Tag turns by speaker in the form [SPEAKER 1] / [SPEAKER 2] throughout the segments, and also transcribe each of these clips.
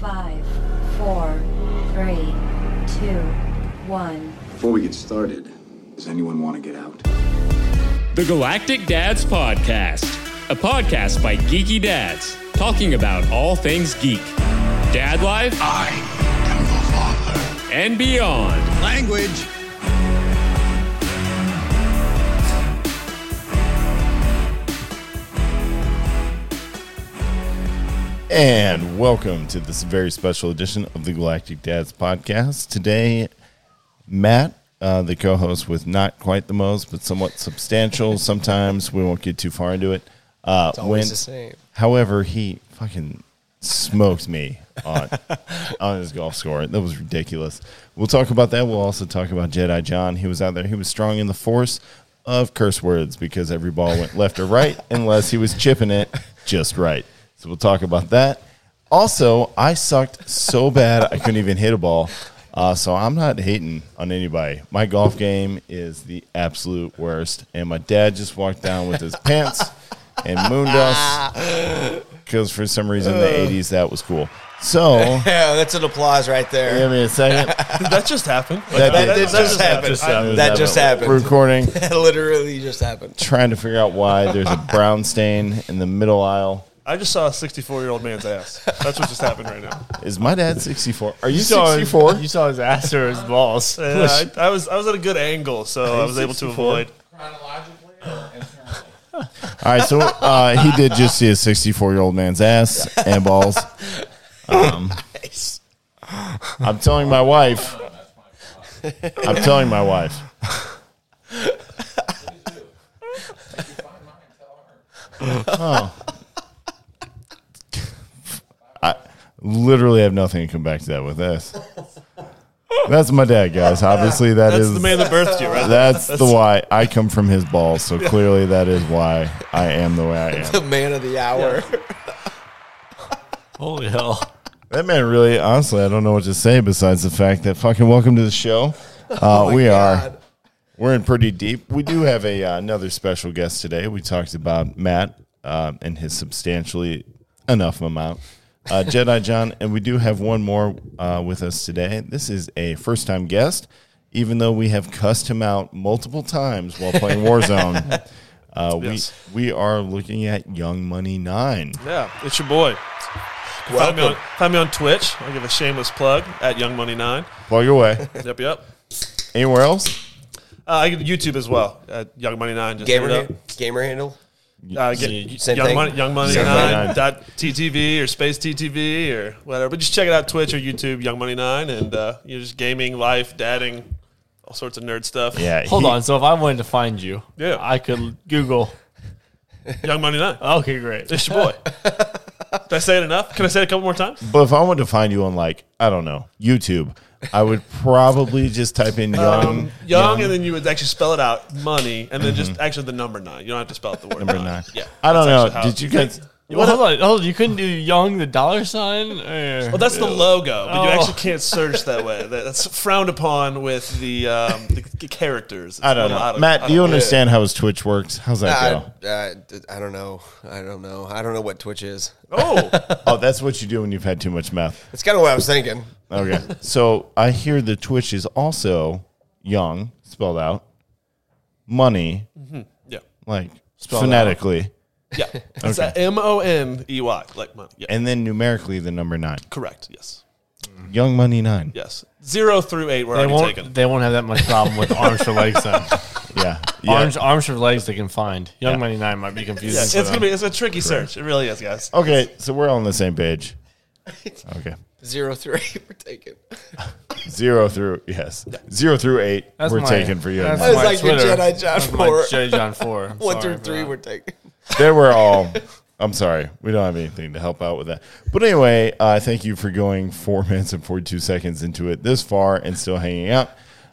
[SPEAKER 1] Five, four, three, two, one.
[SPEAKER 2] Before we get started, does anyone want to get out?
[SPEAKER 3] The Galactic Dads Podcast, a podcast by geeky dads talking about all things geek, dad life,
[SPEAKER 4] I am the father.
[SPEAKER 3] and beyond.
[SPEAKER 4] Language.
[SPEAKER 5] And welcome to this very special edition of the Galactic Dads podcast. Today, Matt, uh, the co host with not quite the most, but somewhat substantial. Sometimes we won't get too far into it. Uh, it's
[SPEAKER 6] always the same.
[SPEAKER 5] However, he fucking smoked me on, on his golf score. That was ridiculous. We'll talk about that. We'll also talk about Jedi John. He was out there, he was strong in the force of curse words because every ball went left or right unless he was chipping it just right. So we'll talk about that. Also, I sucked so bad I couldn't even hit a ball. Uh, so I'm not hating on anybody. My golf game is the absolute worst, and my dad just walked down with his pants and mooned us because for some reason in the '80s that was cool. So
[SPEAKER 6] Yeah, that's an applause right there.
[SPEAKER 5] give me a second.
[SPEAKER 7] That just happened.
[SPEAKER 5] That,
[SPEAKER 6] that just happened. That just happened.
[SPEAKER 5] We're recording,
[SPEAKER 6] That literally just happened.
[SPEAKER 5] trying to figure out why there's a brown stain in the middle aisle.
[SPEAKER 7] I just saw a 64 year old man's ass. That's what just happened right now.
[SPEAKER 5] Is my dad 64? Are you 64?
[SPEAKER 8] You saw his ass or his balls.
[SPEAKER 7] Yeah, I, I was I was at a good angle, so I was able to
[SPEAKER 5] 64?
[SPEAKER 7] avoid.
[SPEAKER 5] All right, so uh, he did just see a 64 year old man's ass and balls. Um, I'm telling my wife. I'm telling my wife. Oh. I literally have nothing to come back to that with this. That's my dad, guys. Obviously,
[SPEAKER 7] That's the man that birthed you, right?
[SPEAKER 5] that's the why I come from his balls. So clearly, that is why I am the way I
[SPEAKER 6] The
[SPEAKER 5] am.
[SPEAKER 6] man of the hour.
[SPEAKER 8] Holy hell.
[SPEAKER 5] That man really, honestly, I don't know what to say besides the fact that fucking welcome to the show. Uh, we are we're in pretty deep. We do have a uh, another special guest today. We talked about Matt um, and his substantially enough amount. Uh, Jedi John, and we do have one more uh, with us today. This is a first time guest, even though we have cussed him out multiple times while playing Warzone. Uh,
[SPEAKER 7] Yes.
[SPEAKER 5] We we are looking at Young Money Nine.
[SPEAKER 7] Yeah, it's your boy. Find me, on, find me on Twitch. I'll give a shameless plug at Young Money Nine.
[SPEAKER 5] Plug away.
[SPEAKER 7] Yep, yep.
[SPEAKER 5] Anywhere else?
[SPEAKER 7] Uh, I get YouTube as well at Young Money Nine. Just
[SPEAKER 6] Gamer,
[SPEAKER 7] look it
[SPEAKER 6] hand, gamer handle.
[SPEAKER 7] up. Uh, get
[SPEAKER 6] Same
[SPEAKER 7] Young
[SPEAKER 6] thing?
[SPEAKER 7] Money, Young Money
[SPEAKER 5] Same thing.
[SPEAKER 7] Nine dot TTV or Space TTV or whatever. But just check it out Twitch or YouTube Young Money Nine, and uh, you're just gaming, life, dadding, all sorts of nerd stuff.
[SPEAKER 5] Yeah.
[SPEAKER 8] Hold
[SPEAKER 5] he-
[SPEAKER 8] on. So if I wanted to find you,
[SPEAKER 7] Yeah.
[SPEAKER 8] I could Google.
[SPEAKER 7] Young Money Nine.
[SPEAKER 8] Okay, great.
[SPEAKER 7] It's your boy. Did I say it enough? Can I say it a couple more times?
[SPEAKER 5] But if I wanted to find you on like I don't know YouTube, I would probably just type
[SPEAKER 8] Um,
[SPEAKER 5] in young Mm-hmm.
[SPEAKER 7] Young, and then you would actually spell it out, money, and then just actually the number nine. You don't have to spell out the word
[SPEAKER 5] number
[SPEAKER 7] nine.
[SPEAKER 5] nine.
[SPEAKER 7] Yeah.
[SPEAKER 5] I don't
[SPEAKER 7] That's
[SPEAKER 5] know.
[SPEAKER 7] actually how-
[SPEAKER 5] Did you guys?
[SPEAKER 8] Well, hold on. Hold on. You couldn't do Young the dollar sign? Or,
[SPEAKER 7] Well, that's the logo, but you
[SPEAKER 8] Oh.
[SPEAKER 7] actually can't search that way. That- That's frowned upon with the um, the c- characters. It's
[SPEAKER 5] I don't
[SPEAKER 7] a
[SPEAKER 5] know.
[SPEAKER 7] lot of- I
[SPEAKER 5] Matt, do you
[SPEAKER 7] know.
[SPEAKER 5] understand how his Twitch works? How's that
[SPEAKER 6] I,
[SPEAKER 5] go?
[SPEAKER 6] I, Uh, I don't know. I don't know. I don't know what Twitch is.
[SPEAKER 7] Oh,
[SPEAKER 5] Oh, that's what you do when you've had too much meth.
[SPEAKER 6] That's kind of what I was thinking.
[SPEAKER 5] Okay. so I hear the Twitch is also young spelled out, money
[SPEAKER 7] yeah,
[SPEAKER 5] like phonetically,
[SPEAKER 7] yeah. It's M O N E Y, like money. Yeah,
[SPEAKER 5] and then numerically the number nine.
[SPEAKER 7] correct. Yes,
[SPEAKER 5] Young money nine.
[SPEAKER 7] yes. Zero through eight were
[SPEAKER 8] They
[SPEAKER 7] already
[SPEAKER 8] won't,
[SPEAKER 7] taken.
[SPEAKER 8] they won't have that much problem with arms for legs then.
[SPEAKER 5] Yeah. yeah.
[SPEAKER 8] Arms, arms for legs they can find. Young
[SPEAKER 5] Yeah.
[SPEAKER 8] Money 9 might be confusing.
[SPEAKER 7] Yeah, it's
[SPEAKER 8] for them.
[SPEAKER 7] gonna be it's a tricky search. It really is, guys.
[SPEAKER 5] Okay, so we're all on the same page. Okay.
[SPEAKER 6] Zero through eight were taken.
[SPEAKER 5] Zero through yes, zero through eight
[SPEAKER 8] That's
[SPEAKER 5] were
[SPEAKER 8] my-
[SPEAKER 5] taken for you.
[SPEAKER 8] that's
[SPEAKER 6] I was
[SPEAKER 8] my
[SPEAKER 6] like your
[SPEAKER 8] Twitter.
[SPEAKER 6] Jedi John
[SPEAKER 8] That's my
[SPEAKER 6] 4.
[SPEAKER 8] Jedi John 4. I'm
[SPEAKER 6] One
[SPEAKER 8] sorry
[SPEAKER 6] through
[SPEAKER 8] for
[SPEAKER 6] three
[SPEAKER 8] that.
[SPEAKER 6] were taken.
[SPEAKER 5] they were all. I'm sorry, we don't have anything to help out with that. But anyway, uh, thank you for going four minutes and 42 seconds into it this far and still hanging out.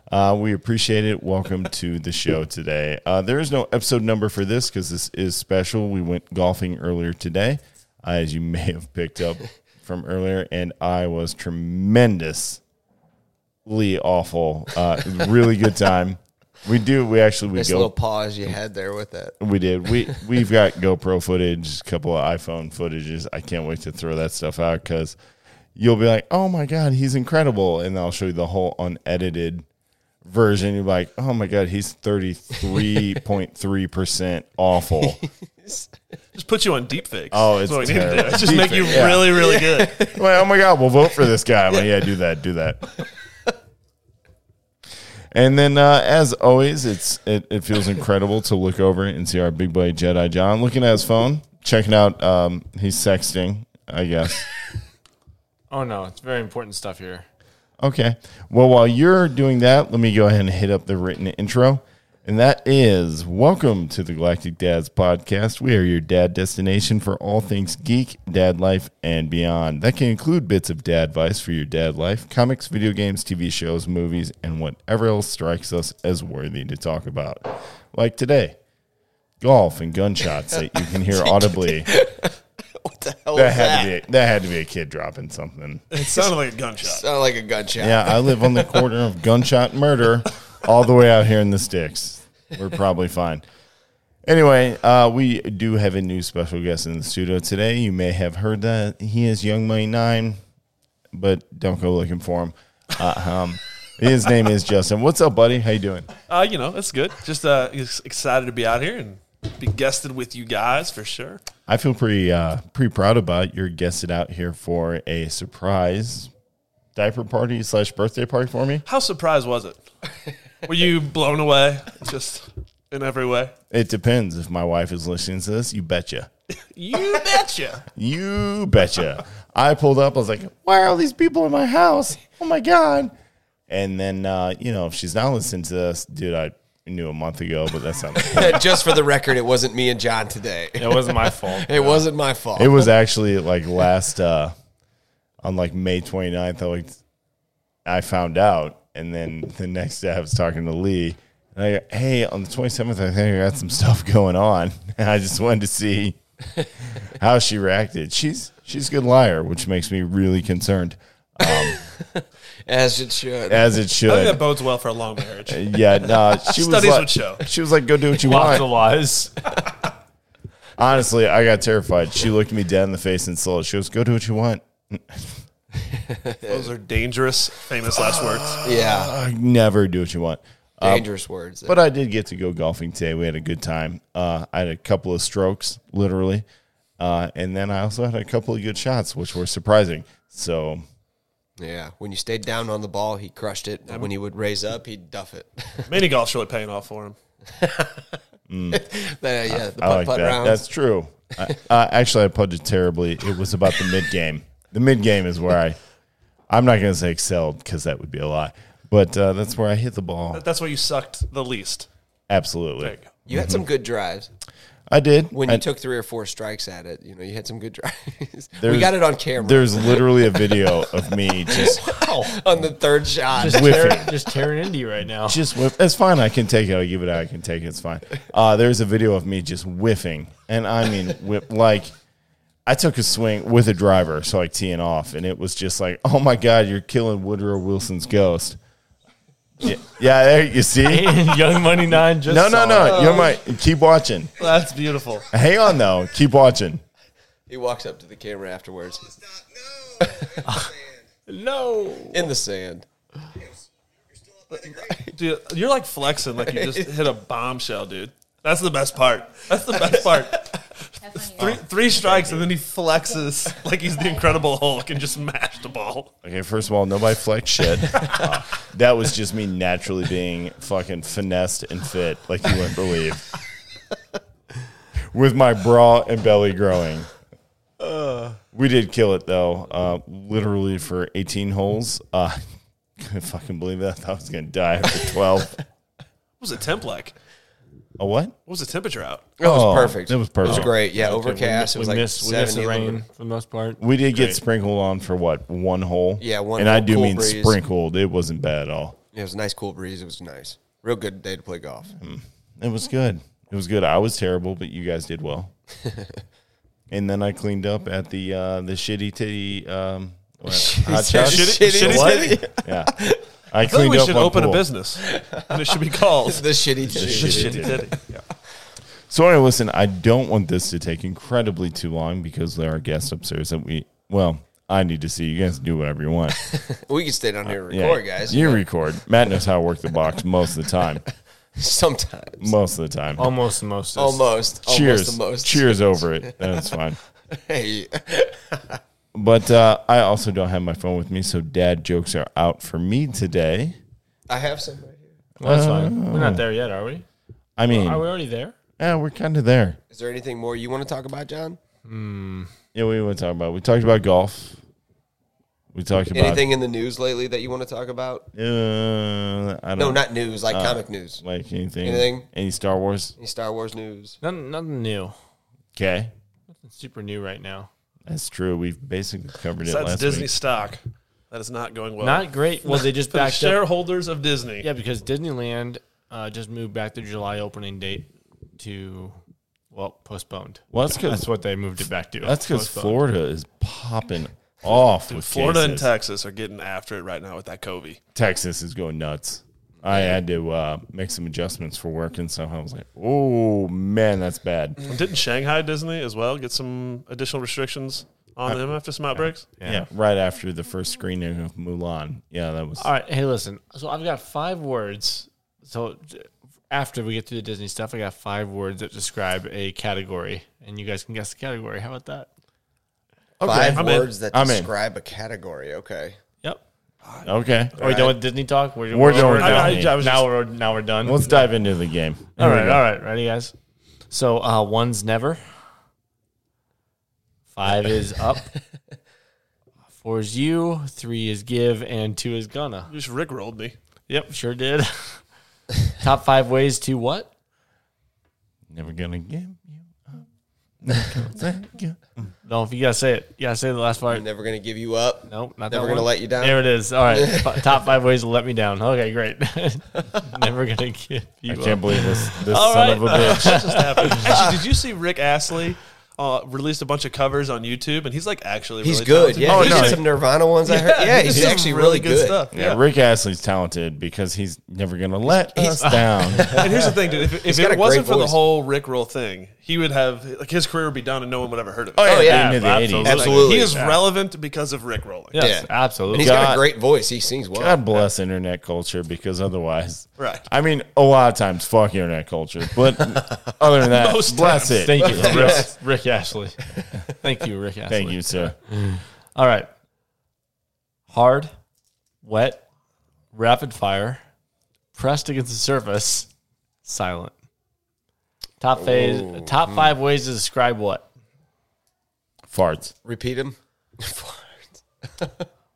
[SPEAKER 5] Uh, we appreciate it. Welcome to the show today. Uh, there is no episode number for this because this is special. We went golfing earlier today, uh, as you may have picked up from earlier, and I was tremendous. really awful. Uh, it was a really good time. We do. We actually we
[SPEAKER 6] Nice
[SPEAKER 5] go.
[SPEAKER 6] little pause you had there with that.
[SPEAKER 5] We did. We we've got GoPro footage, a couple of iPhone footages. I can't wait to throw that stuff out because you'll be like, "Oh my god, he's incredible," and I'll show you the whole unedited version. You're like, "Oh my god, he's thirty three point three percent awful."
[SPEAKER 7] Just put you on deepfakes.
[SPEAKER 5] Oh, it's
[SPEAKER 7] That's what we need to do.
[SPEAKER 5] terrible.
[SPEAKER 7] Just make you
[SPEAKER 5] Deepfake, yeah.
[SPEAKER 7] really, really good.
[SPEAKER 5] I'm like, oh my god, we'll vote for this guy. I'm like, yeah, do that, do that. And then, uh, as always, it's it, it feels incredible to look over and see our big boy Jedi John looking at his phone, checking out. Um, he's sexting, I guess.
[SPEAKER 8] Oh no, it's very important stuff here.
[SPEAKER 5] Okay. Well, while you're doing that, let me go ahead and hit up the written intro. And that is welcome to the Galactic Dads podcast. We are your dad destination for all things geek, dad life, and beyond. That can include bits of dad advice for your dad life, comics, video games, TV shows, movies, and whatever else strikes us as worthy to talk about. Like today, golf and gunshots that you can hear audibly.
[SPEAKER 6] What the hell
[SPEAKER 5] That
[SPEAKER 6] was
[SPEAKER 5] had to
[SPEAKER 6] that?
[SPEAKER 5] be that had to be a kid dropping something.
[SPEAKER 7] It sounded like a gunshot.
[SPEAKER 6] Sounded like a gunshot.
[SPEAKER 5] Yeah, I live on the corner of gunshot murder, all the way out here in the sticks. We're probably fine. Anyway, uh, we do have a new special guest in the studio today. You may have heard that he is Young Money Nine, but don't go looking for him. Uh, um, his name is Justin. What's up, buddy? How you doing?
[SPEAKER 7] Uh, you know, that's good. Just uh, ex- excited to be out here and be guested with you guys for sure.
[SPEAKER 5] I feel pretty uh, pretty proud about your guested out here for a surprise diaper party slash birthday party for me.
[SPEAKER 7] How surprised was it? Were you blown away? Just in every way.
[SPEAKER 5] It depends if my wife is listening to this. You betcha.
[SPEAKER 7] You betcha.
[SPEAKER 5] You betcha. I pulled up. I was like, why are all these people in my house? Oh my God. And then, uh, you know, if she's not listening to this, dude, I knew a month ago, but that's not. my point.
[SPEAKER 6] Just for the record, it wasn't me and John today.
[SPEAKER 8] It wasn't my fault.
[SPEAKER 6] It wasn't my fault.
[SPEAKER 5] it was actually like last, uh, on like May 29th, I, like, I found out. And then the next day I was talking to Lee. And I go, hey, on the 27th, I think I got some stuff going on. And I just wanted to see how she reacted. She's, she's a good liar, which makes me really concerned.
[SPEAKER 6] As it should.
[SPEAKER 5] As it should.
[SPEAKER 7] I think that bodes well for a long marriage.
[SPEAKER 5] Yeah, no. She was
[SPEAKER 7] Studies
[SPEAKER 5] like,
[SPEAKER 7] would show.
[SPEAKER 5] She was like, "Go do what you
[SPEAKER 8] Lots of
[SPEAKER 5] want."
[SPEAKER 8] lies.
[SPEAKER 5] Honestly, I got terrified. She looked me dead in the face and said, "She goes, go do what you want."
[SPEAKER 7] Those are dangerous, famous last words.
[SPEAKER 6] yeah.
[SPEAKER 5] I "Uh, never do what you want.
[SPEAKER 6] Dangerous words.
[SPEAKER 5] But I did get to go golfing today. We had a good time. Uh, I had a couple of strokes, literally, uh, and then I also had a couple of good shots, which were surprising. So
[SPEAKER 6] yeah. When you stayed down on the ball, he crushed it. When he would raise up, he'd duff it.
[SPEAKER 7] Mini golf's really paying off for him.
[SPEAKER 6] That- uh, yeah. The putt
[SPEAKER 5] I like
[SPEAKER 6] putt
[SPEAKER 5] that.
[SPEAKER 6] round.
[SPEAKER 5] That's true. I, uh, actually, I putted terribly. It was about the mid game. The mid game is where I, I'm not going to say excelled because that would be a lie, but uh, that's where I hit the ball.
[SPEAKER 7] But that's where you sucked the least.
[SPEAKER 5] Absolutely.
[SPEAKER 7] There you go.
[SPEAKER 6] you had some good drives.
[SPEAKER 5] I did.
[SPEAKER 6] When
[SPEAKER 5] I-
[SPEAKER 6] you took three or four strikes at it, you know, you had some good drives. we
[SPEAKER 5] There's-
[SPEAKER 6] got it on camera.
[SPEAKER 5] There's literally a video of me just
[SPEAKER 6] on the third shot.
[SPEAKER 8] Just,
[SPEAKER 5] Whiff
[SPEAKER 8] tear,
[SPEAKER 5] it.
[SPEAKER 8] just tearing into you right now.
[SPEAKER 5] just whiff. It's fine. I can take it. I'll give it out. I can take it. It's fine. Uh, there's a video of me just whiffing, and I mean whip like. I took a swing with a driver, so like teeing off, and it was just like, oh my god, you're killing Woodrow Wilson's ghost. Yeah, yeah there you see.
[SPEAKER 8] And Young Money Nine just
[SPEAKER 5] No, no,
[SPEAKER 8] saw it.
[SPEAKER 5] no. You're my. Keep watching.
[SPEAKER 7] That's beautiful.
[SPEAKER 5] Hang on though. Keep watching.
[SPEAKER 6] He walks up to the camera afterwards
[SPEAKER 8] no.
[SPEAKER 6] in the sand.
[SPEAKER 7] Dude, you're like flexing like you just hit a bombshell, dude. That's the best part. That's the best part. Three, three strikes and then he flexes like he's the Incredible Hulk and just mashed the ball.
[SPEAKER 5] Okay, first of all, nobody flex shit. Uh, that was just me naturally being fucking finessed and fit, like you wouldn't believe. With my bra and belly growing.
[SPEAKER 6] Uh.
[SPEAKER 5] we did kill it though, uh, literally for 18 holes. Uh, couldn't fucking believe that. I thought I was gonna die after 12.
[SPEAKER 7] What was the temp like?
[SPEAKER 5] A what?
[SPEAKER 7] What was the temperature out?
[SPEAKER 6] That was
[SPEAKER 5] Oh,
[SPEAKER 6] perfect.
[SPEAKER 5] It was
[SPEAKER 6] It
[SPEAKER 5] perfect.
[SPEAKER 6] was great. Yeah,
[SPEAKER 8] Okay, we-
[SPEAKER 6] overcast. it
[SPEAKER 8] We,
[SPEAKER 6] was like
[SPEAKER 8] missed, we
[SPEAKER 6] 70
[SPEAKER 8] missed the
[SPEAKER 6] little
[SPEAKER 8] rain
[SPEAKER 6] bit.
[SPEAKER 8] for the most part.
[SPEAKER 5] We did get sprinkled on for what one hole?
[SPEAKER 6] Yeah, one
[SPEAKER 5] And I
[SPEAKER 6] hole,
[SPEAKER 5] do
[SPEAKER 6] cool
[SPEAKER 5] mean
[SPEAKER 6] breeze.
[SPEAKER 5] sprinkled. It wasn't bad at all.
[SPEAKER 6] It was a nice cool breeze. It was nice. Real good day to play golf.
[SPEAKER 5] It was good. It was good. I was terrible, but you guys did well. and then I cleaned up at the uh, the shitty titty um, what, hot shots.
[SPEAKER 7] Shitty-
[SPEAKER 6] Shitty
[SPEAKER 7] shitty
[SPEAKER 6] titty.
[SPEAKER 5] Yeah, I
[SPEAKER 7] I think
[SPEAKER 5] cleaned
[SPEAKER 7] we
[SPEAKER 5] up.
[SPEAKER 7] should
[SPEAKER 5] on
[SPEAKER 7] open
[SPEAKER 5] pool.
[SPEAKER 7] a business and it should be called
[SPEAKER 6] The shitty
[SPEAKER 5] The
[SPEAKER 6] titty.
[SPEAKER 5] shitty
[SPEAKER 7] Shitty
[SPEAKER 5] titty.
[SPEAKER 7] Titty.
[SPEAKER 5] So anyway, listen, I don't want this to take incredibly too long because there are guests upstairs that we well, I need to see you guys do whatever you want.
[SPEAKER 6] We can stay down here and record, guys.
[SPEAKER 5] You record. Matt knows how to work the box most of the time.
[SPEAKER 6] Sometimes.
[SPEAKER 5] Most of the time.
[SPEAKER 8] Almost the most.
[SPEAKER 6] Almost.
[SPEAKER 5] Cheers.
[SPEAKER 6] Almost the most.
[SPEAKER 5] Cheers over it. That's fine.
[SPEAKER 6] Hey.
[SPEAKER 5] But uh, I also don't have my phone with me, so dad jokes are out for me today.
[SPEAKER 6] I have some right here.
[SPEAKER 8] Well, that's
[SPEAKER 5] Oh.
[SPEAKER 8] fine. We're not there yet, are we?
[SPEAKER 5] I mean,
[SPEAKER 8] Are we already there?
[SPEAKER 5] yeah, we're kind of there.
[SPEAKER 6] Is there anything more you want to talk about, John?
[SPEAKER 5] Yeah, we were talking about. We talked about golf. We talked about
[SPEAKER 6] Anything in the news lately that you want to talk about?
[SPEAKER 5] Uh, I don't
[SPEAKER 6] No, not news, like comic news.
[SPEAKER 5] like anything.
[SPEAKER 6] anything?
[SPEAKER 5] Any Star Wars?
[SPEAKER 6] Any Star Wars news?
[SPEAKER 8] Nothing, nothing new.
[SPEAKER 5] Okay,
[SPEAKER 8] It's super new right now.
[SPEAKER 5] that's true. We've basically covered it
[SPEAKER 7] Besides
[SPEAKER 5] last
[SPEAKER 7] Disney
[SPEAKER 5] week.
[SPEAKER 7] stock. That is not going well.
[SPEAKER 8] Not great. Well, they just
[SPEAKER 7] For the
[SPEAKER 8] backed up.
[SPEAKER 7] shareholders of Disney.
[SPEAKER 8] Yeah, because Disneyland uh, just moved back their July opening date to well postponed.
[SPEAKER 5] Well, that's because
[SPEAKER 8] That's what they moved it back to.
[SPEAKER 5] that's because
[SPEAKER 8] Postponed.
[SPEAKER 5] Florida is popping off with
[SPEAKER 7] Florida and
[SPEAKER 5] cases.
[SPEAKER 7] Texas are getting after it right now with that COVID.
[SPEAKER 5] Texas is going nuts. I had to uh, make some adjustments for work, and somehow I was like, "Oh man, that's bad."
[SPEAKER 7] Didn't Shanghai Disney as well get some additional restrictions on them after some outbreaks?
[SPEAKER 5] Yeah. right after the first screening of Mulan. Yeah, that was
[SPEAKER 8] All right, hey, listen. So I've got five words. So j- after we get through the Disney stuff, I got five words that describe a category, and you guys can guess the category. How about that?
[SPEAKER 6] 5
[SPEAKER 7] I'm in.
[SPEAKER 6] words that
[SPEAKER 5] I'm in.
[SPEAKER 6] describe a category. Okay.
[SPEAKER 8] Yep.
[SPEAKER 5] okay.
[SPEAKER 8] Are we done with Disney talk? We're,
[SPEAKER 5] We're done with
[SPEAKER 8] now.
[SPEAKER 5] Disney. I- I was
[SPEAKER 8] now we're now we're done.
[SPEAKER 5] Let's dive into the game.
[SPEAKER 8] all right, all right, ready, guys. So uh, one's never. Five is up. Four is you. Three is give, and two is gonna.
[SPEAKER 7] You just Rick rolled me.
[SPEAKER 8] Yep, sure did. Top five ways to what?
[SPEAKER 5] Never gonna give you. up.
[SPEAKER 8] No, if you gotta say it, you gotta say the last part.
[SPEAKER 6] I'm never going to give you up.
[SPEAKER 8] Nope, not that
[SPEAKER 6] Never
[SPEAKER 8] one.
[SPEAKER 6] gonna let you down.
[SPEAKER 8] There it is. All right, F- top five ways to let me down. Okay, great. Never gonna give you.
[SPEAKER 5] I
[SPEAKER 8] up.
[SPEAKER 5] can't believe this this son
[SPEAKER 8] right.
[SPEAKER 5] of a bitch.
[SPEAKER 7] Actually, did you see Rick Astley uh, released a bunch of covers on YouTube? And he's like actually
[SPEAKER 6] He's
[SPEAKER 7] really
[SPEAKER 6] good.
[SPEAKER 7] talented.
[SPEAKER 6] Yeah.
[SPEAKER 5] Oh,
[SPEAKER 6] he
[SPEAKER 5] no.
[SPEAKER 6] did some Nirvana ones I heard. Yeah,
[SPEAKER 7] he
[SPEAKER 6] he's
[SPEAKER 7] does
[SPEAKER 6] actually really good.
[SPEAKER 5] Yeah, Rick Astley's talented because he's never gonna let us down.
[SPEAKER 7] And here's the thing, dude. If,
[SPEAKER 6] got
[SPEAKER 7] if
[SPEAKER 6] a
[SPEAKER 7] it
[SPEAKER 6] great
[SPEAKER 7] wasn't for the
[SPEAKER 6] voice.
[SPEAKER 7] whole Rick roll thing, he would have like his career would be done and no one would ever heard of it.
[SPEAKER 6] Oh, yeah.
[SPEAKER 5] into the
[SPEAKER 8] absolutely.
[SPEAKER 5] 80s.
[SPEAKER 6] Absolutely.
[SPEAKER 7] He is relevant because of Rick rolling.
[SPEAKER 8] Yes,
[SPEAKER 6] Yeah. And
[SPEAKER 8] absolutely.
[SPEAKER 6] he's got
[SPEAKER 5] God.
[SPEAKER 6] a great voice. He sings well.
[SPEAKER 5] God bless internet culture because otherwise,
[SPEAKER 7] Right.
[SPEAKER 5] I mean, a lot of times, fuck internet culture. But other than that,
[SPEAKER 7] Most
[SPEAKER 5] bless
[SPEAKER 7] times.
[SPEAKER 5] it.
[SPEAKER 8] Thank you, Rick, Rick Ashley. Thank you, Rick Ashley.
[SPEAKER 5] Thank you, sir.
[SPEAKER 8] All right. Hard, wet, rapid fire, pressed against the surface, silent.
[SPEAKER 5] Oh,
[SPEAKER 8] Top phase.
[SPEAKER 5] mm.
[SPEAKER 8] Top five ways to describe what?
[SPEAKER 5] Farts.
[SPEAKER 6] Repeat him.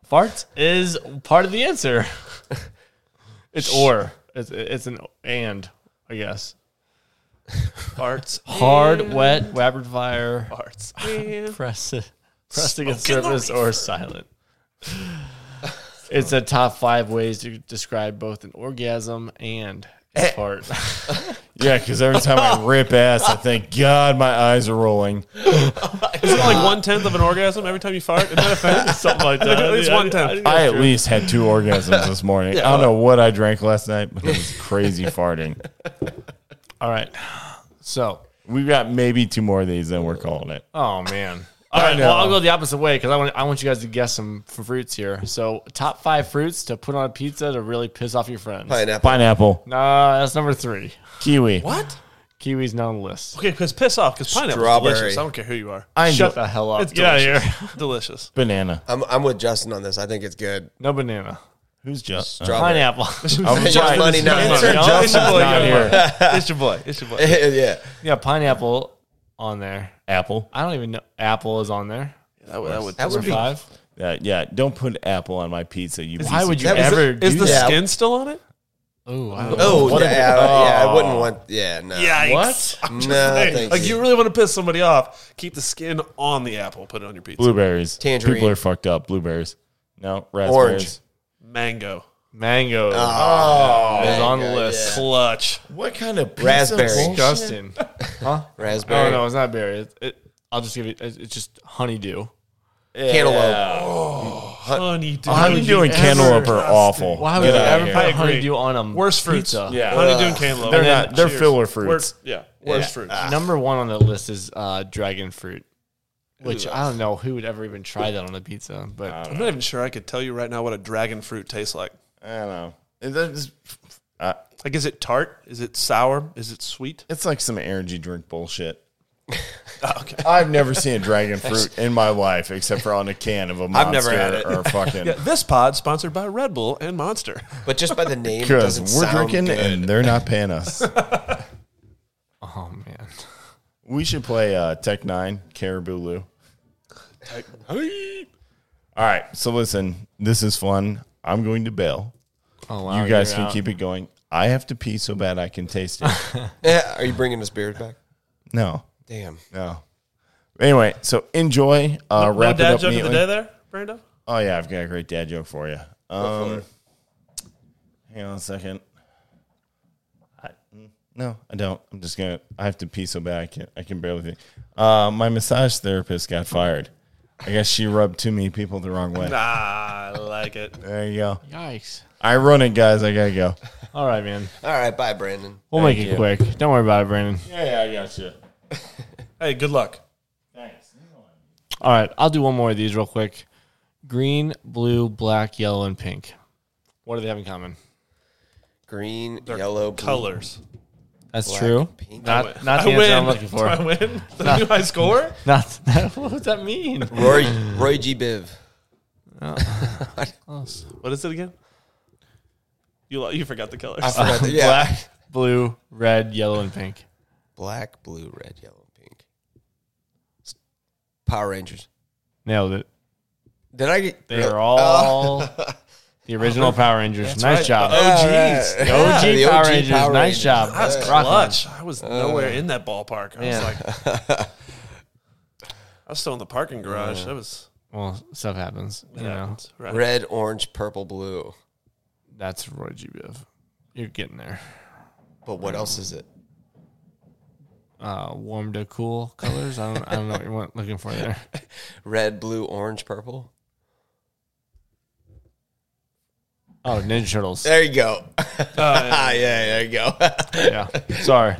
[SPEAKER 8] Farts is part of the answer. it's or. It's, it's an and, I guess.
[SPEAKER 7] Farts.
[SPEAKER 8] Hard, wet, rapid fire,
[SPEAKER 7] Farts.
[SPEAKER 8] press, pressed against surface, or silent. It's a top five ways to describe both an orgasm and a fart.
[SPEAKER 5] Yeah, because every time I rip ass, I think, God, my eyes are rolling.
[SPEAKER 7] Isn't it like one tenth of an orgasm every time you fart? Isn't that a fact?
[SPEAKER 8] Something like that.
[SPEAKER 7] It's
[SPEAKER 8] Yeah,
[SPEAKER 7] one
[SPEAKER 8] I-
[SPEAKER 7] tenth.
[SPEAKER 5] I at least had two orgasms this morning. I don't know what I drank last night, but it was crazy farting.
[SPEAKER 8] All right. So,
[SPEAKER 5] We've got maybe two more of these, then we're calling it.
[SPEAKER 8] oh man. All right. Well, I'll go the opposite way because I want I want you guys to guess some f- fruits here. So, top five fruits to put on a pizza to really piss off your friends.
[SPEAKER 6] Pineapple.
[SPEAKER 5] Pineapple,
[SPEAKER 8] Nah, that's number three.
[SPEAKER 5] kiwi.
[SPEAKER 7] What?
[SPEAKER 8] Kiwi's not on the list.
[SPEAKER 7] Okay, because piss off, because pineapple
[SPEAKER 6] Strawberry.
[SPEAKER 7] delicious. I don't care who you are.
[SPEAKER 5] I
[SPEAKER 8] Shut
[SPEAKER 5] know-
[SPEAKER 8] the hell up.
[SPEAKER 7] It's
[SPEAKER 8] Get out of here.
[SPEAKER 7] delicious. Delicious.
[SPEAKER 5] banana.
[SPEAKER 6] I'm, I'm with Justin on this. I think it's good.
[SPEAKER 8] No banana.
[SPEAKER 5] Who's uh-huh. just?
[SPEAKER 6] Strawberry.
[SPEAKER 8] Pineapple.
[SPEAKER 5] I'm
[SPEAKER 6] Just money, not money.
[SPEAKER 5] Insert Justin's not here.
[SPEAKER 7] It's your boy. It's your boy.
[SPEAKER 6] yeah.
[SPEAKER 8] yeah, pineapple on there.
[SPEAKER 5] Apple.
[SPEAKER 8] I don't even know. Apple is on there.
[SPEAKER 7] That would, that would,
[SPEAKER 6] That would
[SPEAKER 8] Number
[SPEAKER 6] be.
[SPEAKER 8] five.
[SPEAKER 5] Uh, yeah, don't put apple on my pizza. You.
[SPEAKER 8] Why
[SPEAKER 5] piece
[SPEAKER 8] would you
[SPEAKER 6] that was-
[SPEAKER 8] ever
[SPEAKER 7] is
[SPEAKER 8] do
[SPEAKER 7] the
[SPEAKER 6] Yeah.
[SPEAKER 7] skin still on it?
[SPEAKER 8] Ooh, I don't know.
[SPEAKER 6] Oh, yeah, I- yeah. I wouldn't want. Yeah, no.
[SPEAKER 7] What?
[SPEAKER 6] no, thank
[SPEAKER 7] like
[SPEAKER 6] you.
[SPEAKER 7] you really want to piss somebody off? Keep the skin on the apple. Put it on your pizza.
[SPEAKER 5] of- blueberries?
[SPEAKER 6] Tangerine.
[SPEAKER 5] People are fucked up. Blueberries. No raspberries.
[SPEAKER 7] Mango.
[SPEAKER 8] Mango
[SPEAKER 6] Oh,
[SPEAKER 8] is on the
[SPEAKER 6] mango,
[SPEAKER 8] list.
[SPEAKER 7] Clutch.
[SPEAKER 5] What kind of pizza
[SPEAKER 6] Raspberry.
[SPEAKER 5] bullshit?
[SPEAKER 8] Disgusting. huh?
[SPEAKER 6] raspberry,
[SPEAKER 8] No, no, it's not berry. It, it, I'll just give you. It's it's just honeydew.
[SPEAKER 6] cantaloupe.
[SPEAKER 7] Honey, dude.
[SPEAKER 5] Honeydew doing cantaloupe are awful.
[SPEAKER 8] Why would
[SPEAKER 5] Get
[SPEAKER 8] you
[SPEAKER 5] out of
[SPEAKER 8] ever
[SPEAKER 5] here.
[SPEAKER 8] put
[SPEAKER 7] I agree.
[SPEAKER 8] honeydew on a
[SPEAKER 7] Worst fruits.
[SPEAKER 8] pizza?
[SPEAKER 5] Yeah.
[SPEAKER 7] Honeydew and cantaloupe.
[SPEAKER 5] They're
[SPEAKER 7] And then
[SPEAKER 5] not. They're
[SPEAKER 7] cheers.
[SPEAKER 5] filler fruits.
[SPEAKER 8] Ah.
[SPEAKER 7] Worst, yeah. Worst fruits.
[SPEAKER 8] Number one on the list is uh, dragon fruit. Which I don't know who would ever even try that on a pizza, but
[SPEAKER 7] I'm not even sure I could tell you right now what a dragon fruit tastes like.
[SPEAKER 5] I don't know. It- It's, uh,
[SPEAKER 7] Like, is it tart? Is it sour? Is it sweet?
[SPEAKER 5] it's like some energy drink bullshit.
[SPEAKER 7] okay.
[SPEAKER 5] I've never seen a dragon fruit in my life except for on a can of a monster
[SPEAKER 6] I've never had it.
[SPEAKER 5] or a fucking.
[SPEAKER 7] Yeah, this pod sponsored by Red Bull and Monster.
[SPEAKER 6] But just by the name, it doesn't
[SPEAKER 5] Because we're
[SPEAKER 6] sound
[SPEAKER 5] drinking
[SPEAKER 6] good.
[SPEAKER 5] and they're not paying us.
[SPEAKER 8] oh man.
[SPEAKER 5] we should play uh, Tech Nine Caribou Lou. All right, so listen, this is fun. I'm going to bail.
[SPEAKER 8] Oh wow.
[SPEAKER 5] you guys
[SPEAKER 8] you're
[SPEAKER 5] can
[SPEAKER 8] out.
[SPEAKER 5] keep it going. I have to pee so bad I can taste it.
[SPEAKER 6] Eh, are you bringing this beard back?
[SPEAKER 5] no,
[SPEAKER 6] Damn.
[SPEAKER 5] no. Anyway, so enjoy. Uh, wrap it
[SPEAKER 7] dad
[SPEAKER 5] up
[SPEAKER 7] joke of the
[SPEAKER 5] neatly.
[SPEAKER 7] day there, Brando?
[SPEAKER 5] Oh yeah, I've got a great dad joke for you. Um, hang on a second. I, no, I don't. I'm just gonna. I have to pee so bad I can. I can barely think. Uh, my massage therapist got fired. I guess she rubbed too many people the wrong way.
[SPEAKER 7] Ah, I like it.
[SPEAKER 5] There you go.
[SPEAKER 8] Yikes.
[SPEAKER 5] I run it, guys. I gotta go.
[SPEAKER 8] All right, man.
[SPEAKER 6] All right, bye, Brandon.
[SPEAKER 8] We'll make it quick. Don't worry about it, Brandon.
[SPEAKER 5] Yeah, yeah, I got you.
[SPEAKER 7] Hey, good luck.
[SPEAKER 5] Thanks.
[SPEAKER 8] All right, I'll do one more of these real quick. Green, blue, black, yellow, and pink. What do they have in common?
[SPEAKER 6] Green, yellow, blue.
[SPEAKER 7] Colors.
[SPEAKER 8] That's
[SPEAKER 6] Black,
[SPEAKER 8] true.
[SPEAKER 6] pink.
[SPEAKER 8] Not not
[SPEAKER 7] I
[SPEAKER 8] the answer
[SPEAKER 7] win.
[SPEAKER 8] I'm looking for.
[SPEAKER 7] Do I win? Is that my score?
[SPEAKER 8] Not what does that mean?
[SPEAKER 6] Roy, Roy G. Biv.
[SPEAKER 7] What is it again? You lo- you forgot the colors.
[SPEAKER 6] I forgot that. Yeah. Black.
[SPEAKER 8] Blue, red, yellow, and pink.
[SPEAKER 6] blue, red, yellow, pink. Power Rangers.
[SPEAKER 8] Nailed it.
[SPEAKER 6] Did I get?
[SPEAKER 8] They are all the original Power Rangers. Nice
[SPEAKER 7] right.
[SPEAKER 8] job.
[SPEAKER 7] Oh, geez.
[SPEAKER 8] The OG
[SPEAKER 6] the
[SPEAKER 8] Power
[SPEAKER 6] OG
[SPEAKER 8] Rangers.
[SPEAKER 6] Power
[SPEAKER 8] nice
[SPEAKER 6] Rangers.
[SPEAKER 8] job.
[SPEAKER 7] I was
[SPEAKER 8] Rock on.
[SPEAKER 7] clutch. I was nowhere in
[SPEAKER 6] Uh,
[SPEAKER 7] that ballpark. I
[SPEAKER 8] man.
[SPEAKER 7] was like, I was still in the parking garage. That was
[SPEAKER 8] Well, stuff happens. You know,
[SPEAKER 7] happens, right.
[SPEAKER 6] Red, orange, purple, blue.
[SPEAKER 8] that's Roy G. Biv. You're getting there.
[SPEAKER 6] But what else is it?
[SPEAKER 8] Uh, warm to cool colors. I don't. I don't know what you're looking for there.
[SPEAKER 6] Red, blue, orange, purple.
[SPEAKER 8] Oh, Ninja Turtles.
[SPEAKER 6] There you go.
[SPEAKER 7] Uh,
[SPEAKER 6] Ah, yeah, there you go.
[SPEAKER 8] yeah. Sorry.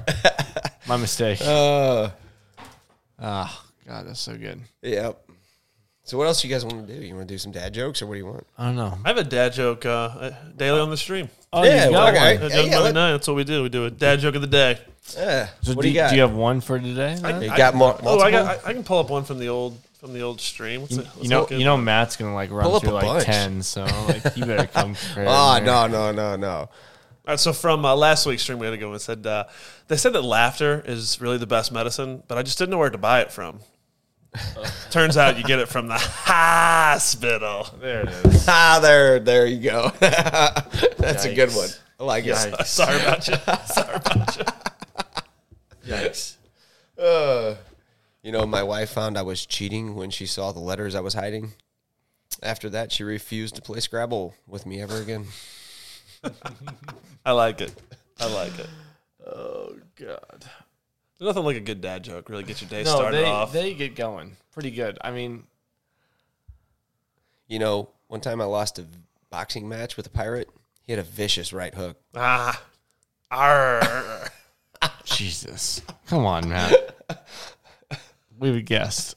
[SPEAKER 8] My mistake.
[SPEAKER 6] uh,
[SPEAKER 8] Ah, God, that's so good.
[SPEAKER 6] yep. So what else you guys want to do? You want to do some dad jokes or what do you want?
[SPEAKER 8] I don't know.
[SPEAKER 7] I have a dad joke uh, uh, daily on the stream.
[SPEAKER 8] Oh,
[SPEAKER 6] Yeah,
[SPEAKER 8] you got
[SPEAKER 6] well, okay.
[SPEAKER 7] Dad
[SPEAKER 8] one.
[SPEAKER 6] Yeah,
[SPEAKER 7] joke
[SPEAKER 6] yeah,
[SPEAKER 7] of the
[SPEAKER 6] let-
[SPEAKER 7] night. That's what we do. We do a dad joke of the day.
[SPEAKER 6] Yeah.
[SPEAKER 8] So
[SPEAKER 6] what
[SPEAKER 8] do,
[SPEAKER 6] do you got?
[SPEAKER 8] do you have one for today?
[SPEAKER 6] You
[SPEAKER 8] then?
[SPEAKER 6] got mul- multiple?
[SPEAKER 7] Oh, I got. I, I can pull up one from the old from the old stream. What's it- what's
[SPEAKER 8] you know,
[SPEAKER 7] it good?
[SPEAKER 8] you know, Matt's gonna like
[SPEAKER 6] Pull
[SPEAKER 8] run
[SPEAKER 6] up
[SPEAKER 8] through
[SPEAKER 6] a
[SPEAKER 8] like
[SPEAKER 6] bunch.
[SPEAKER 8] ten, so like you better come. prepared
[SPEAKER 6] Oh,
[SPEAKER 8] here.
[SPEAKER 6] no, no, no, no.
[SPEAKER 7] All right, so from uh, last week's stream, we had a good one. It said uh, they said that laughter is really the best medicine, but I just didn't know where to buy it from. Turns out you get it from the hospital.
[SPEAKER 8] There it is.
[SPEAKER 6] Ah, there, there you go. That's a good
[SPEAKER 8] Yikes.
[SPEAKER 6] one. I like it.
[SPEAKER 8] Yikes.
[SPEAKER 7] Sorry about you. Sorry about you.
[SPEAKER 6] Yikes. Uh, you know, my wife found I was cheating when she saw the letters I was hiding. After that, she refused to play Scrabble with me ever again.
[SPEAKER 7] I like it. I like it. Oh God. There's nothing like a good dad joke. Really get your day
[SPEAKER 8] No,
[SPEAKER 7] started
[SPEAKER 8] they
[SPEAKER 7] off.
[SPEAKER 8] they get going pretty good. I mean,
[SPEAKER 6] You know, one time I lost a boxing match with a pirate. He had a vicious right hook.
[SPEAKER 7] ah. Arr.
[SPEAKER 8] Jesus, come on, Matt. we would guessed.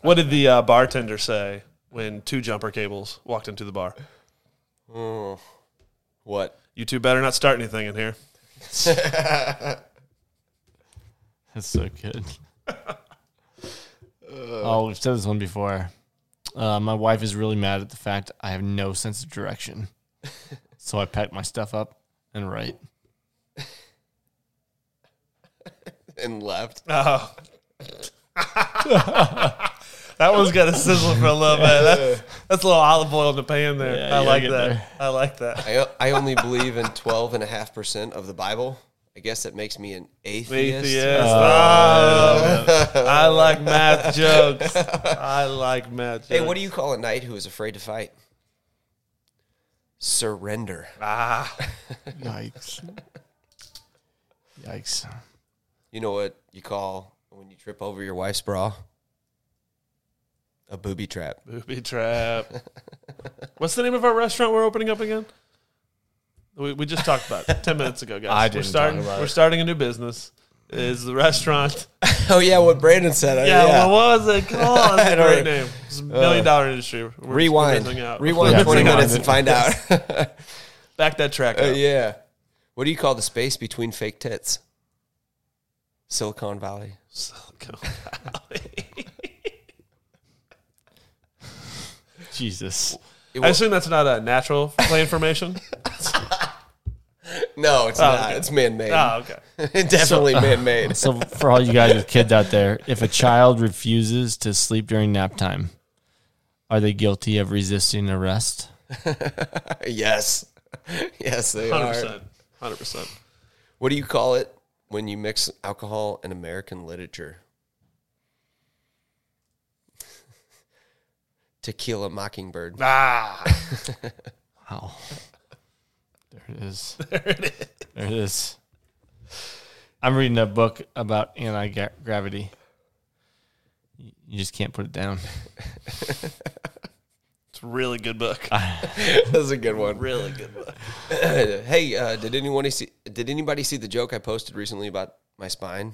[SPEAKER 7] what did the uh, bartender say when two jumper cables walked into the bar?
[SPEAKER 6] What?
[SPEAKER 7] You two better not start anything in here.
[SPEAKER 8] That's so good. oh, we've said this one before. Uh, my wife is really mad at the fact I have no sense of direction, so I pack my stuff up and write.
[SPEAKER 6] And left.
[SPEAKER 7] Oh. that one's got to sizzle for a little bit. That's, that's a little olive oil in the pan there.
[SPEAKER 8] Yeah,
[SPEAKER 7] I
[SPEAKER 8] yeah,
[SPEAKER 7] like
[SPEAKER 8] get
[SPEAKER 7] that.
[SPEAKER 8] there.
[SPEAKER 7] I like that.
[SPEAKER 6] I, I only believe in 12.5% of the Bible. I guess that makes me an atheist.
[SPEAKER 7] Atheist. Oh. I like math jokes. I like math jokes.
[SPEAKER 6] Hey, what do you call a knight who is afraid to fight? Surrender.
[SPEAKER 7] Ah,
[SPEAKER 8] Yikes! Yikes!
[SPEAKER 6] You know what you call when you trip over your wife's bra? A booby trap.
[SPEAKER 7] booby trap. What's the name of our restaurant we're opening up again? We, we just talked about it 10 minutes ago, guys.
[SPEAKER 8] I
[SPEAKER 7] we're
[SPEAKER 8] didn't talk
[SPEAKER 7] starting,
[SPEAKER 8] about
[SPEAKER 7] We're
[SPEAKER 8] it.
[SPEAKER 7] starting a new business. Is the restaurant
[SPEAKER 6] Oh yeah, what Brandon said. Uh,
[SPEAKER 7] Yeah, well, what was it called? That's
[SPEAKER 6] I
[SPEAKER 7] a
[SPEAKER 6] don't
[SPEAKER 7] great
[SPEAKER 6] even-
[SPEAKER 7] name. It's a million dollar industry. We're just
[SPEAKER 6] Rewind.
[SPEAKER 7] figuring out.
[SPEAKER 6] Rewind
[SPEAKER 5] Yeah.
[SPEAKER 6] 20
[SPEAKER 5] Rewind
[SPEAKER 6] minutes and find out.
[SPEAKER 7] Back that track up.
[SPEAKER 6] Uh, yeah. What do you call the space between fake tits? Silicon Valley.
[SPEAKER 7] Silicon
[SPEAKER 8] Jesus.
[SPEAKER 7] I assume that's not a natural plane formation.
[SPEAKER 6] No, it's not. It's man made.
[SPEAKER 7] oh, okay.
[SPEAKER 6] Definitely man made.
[SPEAKER 8] So for all you guys with kids out there, if a child refuses to sleep during nap time, are they guilty of resisting arrest?
[SPEAKER 6] yes. Yes, they
[SPEAKER 7] Hundred
[SPEAKER 6] are.
[SPEAKER 7] percent. Hundred percent.
[SPEAKER 6] What do you call it when you mix alcohol and American literature? Tequila Mockingbird.
[SPEAKER 7] Ah,
[SPEAKER 8] Wow. There it is. There it is. There it is. I'm reading a book about anti gravity. You just can't put it down.
[SPEAKER 7] it's a really good book.
[SPEAKER 6] That's a good one.
[SPEAKER 7] really good book.
[SPEAKER 6] Hey, uh, did anyone see? Did anybody see the joke I posted recently about my spine?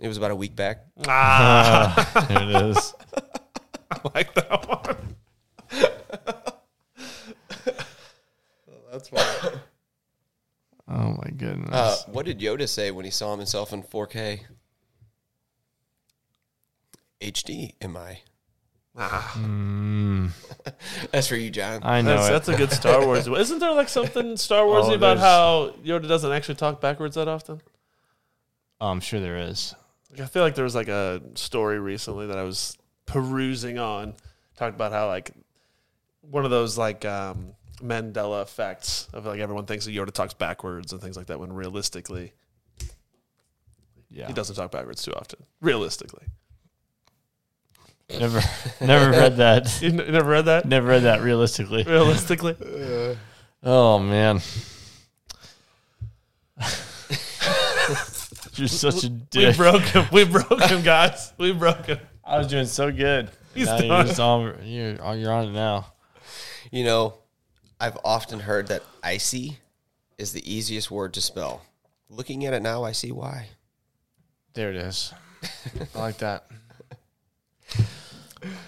[SPEAKER 6] It was about a week back.
[SPEAKER 7] Ah,
[SPEAKER 8] There it is.
[SPEAKER 7] I like that one.
[SPEAKER 6] That's why.
[SPEAKER 8] Oh my goodness.
[SPEAKER 6] Uh, what did Yoda say when he saw himself in 4K? HD, am I? That's for you, John.
[SPEAKER 8] I know
[SPEAKER 7] That's,
[SPEAKER 8] it.
[SPEAKER 7] that's a good Star Wars. Isn't there like something Star Warsy
[SPEAKER 8] Oh,
[SPEAKER 7] about
[SPEAKER 8] there's-
[SPEAKER 7] how Yoda doesn't actually talk backwards that often?
[SPEAKER 8] Oh, I'm sure there is.
[SPEAKER 7] Like, I feel like there was like a story recently that I was perusing on, talked about how like one of those like um, Mandela effects of like everyone thinks that Yoda talks backwards and things like that when realistically
[SPEAKER 8] Yeah.
[SPEAKER 7] he doesn't talk backwards too often. Realistically,
[SPEAKER 8] Never, never read that.
[SPEAKER 7] you, n- you never read that.
[SPEAKER 8] Never read that realistically.
[SPEAKER 7] Realistically,
[SPEAKER 8] Oh man. You're such a
[SPEAKER 7] we
[SPEAKER 8] dick.
[SPEAKER 7] broke him. We broke him, guys. We broke him.
[SPEAKER 8] I was doing so good.
[SPEAKER 7] He's
[SPEAKER 8] Now
[SPEAKER 7] done.
[SPEAKER 8] you're, just on, you're, on- you're on it now.
[SPEAKER 6] You know, I've often heard that icy is the easiest word to spell. Looking at it now, I see why.
[SPEAKER 8] There it is. I like that.
[SPEAKER 7] I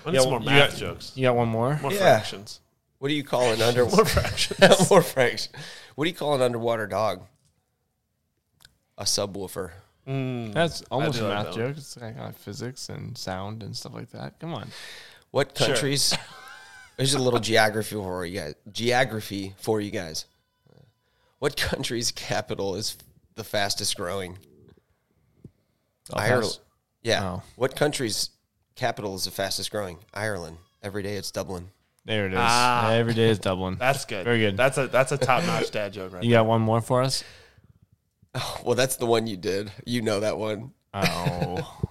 [SPEAKER 7] need
[SPEAKER 8] Yeah,
[SPEAKER 7] some more
[SPEAKER 8] you
[SPEAKER 7] math
[SPEAKER 8] got-
[SPEAKER 7] jokes.
[SPEAKER 8] You got one more?
[SPEAKER 7] More
[SPEAKER 6] Yeah.
[SPEAKER 7] fractions.
[SPEAKER 6] What do you call an under
[SPEAKER 7] More fractions.
[SPEAKER 6] more fraction? What do you call an underwater dog? A subwoofer.
[SPEAKER 8] That's almost a
[SPEAKER 7] do like
[SPEAKER 8] math
[SPEAKER 7] that one.
[SPEAKER 8] joke. It's like uh, physics and sound and stuff like that. Come on.
[SPEAKER 6] What countries? There's a little geography for you guys. Geography for you guys. What country's capital is the fastest growing? Ireland.
[SPEAKER 8] pass.
[SPEAKER 6] Yeah.
[SPEAKER 8] Oh.
[SPEAKER 6] What country's capital is the fastest growing? Ireland. Every day it's Dublin.
[SPEAKER 8] There it is.
[SPEAKER 7] Ah.
[SPEAKER 8] Every day is Dublin.
[SPEAKER 7] That's good.
[SPEAKER 8] Very good.
[SPEAKER 7] That's a that's a top notch dad joke right
[SPEAKER 8] You got one more for us?
[SPEAKER 6] Well, that's the one you did. You know that one.
[SPEAKER 8] Oh.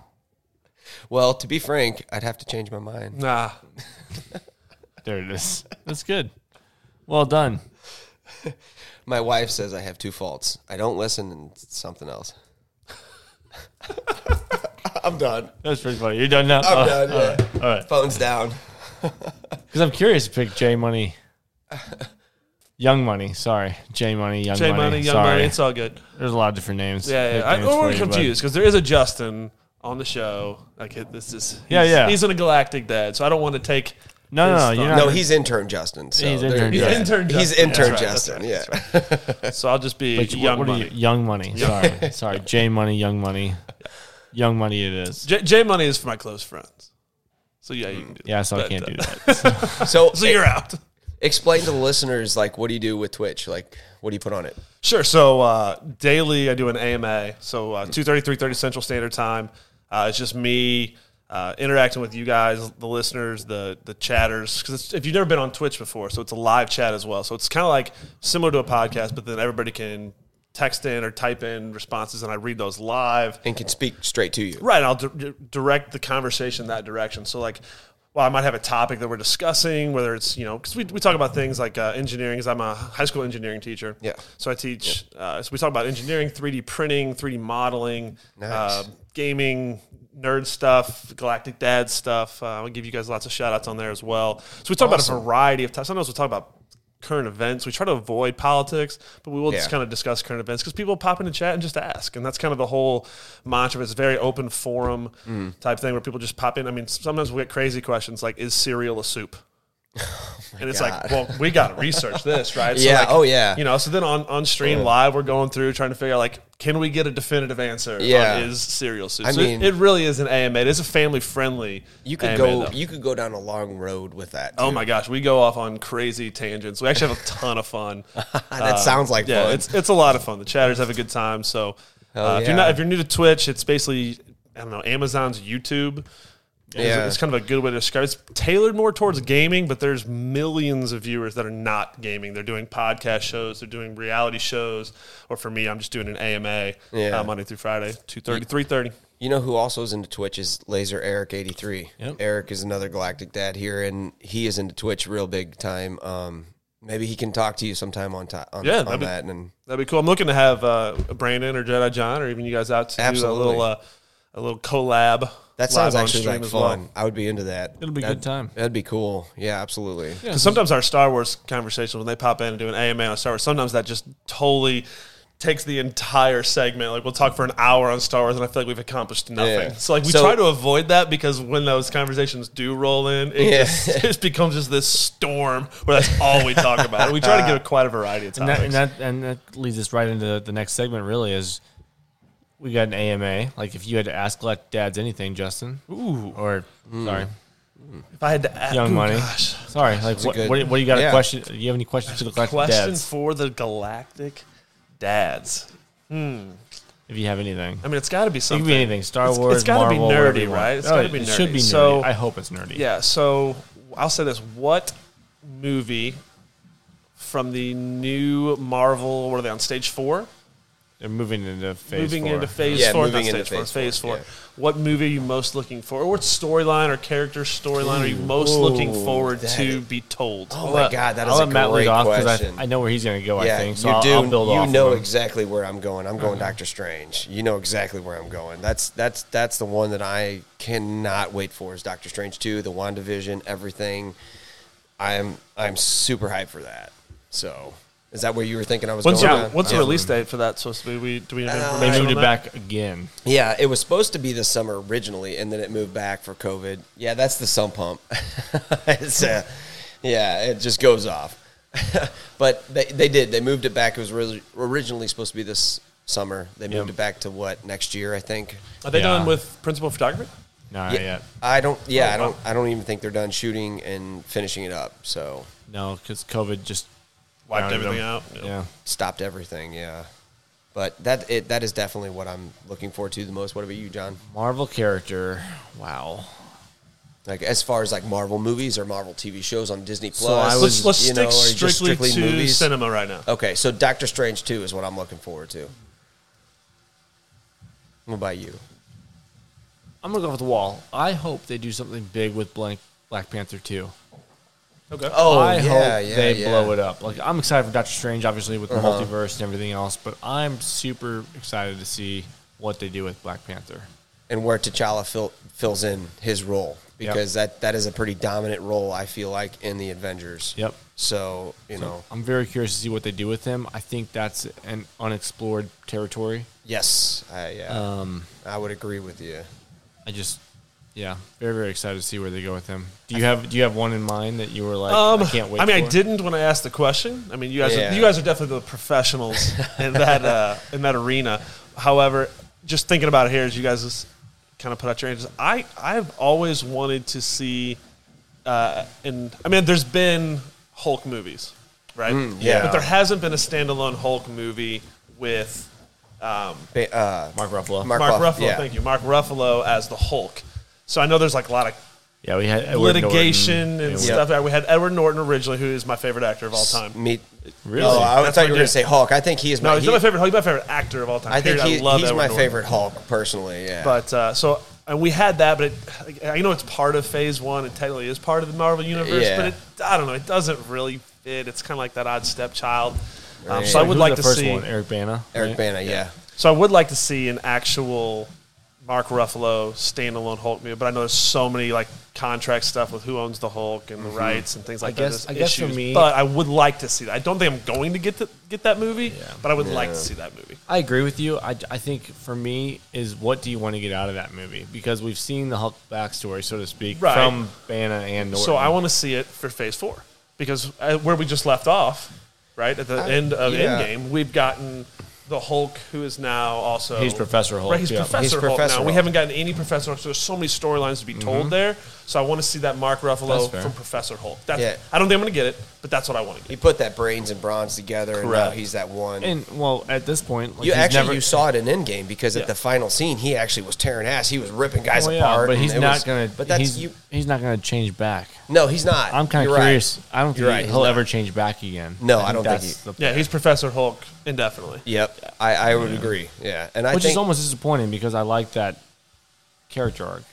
[SPEAKER 6] Well, to be frank, I'd have to change my mind.
[SPEAKER 7] there. Nah.
[SPEAKER 8] there it is. That's good. Well done.
[SPEAKER 6] My wife says I have two faults. I don't listen and something else. I'm done.
[SPEAKER 8] That's pretty funny. You're done now. Oh.
[SPEAKER 6] I'm done. yeah.
[SPEAKER 8] Uh, All right.
[SPEAKER 6] Phone's down.
[SPEAKER 8] Because I'm curious to pick J Money. Young Money, sorey. J Money, Young
[SPEAKER 7] J
[SPEAKER 8] Money.
[SPEAKER 7] money, young
[SPEAKER 8] sorry.
[SPEAKER 7] money. It's all good.
[SPEAKER 8] There's a lot of different names.
[SPEAKER 7] Yeah, yeah. I,
[SPEAKER 8] nicknames
[SPEAKER 7] or
[SPEAKER 8] for
[SPEAKER 7] we're
[SPEAKER 8] you, but-
[SPEAKER 7] confused because there is a Justin on the show. Like it- this is he's,
[SPEAKER 8] Yeah, yeah.
[SPEAKER 7] He's in a galactic dad, so I don't want to take.
[SPEAKER 8] No, no,
[SPEAKER 7] His
[SPEAKER 8] no. You're
[SPEAKER 7] thought.
[SPEAKER 8] not,
[SPEAKER 6] No, he's intern Justin. So
[SPEAKER 8] He's
[SPEAKER 6] there-
[SPEAKER 8] intern
[SPEAKER 7] He's
[SPEAKER 8] Justin.
[SPEAKER 7] intern. Justin.
[SPEAKER 6] He's intern Justin. yeah.
[SPEAKER 7] So I'll just be
[SPEAKER 8] But you-
[SPEAKER 7] young
[SPEAKER 8] what are you-
[SPEAKER 7] money.
[SPEAKER 8] young Money. Sorry. sorry. J Money, Young Money. Young Money it is.
[SPEAKER 7] J, J money is for my close friends. So yeah, you can do.
[SPEAKER 8] Mm. Yeah, so I
[SPEAKER 7] That- uh,
[SPEAKER 8] can't do that.
[SPEAKER 6] So, e-
[SPEAKER 7] So you're out.
[SPEAKER 6] explain to the listeners like what do you do with Twitch? Like what do you put on it?
[SPEAKER 7] Sure. So uh, daily, I do an AMA. So uh, 2.30, 3.30 Central Standard Time. Uh, it's just me uh, interacting with you guys, the listeners, the the chatters. Because if you've never been on Twitch before, so it's a live chat as well. So it's kind of like similar to a podcast, but then everybody can text in or type in responses, and I read those live.
[SPEAKER 6] And can speak straight to you.
[SPEAKER 7] Right. and I'll di- di- direct the conversation that direction. So, like, well, I might have a topic that we're discussing, whether it's, you know, because we, we talk about things like uh, engineering, because I'm a high school engineering teacher.
[SPEAKER 6] Yeah.
[SPEAKER 7] So I teach, uh, so we talk about engineering, 3D printing, 3D modeling, uh,
[SPEAKER 6] Nice.
[SPEAKER 7] gaming, nerd stuff, galactic dad stuff. Uh, I'll give you guys lots of shout outs on there as well. So we talk about a variety of topics. Sometimes we'll talk about current events. We try to avoid politics, but we will
[SPEAKER 6] Yeah.
[SPEAKER 7] just kind of discuss current events because people pop into chat and just ask, and that's kind of the whole mantra. It's a very open forum
[SPEAKER 6] Mm.
[SPEAKER 7] type thing where people just pop in. I mean, sometimes we get crazy questions like, "Is cereal a soup?" and it's like,
[SPEAKER 6] Oh God.
[SPEAKER 7] well, we got to research this, right?
[SPEAKER 6] Yeah,
[SPEAKER 7] like,
[SPEAKER 6] oh, yeah.
[SPEAKER 7] You know, so then on on stream live, we're going through trying to figure out like, can we get a definitive answer?
[SPEAKER 6] Yeah.
[SPEAKER 7] on is cereal soup?
[SPEAKER 6] I
[SPEAKER 7] So it-
[SPEAKER 6] mean-
[SPEAKER 7] it really is an AMA. It is a family friendly.
[SPEAKER 6] You could go. You could go down a long road with that.
[SPEAKER 7] Oh
[SPEAKER 6] too.
[SPEAKER 7] my gosh, we go off on crazy tangents. We actually have a ton of fun.
[SPEAKER 6] that sounds like
[SPEAKER 7] yeah,
[SPEAKER 6] fun.
[SPEAKER 7] it's it's a lot of fun. The chatters have a good time. So uh,
[SPEAKER 6] Hell
[SPEAKER 7] if you're
[SPEAKER 6] yeah.
[SPEAKER 7] not if you're new to Twitch, it's basically I don't know Amazon's YouTube. It's-
[SPEAKER 6] Yeah.
[SPEAKER 7] It's kind of a good way to describe. It's tailored more towards gaming, but there's millions of viewers that are not gaming. They're doing podcast shows, they're doing reality shows, or for me, I'm just doing an AMA
[SPEAKER 6] Yeah.
[SPEAKER 7] uh, Monday through Friday, 2.30, 3.30.
[SPEAKER 6] You know who also is into Twitch is Laser Eric eighty three.
[SPEAKER 8] Yep.
[SPEAKER 6] Eric is another Galactic Dad here, and he is into Twitch real big time. Um, maybe he can talk to you sometime on ti on,
[SPEAKER 7] Yeah,
[SPEAKER 6] on
[SPEAKER 7] that'd be-
[SPEAKER 6] that. And
[SPEAKER 7] That'd be cool. I'm looking to have uh, Brandon or Jedi John or even you guys out to do a
[SPEAKER 6] Absolutely.
[SPEAKER 7] little uh, a little collab.
[SPEAKER 6] that sounds
[SPEAKER 7] live on
[SPEAKER 6] actually
[SPEAKER 7] stream
[SPEAKER 6] like
[SPEAKER 7] as well.
[SPEAKER 6] fun. I would be into that.
[SPEAKER 8] It'll be a
[SPEAKER 6] That'd-
[SPEAKER 8] good time.
[SPEAKER 6] That'd be cool. Yeah, absolutely.
[SPEAKER 7] Because sometimes our Star Wars conversation, when they pop in and do an AMA on Star Wars, sometimes that just totally takes the entire segment. Like we'll talk for an hour on Star Wars, and I feel like we've accomplished nothing.
[SPEAKER 6] Yeah.
[SPEAKER 7] So like we
[SPEAKER 6] So-
[SPEAKER 7] try to avoid that because when those conversations do roll in, it
[SPEAKER 6] Yeah.
[SPEAKER 7] just, it just becomes just this storm where that's all we talk about. we
[SPEAKER 6] Uh,
[SPEAKER 7] try to give it quite a variety of
[SPEAKER 8] And
[SPEAKER 7] topics.
[SPEAKER 8] that, and that and that leads us right into the next segment. Really, is we got an AMA. Like if you had to ask Galactic Dads anything, Justin,
[SPEAKER 7] Ooh,
[SPEAKER 8] or sorry,
[SPEAKER 7] if I had to ask,
[SPEAKER 8] Young
[SPEAKER 7] ooh,
[SPEAKER 8] Money.
[SPEAKER 7] gosh.
[SPEAKER 8] sorry,
[SPEAKER 6] a
[SPEAKER 8] like what,
[SPEAKER 6] good-
[SPEAKER 8] what, do- what do you got
[SPEAKER 6] yeah.
[SPEAKER 8] a question? Do you have any questions for the Galactic
[SPEAKER 7] question
[SPEAKER 8] Dads?
[SPEAKER 7] for the Galactic Dads.
[SPEAKER 8] if you have anything,
[SPEAKER 7] I mean, it's got to be
[SPEAKER 8] it
[SPEAKER 7] something.
[SPEAKER 8] could be anything. Star
[SPEAKER 7] It's-
[SPEAKER 8] Wars.
[SPEAKER 7] it's gotta be
[SPEAKER 8] Marvel, whatever
[SPEAKER 7] nerdy,
[SPEAKER 8] you want.
[SPEAKER 7] right? It's
[SPEAKER 8] Oh,
[SPEAKER 7] gotta be
[SPEAKER 8] it should
[SPEAKER 7] nerdy.
[SPEAKER 8] be nerdy.
[SPEAKER 7] So-
[SPEAKER 8] I hope it's nerdy.
[SPEAKER 7] Yeah, so I'll say this: What movie from the new Marvel? What are they on stage four?
[SPEAKER 8] They're moving into phase.
[SPEAKER 7] moving
[SPEAKER 8] four.
[SPEAKER 7] into phase
[SPEAKER 6] Yeah,
[SPEAKER 7] four, not
[SPEAKER 6] moving
[SPEAKER 7] stage
[SPEAKER 6] into
[SPEAKER 7] four,
[SPEAKER 6] phase
[SPEAKER 7] phase
[SPEAKER 6] four,
[SPEAKER 7] four.
[SPEAKER 6] yeah.
[SPEAKER 7] What movie are you most looking for, or what storyline or character storyline are you most looking forward to be told?
[SPEAKER 6] Oh
[SPEAKER 8] I'll
[SPEAKER 6] my
[SPEAKER 8] let-
[SPEAKER 6] god, that is
[SPEAKER 8] I'll
[SPEAKER 6] a
[SPEAKER 8] let Matt
[SPEAKER 6] great
[SPEAKER 8] lead off
[SPEAKER 6] question.
[SPEAKER 8] I, I know where he's going to go. I think so.
[SPEAKER 6] you
[SPEAKER 8] I'll,
[SPEAKER 6] do.
[SPEAKER 8] I'll build
[SPEAKER 6] you
[SPEAKER 8] off.
[SPEAKER 6] know
[SPEAKER 8] of Uh-huh. him.
[SPEAKER 6] exactly where I'm going. I'm going Doctor Strange. You know exactly where I'm going. That's that's that's the one that I cannot wait for. Is Doctor Strange two, the Wandavision, everything. I'm I'm super hyped for that. So is that where you were thinking I was
[SPEAKER 7] When's,
[SPEAKER 6] going?
[SPEAKER 7] the,
[SPEAKER 6] on?
[SPEAKER 7] what's
[SPEAKER 6] yeah.
[SPEAKER 7] the release date for that supposed to be? We do we have information
[SPEAKER 8] Uh, They
[SPEAKER 7] on
[SPEAKER 8] moved it
[SPEAKER 7] that?
[SPEAKER 8] back again.
[SPEAKER 6] Yeah, it was supposed to be this summer originally, and then it moved back for COVID. Yeah, that's the sump pump. it's uh, yeah, it just goes off. but they, they did. They moved it back. It was really originally supposed to be this summer. They moved it back to what next year? I think.
[SPEAKER 7] Are they
[SPEAKER 8] Yeah.
[SPEAKER 7] done with principal photography?
[SPEAKER 8] No, not yet. Oh,
[SPEAKER 6] I don't. Yeah, I
[SPEAKER 7] wow.
[SPEAKER 6] don't. I don't even think they're done shooting and finishing it up. So
[SPEAKER 8] No, because COVID just
[SPEAKER 7] Wiped
[SPEAKER 8] rounded
[SPEAKER 7] everything
[SPEAKER 8] them.
[SPEAKER 7] out. Yep.
[SPEAKER 8] Yeah.
[SPEAKER 6] stopped everything. Yeah. But that it, that is definitely what I'm looking forward to the most. What about you, John?
[SPEAKER 8] Marvel character. Wow.
[SPEAKER 6] Like as far as like Marvel movies or Marvel TV shows on Disney Plus.
[SPEAKER 8] I
[SPEAKER 7] Let's,
[SPEAKER 8] was-
[SPEAKER 7] let's
[SPEAKER 6] you
[SPEAKER 7] stick
[SPEAKER 6] know, or just
[SPEAKER 7] strictly, to
[SPEAKER 6] movies?
[SPEAKER 7] cinema right now.
[SPEAKER 6] Okay, so Doctor Strange two is what I'm looking forward to. What about you?
[SPEAKER 8] I'm gonna go with the wall. I hope they do something big with Blank Black Panther two.
[SPEAKER 7] Okay.
[SPEAKER 6] Oh,
[SPEAKER 8] I
[SPEAKER 6] yeah,
[SPEAKER 8] hope
[SPEAKER 6] yeah,
[SPEAKER 8] they
[SPEAKER 6] yeah. Uh-huh.
[SPEAKER 8] blow it up. Like I'm excited for Doctor Strange, obviously with the multiverse and everything else, but I'm super excited to see what they do with Black Panther.
[SPEAKER 6] And where T'Challa fill, fills in his role because that that is a pretty dominant role I feel like in the Avengers.
[SPEAKER 8] Yep.
[SPEAKER 6] So you know,
[SPEAKER 8] I'm very curious to see what they do with him. I think that's an unexplored territory.
[SPEAKER 6] yes, I yeah,
[SPEAKER 8] Um,
[SPEAKER 6] I would agree with you.
[SPEAKER 8] I just, yeah, very very excited to see where they go with him. Do you have Do you have one in mind that you were like,
[SPEAKER 7] Um,
[SPEAKER 8] I can't wait?
[SPEAKER 7] mean, I
[SPEAKER 8] for?
[SPEAKER 7] didn't when I asked the question. I mean, you guys,
[SPEAKER 6] Yeah.
[SPEAKER 7] are, you guys are definitely the professionals in that uh, in that arena. However, just thinking about it here, as you guys just kind of put out your answers, I I've always wanted to see, uh, and I mean, there's been Hulk movies, right?
[SPEAKER 6] Hmm, yeah.
[SPEAKER 7] but there hasn't been a standalone Hulk movie with
[SPEAKER 6] Ba- uh,
[SPEAKER 8] Mark Ruffalo.
[SPEAKER 6] Mark,
[SPEAKER 7] Mark,
[SPEAKER 6] Ruff-
[SPEAKER 7] Ruffalo.
[SPEAKER 6] yeah.
[SPEAKER 7] Thank you, Mark Ruffalo as the Hulk. So I know there's like a lot of
[SPEAKER 8] Yeah, we had Edward Norton.
[SPEAKER 7] litigation and
[SPEAKER 8] Edward-
[SPEAKER 7] stuff. We had Edward Norton originally, who is my favorite actor of all time.
[SPEAKER 6] Me,
[SPEAKER 8] Really?
[SPEAKER 6] Oh, I
[SPEAKER 7] That's
[SPEAKER 6] thought
[SPEAKER 7] my
[SPEAKER 6] you were going
[SPEAKER 7] dude.
[SPEAKER 6] to say Hulk. I think he is.
[SPEAKER 7] No,
[SPEAKER 6] my,
[SPEAKER 7] he's
[SPEAKER 6] he-
[SPEAKER 7] not my favorite. Hulk. He's my favorite actor of all time.
[SPEAKER 6] I think
[SPEAKER 7] period.
[SPEAKER 6] he,
[SPEAKER 7] I love
[SPEAKER 6] he's
[SPEAKER 7] Edward
[SPEAKER 6] my
[SPEAKER 7] Norton.
[SPEAKER 6] favorite Hulk personally. Yeah.
[SPEAKER 7] But uh, so and we had that, but it, I know it's part of Phase One. It technically is part of the Marvel universe,
[SPEAKER 6] Yeah.
[SPEAKER 7] but it, I don't know. It doesn't really fit. It's kind of like that odd stepchild. Um,
[SPEAKER 6] Right.
[SPEAKER 7] so I would
[SPEAKER 8] Who's
[SPEAKER 7] like
[SPEAKER 8] the
[SPEAKER 7] to
[SPEAKER 8] first
[SPEAKER 7] see.
[SPEAKER 8] one? Eric Bana.
[SPEAKER 6] Eric
[SPEAKER 8] right?
[SPEAKER 6] Bana, yeah.
[SPEAKER 7] So I would like to see an actual Mark Ruffalo standalone Hulk movie, but I know there's so many like contract stuff with who owns the Hulk and the rights and things like
[SPEAKER 9] Mm-hmm. I
[SPEAKER 7] that.
[SPEAKER 9] guess-
[SPEAKER 7] There's
[SPEAKER 9] I guess for
[SPEAKER 7] issues,
[SPEAKER 9] me-
[SPEAKER 7] but I would like to see that. I don't think I'm going to get to get that movie, but I would like to see that movie.
[SPEAKER 8] I agree with you. I, I think for me is what do you want to get out of that movie? Because we've seen the Hulk backstory, so to speak,
[SPEAKER 7] Right.
[SPEAKER 8] from Banna and Norton.
[SPEAKER 7] So I want to see it for Phase Four because uh, where we just left off, right at the end of
[SPEAKER 6] yeah.
[SPEAKER 7] Endgame, we've gotten the Hulk, who is now also
[SPEAKER 8] He's Professor Hulk,
[SPEAKER 7] Right, he's
[SPEAKER 8] yeah.
[SPEAKER 7] Professor
[SPEAKER 6] He's
[SPEAKER 7] Hulk
[SPEAKER 6] Professor
[SPEAKER 7] now. We
[SPEAKER 6] Hulk. Mm-hmm.
[SPEAKER 7] haven't gotten any Professor Hulk. So there's so many storylines to be told there. So I want to see that Mark
[SPEAKER 8] That's
[SPEAKER 7] Ruffalo
[SPEAKER 8] fair.
[SPEAKER 7] from Professor Hulk. That's,
[SPEAKER 6] Yeah.
[SPEAKER 7] I don't think I'm going to get it, but that's what I want to
[SPEAKER 6] He
[SPEAKER 7] get.
[SPEAKER 6] put that brains and bronze together, and now
[SPEAKER 7] Correct.
[SPEAKER 6] he's that one.
[SPEAKER 8] and well, at this point, like
[SPEAKER 6] you
[SPEAKER 8] he's
[SPEAKER 6] actually
[SPEAKER 8] never,
[SPEAKER 6] you saw it in Endgame because
[SPEAKER 7] Yeah.
[SPEAKER 6] at the final scene he actually was tearing ass. He was ripping guys
[SPEAKER 8] Well, Oh, yeah,
[SPEAKER 6] apart.
[SPEAKER 8] but
[SPEAKER 6] and
[SPEAKER 8] he's
[SPEAKER 6] it
[SPEAKER 8] not
[SPEAKER 6] was-
[SPEAKER 8] gonna.
[SPEAKER 6] But that's
[SPEAKER 8] he's,
[SPEAKER 6] you.
[SPEAKER 8] He's not gonna change back.
[SPEAKER 6] No, he's not.
[SPEAKER 8] I'm kind of
[SPEAKER 6] You're right.
[SPEAKER 8] curious. I don't think
[SPEAKER 6] You're right,
[SPEAKER 8] he'll
[SPEAKER 6] he's
[SPEAKER 8] ever
[SPEAKER 6] not.
[SPEAKER 8] change back again.
[SPEAKER 6] No, I don't think
[SPEAKER 8] that's
[SPEAKER 6] he-
[SPEAKER 8] the-
[SPEAKER 7] Yeah, he's Professor Hulk indefinitely.
[SPEAKER 6] Yep, I, I would agree. Yeah, and I
[SPEAKER 8] which
[SPEAKER 6] think
[SPEAKER 8] is almost disappointing because I like that character arc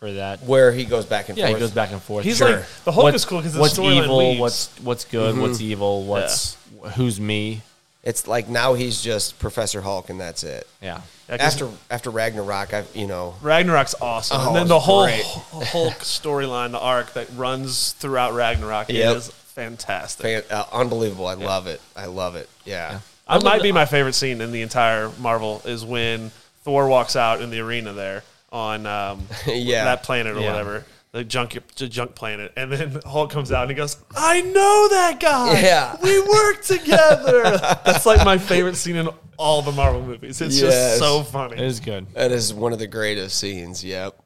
[SPEAKER 8] for that.
[SPEAKER 6] where he goes back and
[SPEAKER 8] Yeah,
[SPEAKER 6] forth.
[SPEAKER 8] he goes back and forth.
[SPEAKER 7] He's
[SPEAKER 6] Sure.
[SPEAKER 7] like the Hulk
[SPEAKER 8] What-
[SPEAKER 7] is cool because the
[SPEAKER 8] what's
[SPEAKER 7] storyline
[SPEAKER 8] evil,
[SPEAKER 7] leaves.
[SPEAKER 8] what's what's good,
[SPEAKER 6] Mm-hmm.
[SPEAKER 8] what's evil, what's who's me.
[SPEAKER 6] It's like now he's just Professor Hulk, and that's it.
[SPEAKER 8] Yeah,
[SPEAKER 7] Yeah, 'cause
[SPEAKER 6] After after Ragnarok, I you know
[SPEAKER 7] Ragnarok's awesome,
[SPEAKER 6] Oh,
[SPEAKER 7] and then the
[SPEAKER 6] it's
[SPEAKER 7] whole
[SPEAKER 6] great.
[SPEAKER 7] Hulk storyline, the arc that runs throughout Ragnarok it
[SPEAKER 6] Yep.
[SPEAKER 7] is fantastic.
[SPEAKER 6] fan, uh, unbelievable. I love it. I love it. Yeah.
[SPEAKER 7] That might be my favorite scene in the entire Marvel is when Thor walks out in the arena there on um,
[SPEAKER 6] Yeah.
[SPEAKER 7] that planet or
[SPEAKER 8] Yeah.
[SPEAKER 7] whatever, the junk the junk planet, and then Hulk comes out and he goes, "I know that guy.
[SPEAKER 6] Yeah.
[SPEAKER 7] we work together." That's like my favorite scene in all the Marvel movies. It's
[SPEAKER 6] Yes.
[SPEAKER 7] just so
[SPEAKER 8] it
[SPEAKER 7] funny.
[SPEAKER 8] is good.
[SPEAKER 6] That is one of the greatest scenes. Yep.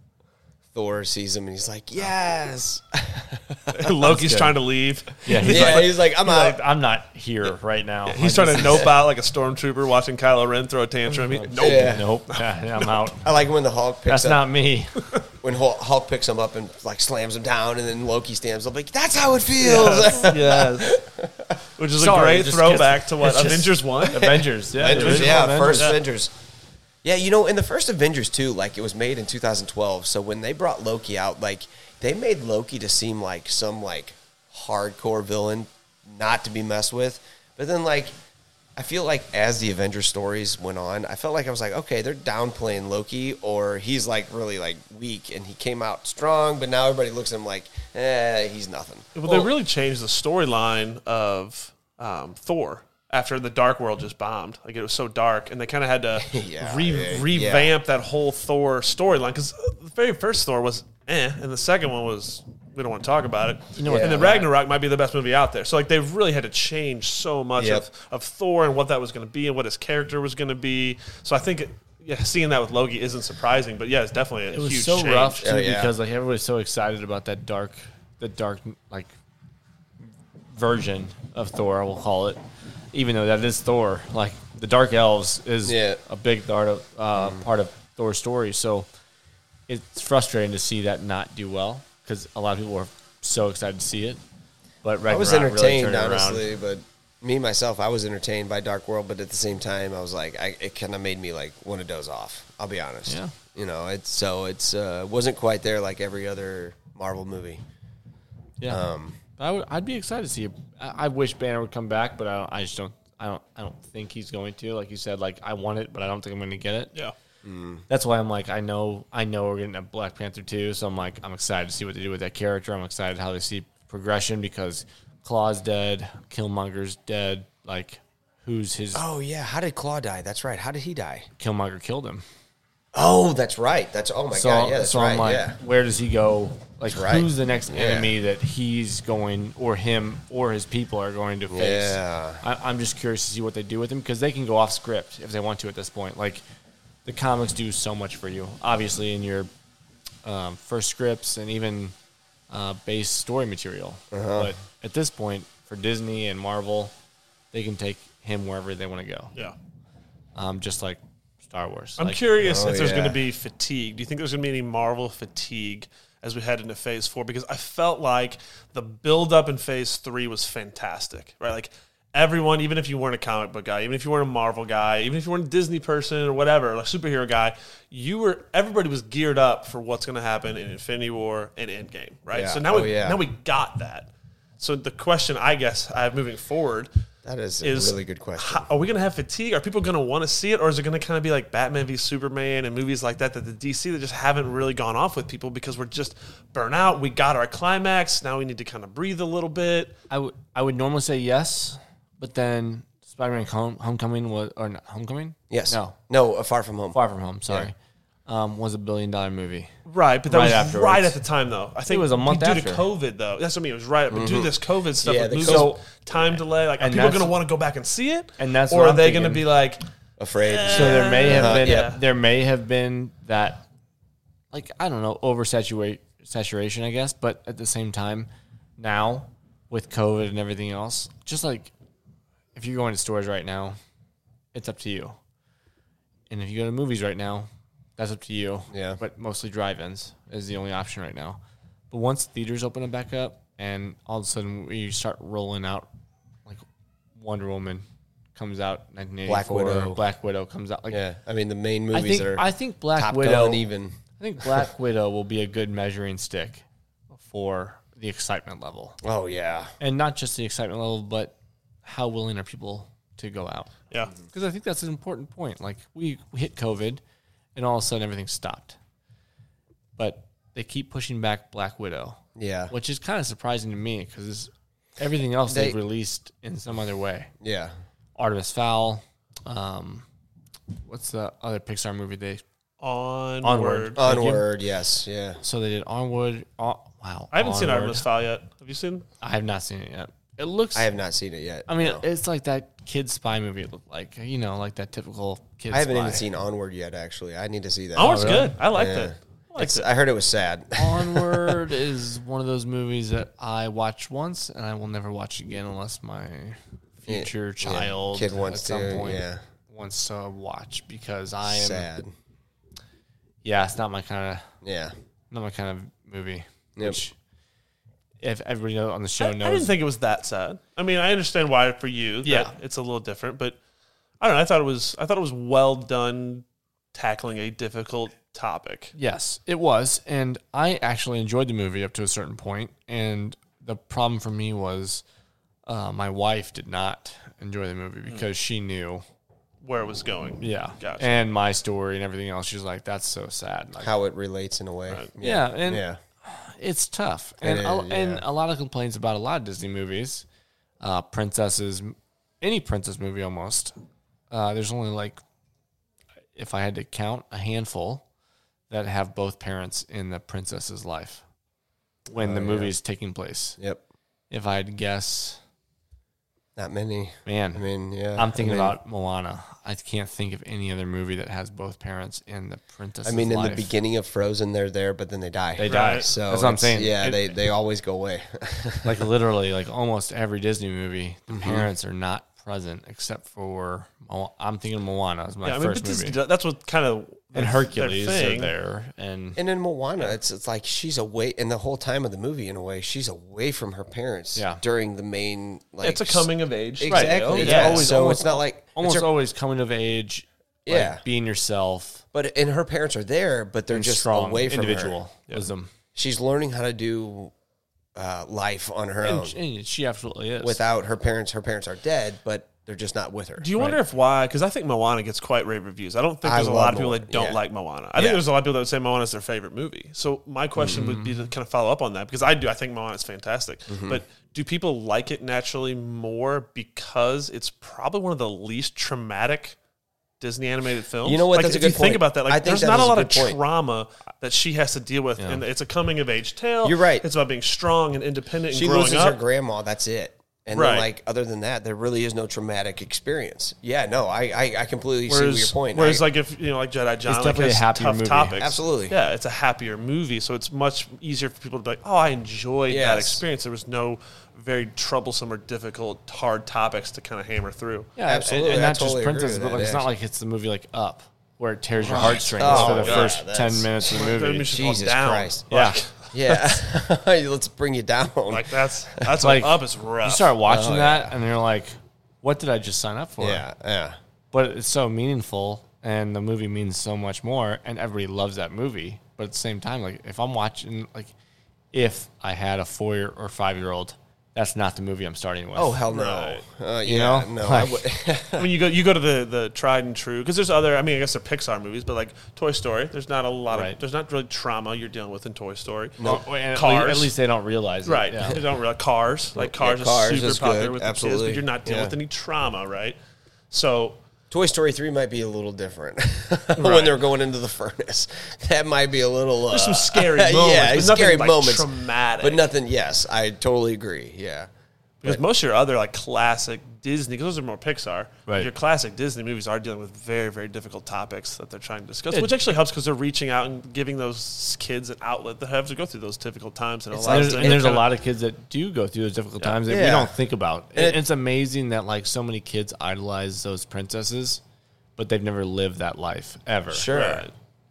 [SPEAKER 6] Thor sees him and he's like, "Yes."
[SPEAKER 7] Loki's trying to leave.
[SPEAKER 8] Yeah, he's
[SPEAKER 6] yeah,
[SPEAKER 8] like,
[SPEAKER 6] he's like, "I'm out."
[SPEAKER 8] like, I'm not here right now.
[SPEAKER 7] He's
[SPEAKER 8] I
[SPEAKER 7] trying to nope out like a stormtrooper watching Kylo Ren throw a tantrum. He- nope.
[SPEAKER 6] yeah.
[SPEAKER 8] just- Nope, I'm out.
[SPEAKER 6] I like when the Hulk picks
[SPEAKER 8] That's
[SPEAKER 6] up
[SPEAKER 8] not me.
[SPEAKER 6] when Hulk, Hulk picks him up and like slams him down, and then Loki stands up like, "That's how it feels."
[SPEAKER 7] yes. Which is
[SPEAKER 8] Sorry,
[SPEAKER 7] a
[SPEAKER 8] it
[SPEAKER 7] great
[SPEAKER 8] just
[SPEAKER 7] throwback
[SPEAKER 8] gets-
[SPEAKER 7] to what
[SPEAKER 8] it's just-
[SPEAKER 7] Avengers One.
[SPEAKER 8] Avengers, yeah,
[SPEAKER 6] Avengers,
[SPEAKER 8] original
[SPEAKER 6] yeah,
[SPEAKER 8] Avengers.
[SPEAKER 6] first Avengers. Yeah, you know, in the first Avengers too, like it was made in 2012. So when they brought Loki out, like they made Loki to seem like some like hardcore villain, not to be messed with. But then like I feel like as the Avengers stories went on, I felt like I was like, okay, they're downplaying Loki, or he's like really like weak, and he came out strong, but now everybody looks at him like, eh, he's nothing.
[SPEAKER 7] Well, they really changed the storyline of um, Thor after the Dark World just bombed. Like it was so dark, and they kind of had to
[SPEAKER 6] Yeah,
[SPEAKER 7] re-
[SPEAKER 6] yeah, yeah.
[SPEAKER 7] revamp that whole Thor storyline because the very first Thor was eh, and the second one was we don't want to talk about it. You know, and then Ragnarok might be the best movie out there. So like they really had to change so much
[SPEAKER 6] Yep.
[SPEAKER 7] of, of Thor and what that was going to be and what his character was going to be. So I think. It, yeah, seeing that with Loki isn't surprising, but yeah, it's definitely a
[SPEAKER 8] It was
[SPEAKER 7] huge
[SPEAKER 8] so
[SPEAKER 7] change.
[SPEAKER 8] rough too
[SPEAKER 6] Oh, yeah.
[SPEAKER 8] because like everybody's so excited about that dark, the dark like version of Thor. We'll call it, even though that is Thor. Like the Dark Elves is
[SPEAKER 6] Yeah.
[SPEAKER 8] a big part of uh, part of Thor's story. So it's frustrating to see that not do well because a lot of people were so excited to see it. But Ragnarok
[SPEAKER 6] I was
[SPEAKER 8] really
[SPEAKER 6] entertained,
[SPEAKER 8] turned it around.
[SPEAKER 6] honestly, but me myself, I was entertained by Dark World, but at the same time, I was like, I, it kind of made me like want to doze off. I'll be honest.
[SPEAKER 8] Yeah.
[SPEAKER 6] You know, it's so it's uh, wasn't quite there like every other Marvel movie.
[SPEAKER 8] Yeah,
[SPEAKER 6] Um,
[SPEAKER 8] I would, I'd be excited to see. It. I, I wish Banner would come back, but I, don't, I just don't. I don't. I don't think he's going to. Like you said, like I want it, but I don't think I'm going to get it.
[SPEAKER 7] Yeah.
[SPEAKER 8] That's why I'm like, I know, I know we're getting a Black Panther two, so I'm like, I'm excited to see what they do with that character. I'm excited how they see progression because Claw's dead, Killmonger's dead. Like, who's his?
[SPEAKER 6] Oh yeah, how did Claw die? That's right. How did he die?
[SPEAKER 8] Killmonger killed him.
[SPEAKER 6] Oh, that's right. That's oh my
[SPEAKER 8] So,
[SPEAKER 6] god. Yeah, that's
[SPEAKER 8] so
[SPEAKER 6] right.
[SPEAKER 8] I'm like,
[SPEAKER 6] yeah.
[SPEAKER 8] where does he go? Like,
[SPEAKER 6] right.
[SPEAKER 8] who's the next
[SPEAKER 6] Yeah.
[SPEAKER 8] enemy that he's going, or him, or his people are going to face?
[SPEAKER 6] Yeah.
[SPEAKER 8] I, I'm just curious to see what they do with him because they can go off script if they want to at this point. Like, the comics do so much for you, obviously, in your um, first scripts and even uh, base story material.
[SPEAKER 6] Uh-huh.
[SPEAKER 8] But at this point, for Disney and Marvel, they can take him wherever they want to go.
[SPEAKER 7] Yeah.
[SPEAKER 8] Um, just like Star Wars.
[SPEAKER 7] I'm
[SPEAKER 8] Like,
[SPEAKER 7] curious if there's
[SPEAKER 6] oh, yeah.
[SPEAKER 7] going to be fatigue. Do you think there's going to be any Marvel fatigue as we head into Phase Four? Because I felt like the build up in Phase Three was fantastic, right? Like everyone, even if you weren't a comic book guy, even if you weren't a Marvel guy, even if you weren't a Disney person or whatever, like superhero guy, you were. Everybody was geared up for what's going to happen in Infinity War and Endgame, right?
[SPEAKER 6] Yeah.
[SPEAKER 7] So now
[SPEAKER 6] Oh,
[SPEAKER 7] we
[SPEAKER 6] yeah.
[SPEAKER 7] now we got that. So the question, I guess, I have moving forward
[SPEAKER 6] That is,
[SPEAKER 7] Is
[SPEAKER 6] a really good question.
[SPEAKER 7] ho- are we going to have fatigue? Are people going to want to see it, or is it going to kind of be like Batman v Superman and movies like that that the DC that just haven't really gone off with people because we're just burnt out. We got our climax. Now we need to kind of breathe a little bit.
[SPEAKER 8] I would I would normally say yes, but then Spider-Man Home, Homecoming was or not Homecoming?
[SPEAKER 6] yes.
[SPEAKER 8] No.
[SPEAKER 6] No. uh, Far from home.
[SPEAKER 8] Far From Home, sorry. Um, was a billion dollar movie.
[SPEAKER 7] Right, but that
[SPEAKER 8] Right
[SPEAKER 7] was
[SPEAKER 8] afterwards.
[SPEAKER 7] right at the time though. I think
[SPEAKER 8] was a month
[SPEAKER 7] due
[SPEAKER 8] after.
[SPEAKER 7] to COVID though. That's what I mean. It was right, but due to this Mm-hmm. COVID stuff,
[SPEAKER 6] Yeah,
[SPEAKER 7] with
[SPEAKER 6] the
[SPEAKER 7] losing
[SPEAKER 8] COVID-
[SPEAKER 7] time delay. Like, are
[SPEAKER 8] And
[SPEAKER 7] people
[SPEAKER 8] that's-
[SPEAKER 7] going to want to go back and see it?
[SPEAKER 8] and that's
[SPEAKER 7] or
[SPEAKER 8] what
[SPEAKER 7] are
[SPEAKER 8] I'm
[SPEAKER 7] they going to
[SPEAKER 8] thinking.
[SPEAKER 7] be like,
[SPEAKER 6] Afraid.
[SPEAKER 8] So there may
[SPEAKER 6] Uh-huh.
[SPEAKER 8] have been
[SPEAKER 7] yeah.
[SPEAKER 8] there may have been that like I don't know, oversaturate saturation, I guess, but at the same time, now with COVID and everything else, just like if you're going to stores right now, it's up to you. And if you go to movies right now, that's up to you.
[SPEAKER 6] Yeah.
[SPEAKER 8] But mostly drive ins is the only option right now. But once theaters open it back up and all of a sudden we start rolling out like Wonder Woman comes out nineteen eighty
[SPEAKER 6] Black
[SPEAKER 8] four
[SPEAKER 6] Widow.
[SPEAKER 8] Black Widow comes out like
[SPEAKER 6] yeah. I mean, the main
[SPEAKER 8] I
[SPEAKER 6] movies
[SPEAKER 8] think
[SPEAKER 6] are
[SPEAKER 8] I think Black
[SPEAKER 6] Top
[SPEAKER 8] Widow
[SPEAKER 6] Gun even.
[SPEAKER 8] I think Black Widow will be a good measuring stick for the excitement level,
[SPEAKER 6] Oh yeah.
[SPEAKER 8] and not just the excitement level, but how willing are people to go out?
[SPEAKER 7] yeah,
[SPEAKER 8] Because I think that's an important point. Like we, we hit COVID, and all of a sudden everything stopped, but they keep pushing back Black Widow,
[SPEAKER 6] Yeah.
[SPEAKER 8] which is kind of surprising to me because everything else
[SPEAKER 6] They-
[SPEAKER 8] they, have released in some other way.
[SPEAKER 6] Yeah.
[SPEAKER 8] Artemis Fowl, um, what's the other Pixar movie they?
[SPEAKER 7] onward?
[SPEAKER 8] Onward. Thank you.
[SPEAKER 6] Onward. Yes. Yeah.
[SPEAKER 8] So they did Onward. On, wow,
[SPEAKER 7] I haven't seen
[SPEAKER 8] Onward.
[SPEAKER 7] Artemis Fowl yet. Have you seen?
[SPEAKER 8] I have not seen it yet. It looks.
[SPEAKER 6] I
[SPEAKER 8] I,
[SPEAKER 6] have not seen it yet.
[SPEAKER 8] mean,
[SPEAKER 6] no.
[SPEAKER 8] it's like that kid spy movie. It looked like you know, like that typical kid.
[SPEAKER 6] I haven't
[SPEAKER 8] spy.
[SPEAKER 6] even seen Onward yet. Actually, I need to see that.
[SPEAKER 8] Oh,
[SPEAKER 7] Onward's good. I liked
[SPEAKER 6] Yeah.
[SPEAKER 7] it. I liked
[SPEAKER 6] It's-
[SPEAKER 7] it.
[SPEAKER 6] I heard it was sad.
[SPEAKER 8] Onward is one of those movies that I watch once and I will never watch again unless my future
[SPEAKER 6] Yeah,
[SPEAKER 8] child
[SPEAKER 6] kid wants
[SPEAKER 8] at some
[SPEAKER 6] to,
[SPEAKER 8] point
[SPEAKER 6] yeah.
[SPEAKER 8] wants to watch because I am.
[SPEAKER 6] sad.
[SPEAKER 8] Yeah, it's not my kind of
[SPEAKER 6] Yeah.
[SPEAKER 8] not my kind of movie.
[SPEAKER 6] Yep.
[SPEAKER 8] Which, if everybody know- on the show
[SPEAKER 7] I, I
[SPEAKER 8] knows,
[SPEAKER 7] didn't think it was that sad. I mean, I understand why for you, yeah,
[SPEAKER 8] Yeah.
[SPEAKER 7] it's a little different, but I don't know. I thought it was, I thought it was well done tackling a difficult topic.
[SPEAKER 8] Yes, it was, and I actually enjoyed the movie up to a certain point. And the problem for me was uh, my wife did not enjoy the movie because she knew,
[SPEAKER 7] Where it was going,
[SPEAKER 8] yeah,
[SPEAKER 7] Gotcha.
[SPEAKER 8] and my story and everything else. She was like, "That's so sad." Like,
[SPEAKER 6] How it relates in a way.
[SPEAKER 8] yeah, and
[SPEAKER 6] Yeah.
[SPEAKER 8] it's tough, and
[SPEAKER 6] is,
[SPEAKER 8] a, and
[SPEAKER 6] yeah.
[SPEAKER 8] a lot of complaints about a lot of Disney movies, uh, princesses, any princess movie almost. Uh, there's only like, if I had to count, a handful that have both parents in the princess's life
[SPEAKER 6] Oh,
[SPEAKER 8] when the movie is taking place.
[SPEAKER 6] Yep.
[SPEAKER 8] If I had to guess,
[SPEAKER 6] Not many.
[SPEAKER 8] man,
[SPEAKER 6] I mean, yeah.
[SPEAKER 8] I'm thinking
[SPEAKER 6] I mean-
[SPEAKER 8] about Moana. I can't think of any other movie that has both parents in the princess's.
[SPEAKER 6] I mean, in the
[SPEAKER 8] life.
[SPEAKER 6] beginning of Frozen, they're there, but then they die.
[SPEAKER 8] They die.
[SPEAKER 7] Right.
[SPEAKER 6] So
[SPEAKER 8] That's what I'm
[SPEAKER 6] it's-
[SPEAKER 8] saying.
[SPEAKER 6] Yeah,
[SPEAKER 8] It-
[SPEAKER 6] they, they always go away.
[SPEAKER 8] like literally like almost every disney movie the
[SPEAKER 6] Mm-hmm.
[SPEAKER 8] parents are not present except for Mo- i'm thinking moana is my
[SPEAKER 7] Yeah, I mean,
[SPEAKER 8] first
[SPEAKER 7] but this,
[SPEAKER 8] movie
[SPEAKER 7] that's what kind of
[SPEAKER 8] and hercules
[SPEAKER 7] their
[SPEAKER 8] are
[SPEAKER 7] thing.
[SPEAKER 8] there and
[SPEAKER 6] and in Moana, it's it's like she's away, and the whole time of the movie, in a way, she's away from her parents.
[SPEAKER 8] Yeah.
[SPEAKER 6] During the main, like
[SPEAKER 7] It's a coming of age,
[SPEAKER 6] Exactly.
[SPEAKER 7] Right.
[SPEAKER 6] It's
[SPEAKER 7] Yeah.
[SPEAKER 6] always- so it's not like- it's
[SPEAKER 8] almost
[SPEAKER 6] her-
[SPEAKER 8] always coming of age like,
[SPEAKER 6] Yeah.
[SPEAKER 8] being yourself
[SPEAKER 6] But and her parents are there, but they're
[SPEAKER 8] and
[SPEAKER 6] just
[SPEAKER 8] strong
[SPEAKER 6] away from her.
[SPEAKER 8] individualism
[SPEAKER 6] She's learning how to do uh, life on her own
[SPEAKER 8] and, she, and she absolutely is
[SPEAKER 6] without her parents. Her parents are dead, but they're just not with her.
[SPEAKER 7] Do you wonder if why? Because I think Moana gets quite rave reviews. I don't think
[SPEAKER 6] I
[SPEAKER 7] there's a
[SPEAKER 6] love
[SPEAKER 7] lot of people
[SPEAKER 6] Moana,
[SPEAKER 7] that don't
[SPEAKER 6] yeah.
[SPEAKER 7] like Moana. I think
[SPEAKER 6] Yeah.
[SPEAKER 7] there's a lot of people that would say Moana is their favorite movie. So my question would be to
[SPEAKER 6] Mm.
[SPEAKER 7] kind of follow up on that because I do. I think Moana is fantastic.
[SPEAKER 6] Mm-hmm.
[SPEAKER 7] But do people like it naturally more because it's probably one of the least traumatic Disney animated films?
[SPEAKER 6] You know what?
[SPEAKER 7] Like,
[SPEAKER 6] That's a
[SPEAKER 7] if
[SPEAKER 6] good
[SPEAKER 7] you
[SPEAKER 6] point.
[SPEAKER 7] Think about that. Like,
[SPEAKER 6] I think
[SPEAKER 7] there's
[SPEAKER 6] that
[SPEAKER 7] not a
[SPEAKER 6] is a
[SPEAKER 7] lot of
[SPEAKER 6] good point.
[SPEAKER 7] trauma that she has to deal with, and it's a coming of age tale.
[SPEAKER 6] You're right.
[SPEAKER 7] It's about being strong and independent.
[SPEAKER 6] she
[SPEAKER 7] and growing
[SPEAKER 6] loses
[SPEAKER 7] up.
[SPEAKER 6] her grandma. That's it. And
[SPEAKER 7] Right.
[SPEAKER 6] then, like, other than that, there really is no traumatic experience. Yeah, no, I, I, I completely see your point.
[SPEAKER 7] Whereas,
[SPEAKER 6] I-
[SPEAKER 7] like if you know, like Jedi John,
[SPEAKER 8] definitely
[SPEAKER 7] like,
[SPEAKER 8] a
[SPEAKER 7] has
[SPEAKER 8] happier
[SPEAKER 7] tough
[SPEAKER 8] movie.
[SPEAKER 7] topics.
[SPEAKER 6] Absolutely.
[SPEAKER 7] yeah, it's a happier movie, so it's much easier for people to be like, "Oh, I enjoyed that
[SPEAKER 6] Yes.
[SPEAKER 7] experience." There was no very troublesome or difficult, hard topics to kind of hammer through.
[SPEAKER 8] yeah, and-
[SPEAKER 6] Absolutely,
[SPEAKER 8] and,
[SPEAKER 6] I
[SPEAKER 8] not
[SPEAKER 6] totally
[SPEAKER 8] just
[SPEAKER 6] agree with
[SPEAKER 8] princesses but
[SPEAKER 6] that,
[SPEAKER 8] like it's not
[SPEAKER 6] actually.
[SPEAKER 8] like it's the movie like up where it tears your heartstrings for the
[SPEAKER 6] yeah,
[SPEAKER 8] first
[SPEAKER 6] oh, that's-
[SPEAKER 8] 10 minutes of the
[SPEAKER 7] That
[SPEAKER 8] movie
[SPEAKER 7] means she's all
[SPEAKER 6] Jesus
[SPEAKER 7] down.
[SPEAKER 6] Christ.
[SPEAKER 8] yeah
[SPEAKER 6] yeah, let's bring you down.
[SPEAKER 7] Like that's that's
[SPEAKER 8] Like,
[SPEAKER 7] like up is rough.
[SPEAKER 8] you start watching
[SPEAKER 6] Oh,
[SPEAKER 8] that and you're like what did i just sign up for
[SPEAKER 6] yeah, yeah,
[SPEAKER 8] but it's so meaningful and the movie means so much more and everybody loves that movie but at the same time like if i'm watching like if i had a four year or five year old that's not the movie I'm starting with.
[SPEAKER 6] Oh hell no! Uh, yeah,
[SPEAKER 8] You know?
[SPEAKER 6] no. I
[SPEAKER 8] Like-
[SPEAKER 6] would,
[SPEAKER 7] I mean, you go you go to the the tried and true because there's other. I mean, I guess they're Pixar movies, but like Toy Story, there's not a lot
[SPEAKER 8] Right.
[SPEAKER 7] of there's not really trauma you're dealing with in Toy Story.
[SPEAKER 8] No, and at
[SPEAKER 7] Cars.
[SPEAKER 8] lea- At least they don't realize it.
[SPEAKER 7] Right.
[SPEAKER 8] Yeah.
[SPEAKER 7] They don't really cars. Like cars,
[SPEAKER 6] Cars
[SPEAKER 7] is super
[SPEAKER 6] is
[SPEAKER 7] popular
[SPEAKER 6] good,
[SPEAKER 7] with the kids,
[SPEAKER 6] absolutely.
[SPEAKER 7] but you're not dealing
[SPEAKER 6] Yeah.
[SPEAKER 7] with any trauma, right? So
[SPEAKER 6] Toy Story three might be a little different
[SPEAKER 7] Right.
[SPEAKER 6] when they're going into the furnace. That might be a little uh,
[SPEAKER 7] there's some scary moments.
[SPEAKER 6] yeah,
[SPEAKER 7] but
[SPEAKER 6] scary
[SPEAKER 7] nothing, like,
[SPEAKER 6] moments,
[SPEAKER 7] Traumatic.
[SPEAKER 6] but nothing. Yes, I totally agree. Yeah,
[SPEAKER 7] Because most of your other like classic Disney, because those are more Pixar.
[SPEAKER 8] Right.
[SPEAKER 7] Your classic Disney movies are dealing with very, very difficult topics that they're trying to discuss, which actually helps because they're reaching out and giving those kids an outlet that have to go through those difficult times and
[SPEAKER 6] It's
[SPEAKER 7] allows
[SPEAKER 8] there's,
[SPEAKER 7] them
[SPEAKER 8] and
[SPEAKER 7] to
[SPEAKER 8] there's a
[SPEAKER 7] kinda-
[SPEAKER 8] lot of kids that do go through those difficult times that we
[SPEAKER 6] Yeah.
[SPEAKER 8] don't think about.
[SPEAKER 6] And
[SPEAKER 8] And
[SPEAKER 6] it-
[SPEAKER 8] it's amazing that like so many kids idolize those princesses, but they've never lived that life ever.
[SPEAKER 6] Sure.
[SPEAKER 8] Right.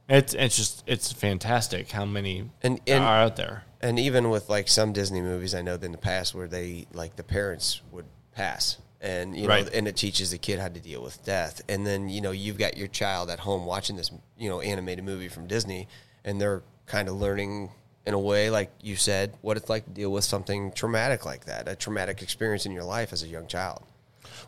[SPEAKER 8] It's it's just it's fantastic how many
[SPEAKER 6] And- and-
[SPEAKER 8] are out there.
[SPEAKER 6] and even with like some Disney movies, I know that in the past where they like the parents would pass, and you know,
[SPEAKER 8] Right.
[SPEAKER 6] and it teaches the kid how to deal with death, and then you know you've got your child at home watching this you know animated movie from Disney, and they're kind of learning in a way like you said what it's like to deal with something traumatic like that, a traumatic experience in your life as a young child.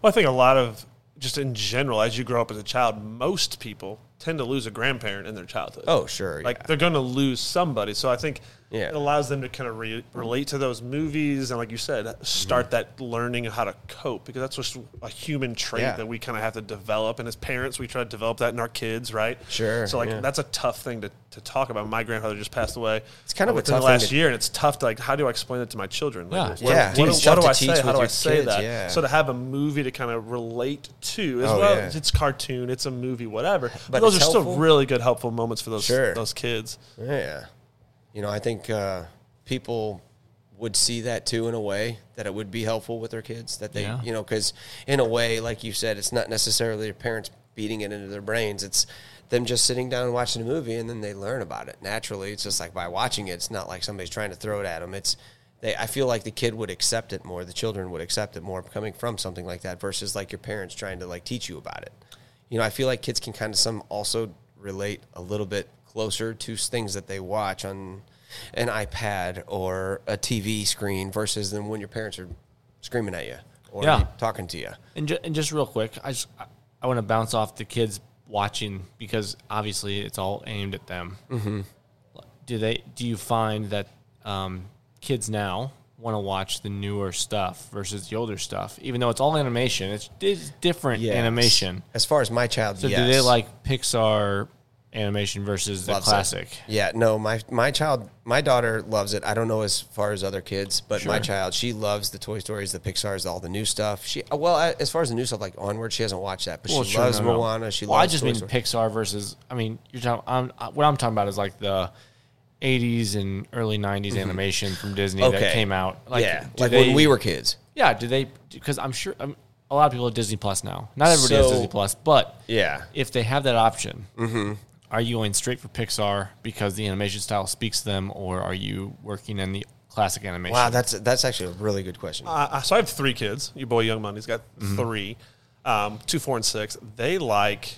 [SPEAKER 7] Well, I think a lot of just in general, as you grow up as a child, most people tend to lose a grandparent in their childhood.
[SPEAKER 6] Oh, sure,
[SPEAKER 7] like
[SPEAKER 6] yeah.
[SPEAKER 7] they're going to lose somebody. So I think
[SPEAKER 6] Yeah.
[SPEAKER 7] it allows them to kind of re- relate to those movies and, like you said, start
[SPEAKER 6] Mm-hmm.
[SPEAKER 7] that learning how to cope because that's just a human trait
[SPEAKER 6] Yeah.
[SPEAKER 7] that we kind of have to develop. And as parents, we try to develop that in our kids, right?
[SPEAKER 6] Sure,
[SPEAKER 7] So like
[SPEAKER 6] yeah.
[SPEAKER 7] that's a tough thing to, to talk about. My grandfather just passed away.
[SPEAKER 6] It's kind of a
[SPEAKER 7] within the
[SPEAKER 6] tough thing
[SPEAKER 7] last
[SPEAKER 6] to-
[SPEAKER 7] year, and it's tough to like how do I explain it to my children? Like,
[SPEAKER 8] Yeah.
[SPEAKER 7] what,
[SPEAKER 6] Yeah.
[SPEAKER 7] what
[SPEAKER 6] Dude,
[SPEAKER 7] do-
[SPEAKER 6] it's
[SPEAKER 7] what
[SPEAKER 6] tough
[SPEAKER 7] do
[SPEAKER 6] to
[SPEAKER 7] I
[SPEAKER 6] teach
[SPEAKER 7] say? How
[SPEAKER 6] with
[SPEAKER 7] do I
[SPEAKER 6] your
[SPEAKER 7] say
[SPEAKER 6] kids,
[SPEAKER 7] that?
[SPEAKER 6] yeah.
[SPEAKER 7] So to have a movie to kind of relate to as
[SPEAKER 6] Oh,
[SPEAKER 7] well.
[SPEAKER 6] yeah.
[SPEAKER 7] It's cartoon, it's a movie, whatever. But,
[SPEAKER 6] But
[SPEAKER 7] those are
[SPEAKER 6] it's
[SPEAKER 7] still
[SPEAKER 6] helpful.
[SPEAKER 7] really good, helpful moments for those
[SPEAKER 6] Sure.
[SPEAKER 7] those kids.
[SPEAKER 6] Yeah. You know, I think uh, people would see that too in a way that it would be helpful with their kids that they,
[SPEAKER 8] Yeah.
[SPEAKER 6] you know, because in a way, like you said, it's not necessarily their parents beating it into their brains. It's them just sitting down and watching a movie and then they learn about it naturally. It's just like by watching it, it's not like somebody's trying to throw it at them. It's, they, I feel like the kid would accept it more. The children would accept it more coming from something like that versus like your parents trying to like teach you about it you know, I feel like kids can kind of some also relate a little bit closer to things that they watch on an iPad or a TV screen versus than when your parents are screaming at you or
[SPEAKER 8] Yeah.
[SPEAKER 6] talking to you.
[SPEAKER 8] And, ju- and just real quick, I just I- I want to bounce off the kids watching because obviously it's all aimed at them. Mm-hmm. Do they? Do you find that um, kids now want to watch the newer stuff versus the older stuff, even though it's all animation? It's, it's different animation.
[SPEAKER 6] As far as my child,
[SPEAKER 8] So do they like Pixar animation versus the
[SPEAKER 6] Loves it.
[SPEAKER 8] classic?
[SPEAKER 6] Yeah, no, my my child, my daughter loves it. I don't know as far as other kids, but my child, she loves the Toy Stories, the Pixar's, all the new stuff. She uh, well, I, as far as the new stuff like Onward, she hasn't watched that, but she
[SPEAKER 8] sure,
[SPEAKER 6] loves
[SPEAKER 8] no, no.
[SPEAKER 6] Moana. She
[SPEAKER 8] well,
[SPEAKER 6] loves.
[SPEAKER 8] I just
[SPEAKER 6] Toy
[SPEAKER 8] mean
[SPEAKER 6] Story.
[SPEAKER 8] Pixar versus. I mean, you're talking. I'm, I- what I'm talking about is like the. 80s and early 90s animation from Disney that
[SPEAKER 6] Mm-hmm. Okay.
[SPEAKER 8] came out. Like,
[SPEAKER 6] yeah,
[SPEAKER 8] do
[SPEAKER 6] like
[SPEAKER 8] they-
[SPEAKER 6] when we were kids.
[SPEAKER 8] Yeah, do they? Because I'm sure um, a lot of people have Disney Plus now. Not everybody has
[SPEAKER 6] So-
[SPEAKER 8] Disney Plus, but
[SPEAKER 6] Yeah, Mm-hmm.
[SPEAKER 8] if they have that option, are you going straight for Pixar because the animation style speaks to them, or are you working in the classic animation?
[SPEAKER 6] Wow, that's that's actually a really good question.
[SPEAKER 7] I, I- so I have three kids. Your boy Young Money's got
[SPEAKER 6] Mm-hmm.
[SPEAKER 7] three, um, two, four, and six. They like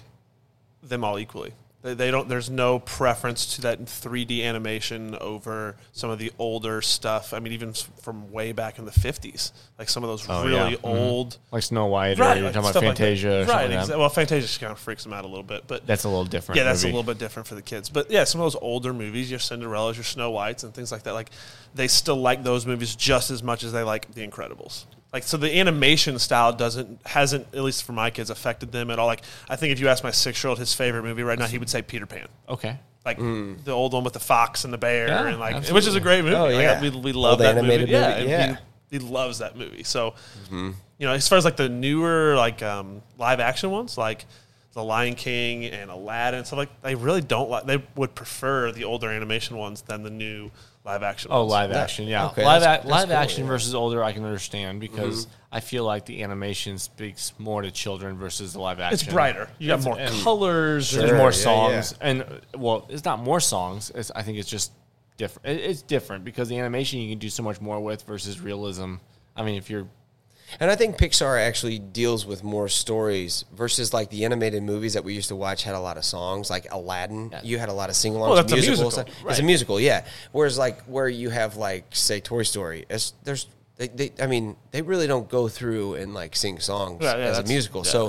[SPEAKER 7] them all equally. They, they don't. There's no preference to that 3D animation over some of the older stuff. I mean, even s- from way back in the 50s, like some of those
[SPEAKER 6] Oh,
[SPEAKER 7] really
[SPEAKER 8] yeah.
[SPEAKER 6] Mm-hmm.
[SPEAKER 8] Mhm.
[SPEAKER 7] old.
[SPEAKER 8] like Snow White, or you're
[SPEAKER 7] like stuff
[SPEAKER 8] talking about
[SPEAKER 7] like that.
[SPEAKER 8] Fantasia, or
[SPEAKER 7] right?
[SPEAKER 8] something like that.
[SPEAKER 7] exactly. Well, Fantasia just kind of freaks them out a little bit, but
[SPEAKER 8] That's a little different.
[SPEAKER 7] yeah, that's
[SPEAKER 8] movie.
[SPEAKER 7] a little bit different for the kids. But yeah, some of those older movies, your Cinderellas, your Snow Whites, and things like that, like they still like those movies just as much as they like The Incredibles. Like so, the animation style doesn't hasn't at least for my kids affected them at all. Like I think if you ask my six year old his favorite movie right now, he would say Peter Pan.
[SPEAKER 8] Okay,
[SPEAKER 7] Like the old one with the fox and the bear,
[SPEAKER 8] Mm. Yeah,
[SPEAKER 7] and like which is
[SPEAKER 8] absolutely.
[SPEAKER 7] a great movie.
[SPEAKER 6] Oh,
[SPEAKER 7] Like,
[SPEAKER 6] yeah.
[SPEAKER 7] we, we love
[SPEAKER 6] Old
[SPEAKER 7] that
[SPEAKER 6] animated
[SPEAKER 7] movie. Yeah,
[SPEAKER 6] movie,
[SPEAKER 7] and
[SPEAKER 6] yeah.
[SPEAKER 7] He, he loves that movie. So
[SPEAKER 8] Mm-hmm.
[SPEAKER 7] you know, as far as like the newer like um, live action ones, like The Lion King and Aladdin and stuff like, they really don't like. They would prefer the older animation ones than the new live action.
[SPEAKER 8] Oh,
[SPEAKER 7] ones.
[SPEAKER 8] live action, yeah.
[SPEAKER 6] okay,
[SPEAKER 8] live
[SPEAKER 6] that's-
[SPEAKER 8] ac-
[SPEAKER 6] that's
[SPEAKER 8] live
[SPEAKER 6] cool,
[SPEAKER 8] action
[SPEAKER 6] yeah. Mm-hmm.
[SPEAKER 8] versus older, I can understand because I feel like the animation speaks more to children versus the live action.
[SPEAKER 7] It's brighter. You got
[SPEAKER 8] It's-
[SPEAKER 7] more
[SPEAKER 8] and
[SPEAKER 7] colors.
[SPEAKER 8] There's
[SPEAKER 7] and-
[SPEAKER 8] more
[SPEAKER 6] yeah,
[SPEAKER 8] songs, and uh, well, it's not more songs. It's, I think it's just different. It, it's different because the animation you can do so much more with versus realism. I mean, if you're
[SPEAKER 6] And I think Pixar actually deals with more stories versus like the animated movies that we used to watch had a lot of songs, like Aladdin. You had a lot of sing alongs.
[SPEAKER 7] Well, that's a musical,
[SPEAKER 6] It's
[SPEAKER 7] right.
[SPEAKER 6] a musical, yeah. Whereas like where you have like say Toy Story, it's, there's They, they, I mean, they really don't go through and like sing songs
[SPEAKER 7] Yeah, yeah,
[SPEAKER 6] as a
[SPEAKER 7] that's-
[SPEAKER 6] musical.
[SPEAKER 7] yeah.
[SPEAKER 6] So,